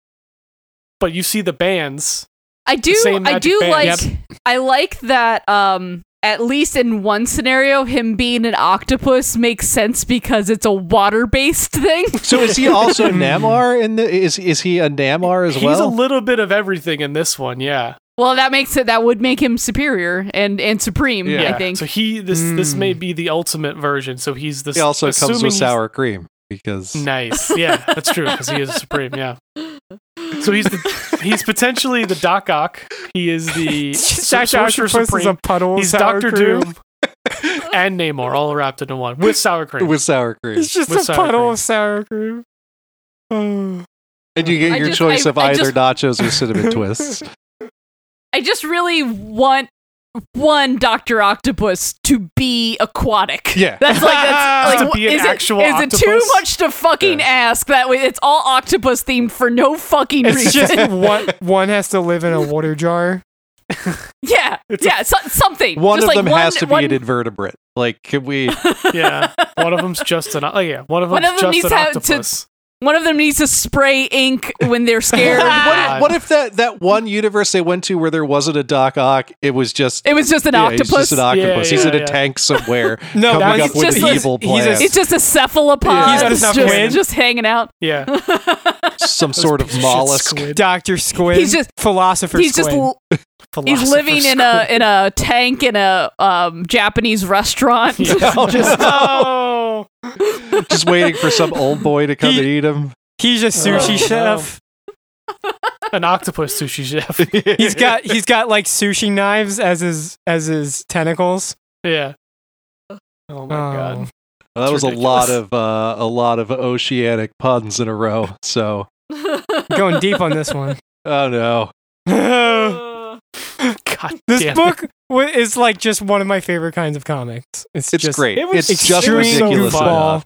S3: but you see the bands.
S4: I do
S3: same
S4: I
S3: magic
S4: do
S3: band.
S4: like I like that um at least in one scenario him being an octopus makes sense because it's a water-based thing.
S2: so is he also Namor? In the is is he a Namor as
S3: He's
S2: well?
S3: a little bit of everything in this one, yeah.
S4: Well, that makes it that would make him superior and and supreme,
S2: Yeah. Hmm.
S4: I think.
S3: So he this this
S5: Mm.
S3: may be the ultimate version. So he's this
S2: he also comes
S3: assuming
S2: with
S3: he's-
S2: sour cream because
S3: Nice. Yeah, that's true cuz he is supreme, yeah. So he's the, he's potentially the Doc Ock. He is the Sorcerer
S5: Octopus is a
S3: Supreme.
S5: puddle.
S3: He's
S5: sour
S3: Doctor
S5: cream.
S3: Doom and Namor all wrapped into one with sour cream.
S2: with sour cream,
S5: It's just
S3: With
S5: a
S3: sour
S5: puddle
S3: cream.
S5: of sour cream. Oh.
S2: and you get
S4: I
S2: your
S4: just-
S2: choice
S4: I-
S2: of
S4: I
S2: either
S4: just-
S2: nachos or cinnamon twists.
S4: I just really want one Doctor Octopus to be aquatic.
S2: Yeah.
S4: that's like that's
S3: To
S4: like
S3: be an
S4: is,
S3: actual
S4: it, is it too
S3: octopus?
S4: much to fucking ask? That way, it's all octopus themed for no fucking
S5: It's
S4: reason.
S5: just one. One has to live in a water jar.
S4: yeah, yeah, so, something.
S2: One
S4: just
S2: of
S4: like
S2: them
S4: one,
S2: has to be
S4: one,
S2: an invertebrate. Like, can we?
S3: yeah. One of them's just an. Oh yeah, one of
S4: One
S3: them's
S4: of them
S3: just
S4: needs
S3: an
S4: to have- to-
S3: octopus.
S4: One of them needs to spray ink when they're scared.
S3: What if-
S2: what if that that one universe they went to where there wasn't a Doc Ock, it was just
S4: it was just an
S2: yeah,
S4: octopus.
S2: He's just an octopus.
S3: Yeah,
S2: he's in
S3: yeah,
S2: a
S3: yeah.
S2: tank somewhere,
S5: No,
S2: coming
S4: that's- he's
S2: up with
S4: just
S2: an
S4: like-
S2: evil
S5: he's a-
S2: plan,
S4: it's just a cephalopod.
S5: He's got
S4: It's
S5: enough wind.
S4: just, just hanging out.
S3: yeah,
S2: some sort of
S3: Shit,
S2: mollusk.
S3: squid.
S5: Doctor Squid.
S4: He's just-
S5: philosopher.
S4: He's
S5: squid.
S4: just l- he's
S3: Philosopher
S4: living in a in a tank in a um, Japanese restaurant.
S3: Yeah.
S2: Oh,
S5: just
S2: no.
S5: oh,
S2: just waiting for some old boy to come
S5: He-
S2: and eat him.
S5: he's just
S3: Oh,
S5: sushi
S3: no.
S5: chef.
S3: squid. an octopus sushi chef.
S5: He's got he's got like sushi knives as his as his tentacles.
S3: Yeah. Oh my god.
S2: Well, that was
S3: It's
S2: a lot
S3: ridiculous.
S2: of uh, a lot of oceanic puns in a row. So
S5: god, going deep on this one.
S2: oh no,
S5: this
S3: God damn it.
S5: book wa- is like just one of my favorite kinds of comics. It's,
S2: it's
S5: just
S2: great.
S3: it was
S2: it's just
S5: extreme
S2: ridiculous
S5: goofball.
S2: enough.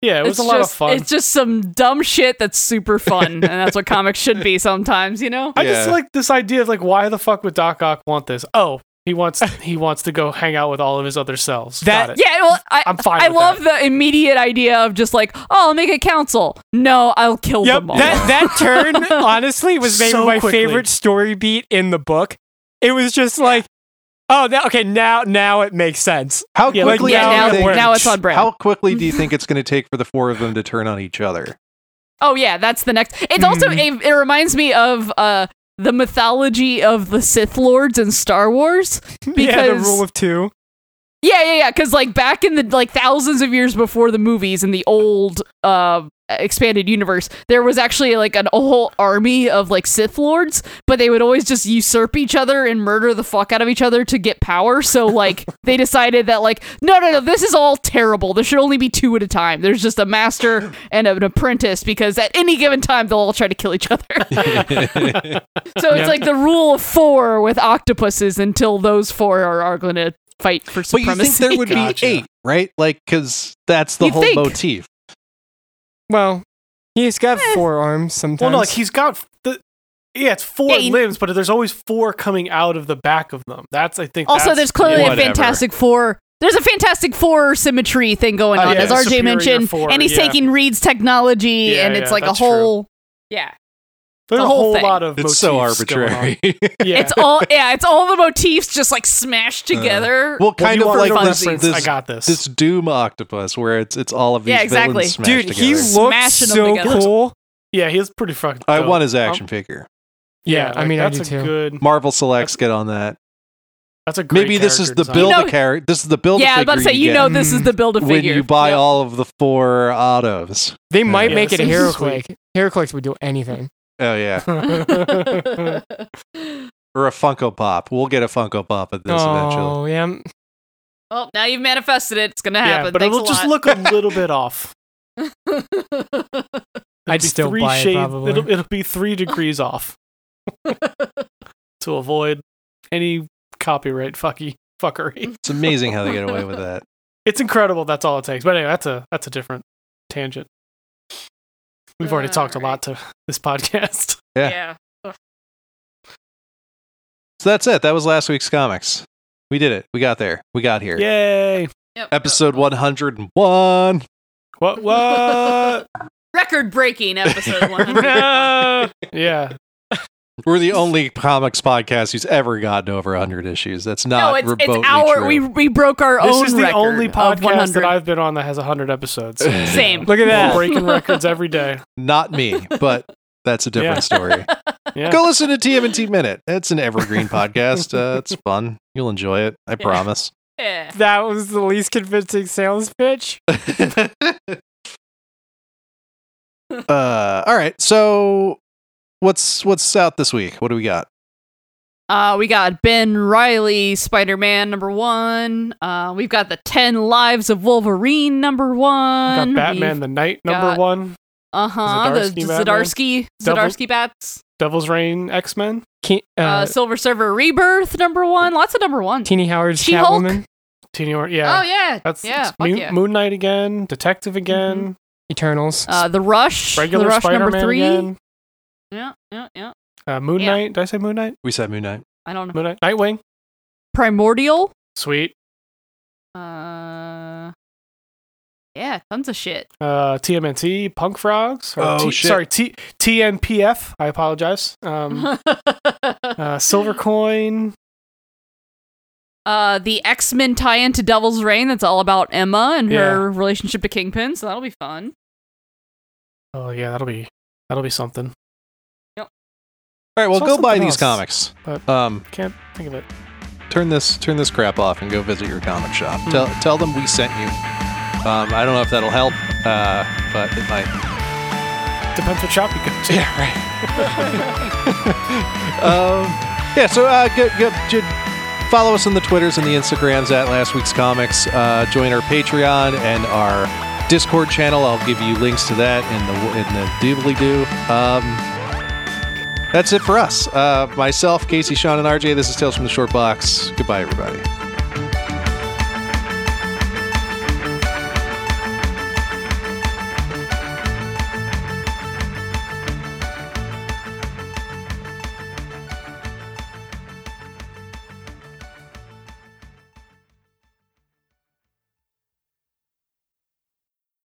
S3: Yeah, it was
S4: it's
S3: a lot
S4: just,
S3: of fun.
S4: It's just some dumb shit that's super fun, and that's what comics should be sometimes, you know.
S3: I just
S2: Yeah.
S3: like this idea of like, why the fuck would Doc Ock want this? Oh, he wants he wants to go hang out with all of his other selves.
S5: That-
S3: Got it.
S4: Yeah, well, I,
S3: I'm fine
S4: I
S3: with
S4: love the immediate idea of just like, oh, I'll make a council. No, I'll kill
S5: Yep,
S4: them all.
S5: that that turn honestly was maybe
S3: So
S5: my
S3: quickly.
S5: favorite story beat in the book. It was just like, oh, now okay, now now it makes sense.
S2: How
S3: Yeah, like,
S2: quickly?
S4: yeah,
S5: now
S2: do you
S5: it
S4: now,
S5: works.
S2: think-
S4: now it's on brand.
S2: How quickly do you think it's going to take for the four of them to turn on each other?
S4: Oh yeah, that's the next. It's also
S3: Hmm.
S4: it, it reminds me of uh the mythology of the Sith lords in Star Wars because
S5: yeah, the rule of two.
S4: Yeah, yeah, yeah. Because like back in the like thousands of years before the movies in the old uh, expanded universe, there was actually like an, a whole army of like Sith lords, but they would always just usurp each other and murder the fuck out of each other to get power. So like they decided that like no, no, no, this is all terrible. There should only be two at a time. There's just a master and an apprentice because at any given time they'll all try to kill each other. so it's like the rule of four with octopuses until those four are, are going to fight for
S2: But you
S4: supremacy.
S2: think there would be
S5: Gotcha.
S2: eight, right? Like, because that's the
S4: You'd
S2: whole
S4: think.
S2: motif.
S5: Well, he's got
S4: Eh.
S5: four arms sometimes.
S3: Well, no, like he's got the yeah, it's four
S4: Yeah, you-
S3: limbs, but there's always four coming out of the back of them. That's I think.
S4: also,
S3: that's-
S4: there's clearly a
S2: Whatever.
S4: Fantastic Four. There's a Fantastic Four symmetry thing going
S3: Oh,
S4: on,
S3: yeah,
S4: as RJ
S3: Superior
S4: mentioned,
S3: Four,
S4: and he's
S3: yeah.
S4: taking Reed's technology,
S3: Yeah,
S4: and it's
S3: yeah,
S4: like a
S3: that's true.
S4: whole. Yeah.
S3: there's
S4: the
S3: a
S4: whole
S3: whole
S4: thing.
S3: lot of
S2: It's so
S3: motifs going on.
S2: arbitrary.
S3: Yeah,
S4: it's all yeah, it's all the motifs just like smashed together.
S2: Uh, well,
S3: Well, if
S2: kind
S3: you
S2: of
S3: want
S2: like
S3: a
S4: fun
S2: this,
S3: reference,
S2: this,
S3: I got this.
S2: this Doom octopus, where it's it's all of these
S4: Yeah, exactly.
S2: villains smashed
S5: dude,
S2: together.
S5: he looks
S4: Smashing 'em
S5: so
S4: together.
S5: cool.
S3: yeah, he's pretty fucking.
S2: I
S4: Oh.
S3: dope. Um,
S2: want his action figure.
S5: Yeah, I
S3: like,
S5: mean, I
S3: that's
S5: do
S3: a
S5: too.
S3: good.
S2: Marvel selects get on that.
S3: That's a great
S2: Maybe this is
S3: character
S2: the
S3: design.
S2: build
S4: You
S2: a
S4: know-
S2: character. This is the build.
S4: yeah, I was about to say you know
S5: Mm.
S4: this is the build a
S2: when
S4: figure.
S2: you buy
S4: Yep.
S2: all of the four autos.
S5: They might
S2: Yeah,
S5: make
S3: this
S5: it a
S3: seems
S5: hero
S3: sweet.
S5: click. Heraclix would do anything.
S2: Oh yeah, or a Funko Pop. We'll get a Funko Pop at this eventually.
S5: oh, yeah.
S4: well, now you've manifested it. It's gonna happen.
S3: Yeah, but
S4: Thanks
S3: it'll
S4: a
S3: just look a little bit off.
S4: lot.
S5: I'd
S3: It'll be
S5: still
S3: three
S5: buy it
S3: shades-
S5: probably.
S3: It'll, it'll be three degrees off to avoid any copyright fucky fuckery.
S2: It's amazing how they get away with that.
S3: It's incredible. That's all it takes. But anyway, that's a that's a different tangent. We've already talked a lot to this podcast.
S2: Yeah. So that's it. That was last week's comics. We did it. We got there. We got here.
S3: Yay!
S4: Yep.
S2: Episode 101.
S3: What what?
S4: Record breaking episode one hundred.
S5: No.
S3: yeah,
S2: We're the only comics podcast who's ever gotten over 100 issues. That's not
S4: no, it's
S2: remotely
S4: it's our
S2: true.
S4: we we broke our
S3: this
S4: own
S3: is the
S4: record
S3: only
S4: of
S3: podcast
S4: 100.
S3: that I've been on that has hundred episodes.
S4: Same.
S5: Look at that.
S3: breaking records every day.
S2: Not me, but that's a different
S3: Yeah.
S2: story.
S3: Yeah.
S2: Go listen to TMNT Minute. It's an evergreen podcast. Uh, it's fun. You'll enjoy it. I promise.
S4: Yeah.
S5: that was the least convincing sales pitch.
S2: uh, all right. So what's what's out this week? What do we got?
S4: Uh, we got Ben Riley, Spider Man number one. Uh, we've got the Ten Lives of Wolverine number one.
S3: Got Batman the Night number
S4: got-
S3: one.
S4: Uh huh. The,
S3: Zdarsky
S4: the
S3: Batman.
S4: Zdarsky
S3: Double-
S4: Zdarsky bats.
S3: Devil's Reign X Men.
S5: Ke- uh,
S4: Uh, Silver Server Rebirth number one. Lots of number one.
S5: Teeny Howard's
S4: She-Hulk?
S5: Catwoman,
S3: Teeny Or- yeah.
S4: Oh yeah.
S3: That's
S4: yeah.
S3: it's
S4: fuck
S3: Moon,
S4: yeah.
S3: Moon Knight again, Detective again,
S5: Eternals.
S4: Uh, the Rush.
S3: regular
S4: the Rush
S3: Spider
S4: number
S3: Man
S4: three.
S3: again,
S4: Yeah. Yeah. Yeah.
S3: uh, Moon
S4: Yeah.
S3: Knight. Did I say Moon Knight?
S2: We said Moon Knight.
S4: I don't know.
S3: Moon Knight, Nightwing.
S4: Primordial.
S3: Sweet.
S4: Uh. Yeah. Tons of shit.
S3: Uh, TMNT, Punk Frogs. or
S2: Oh,
S3: T-
S2: shit.
S3: Sorry, T- TNPF. I apologize. Um,
S4: Uh-huh.
S3: uh, Silver Coin.
S4: Uh, the X Men tie into Devil's Reign. That's all about Emma and her
S3: Yeah.
S4: relationship to Kingpin. So that'll be fun.
S3: Oh yeah, that'll be that'll be something.
S2: All right, well,
S5: Saw
S2: go buy
S5: something
S2: these
S5: else,
S2: comics. Um,
S3: Can't think of it.
S2: turn this turn this crap off and go visit your comic shop.
S3: Hmm.
S2: Tell tell them we sent you. Um, I don't know if that'll help, uh, but it might.
S3: Depends what shop you go to.
S2: Yeah, right. um, yeah, so uh, go, go, ju- follow us on the Twitters and the Instagrams at Last Week's Comics. Uh, join our Patreon and our Discord channel. I'll give you links to that in the in the doobly doo. Um, that's it for us. Uh, myself, Casey, Sean, and RJ. This is Tales from the Short Box. Goodbye, everybody.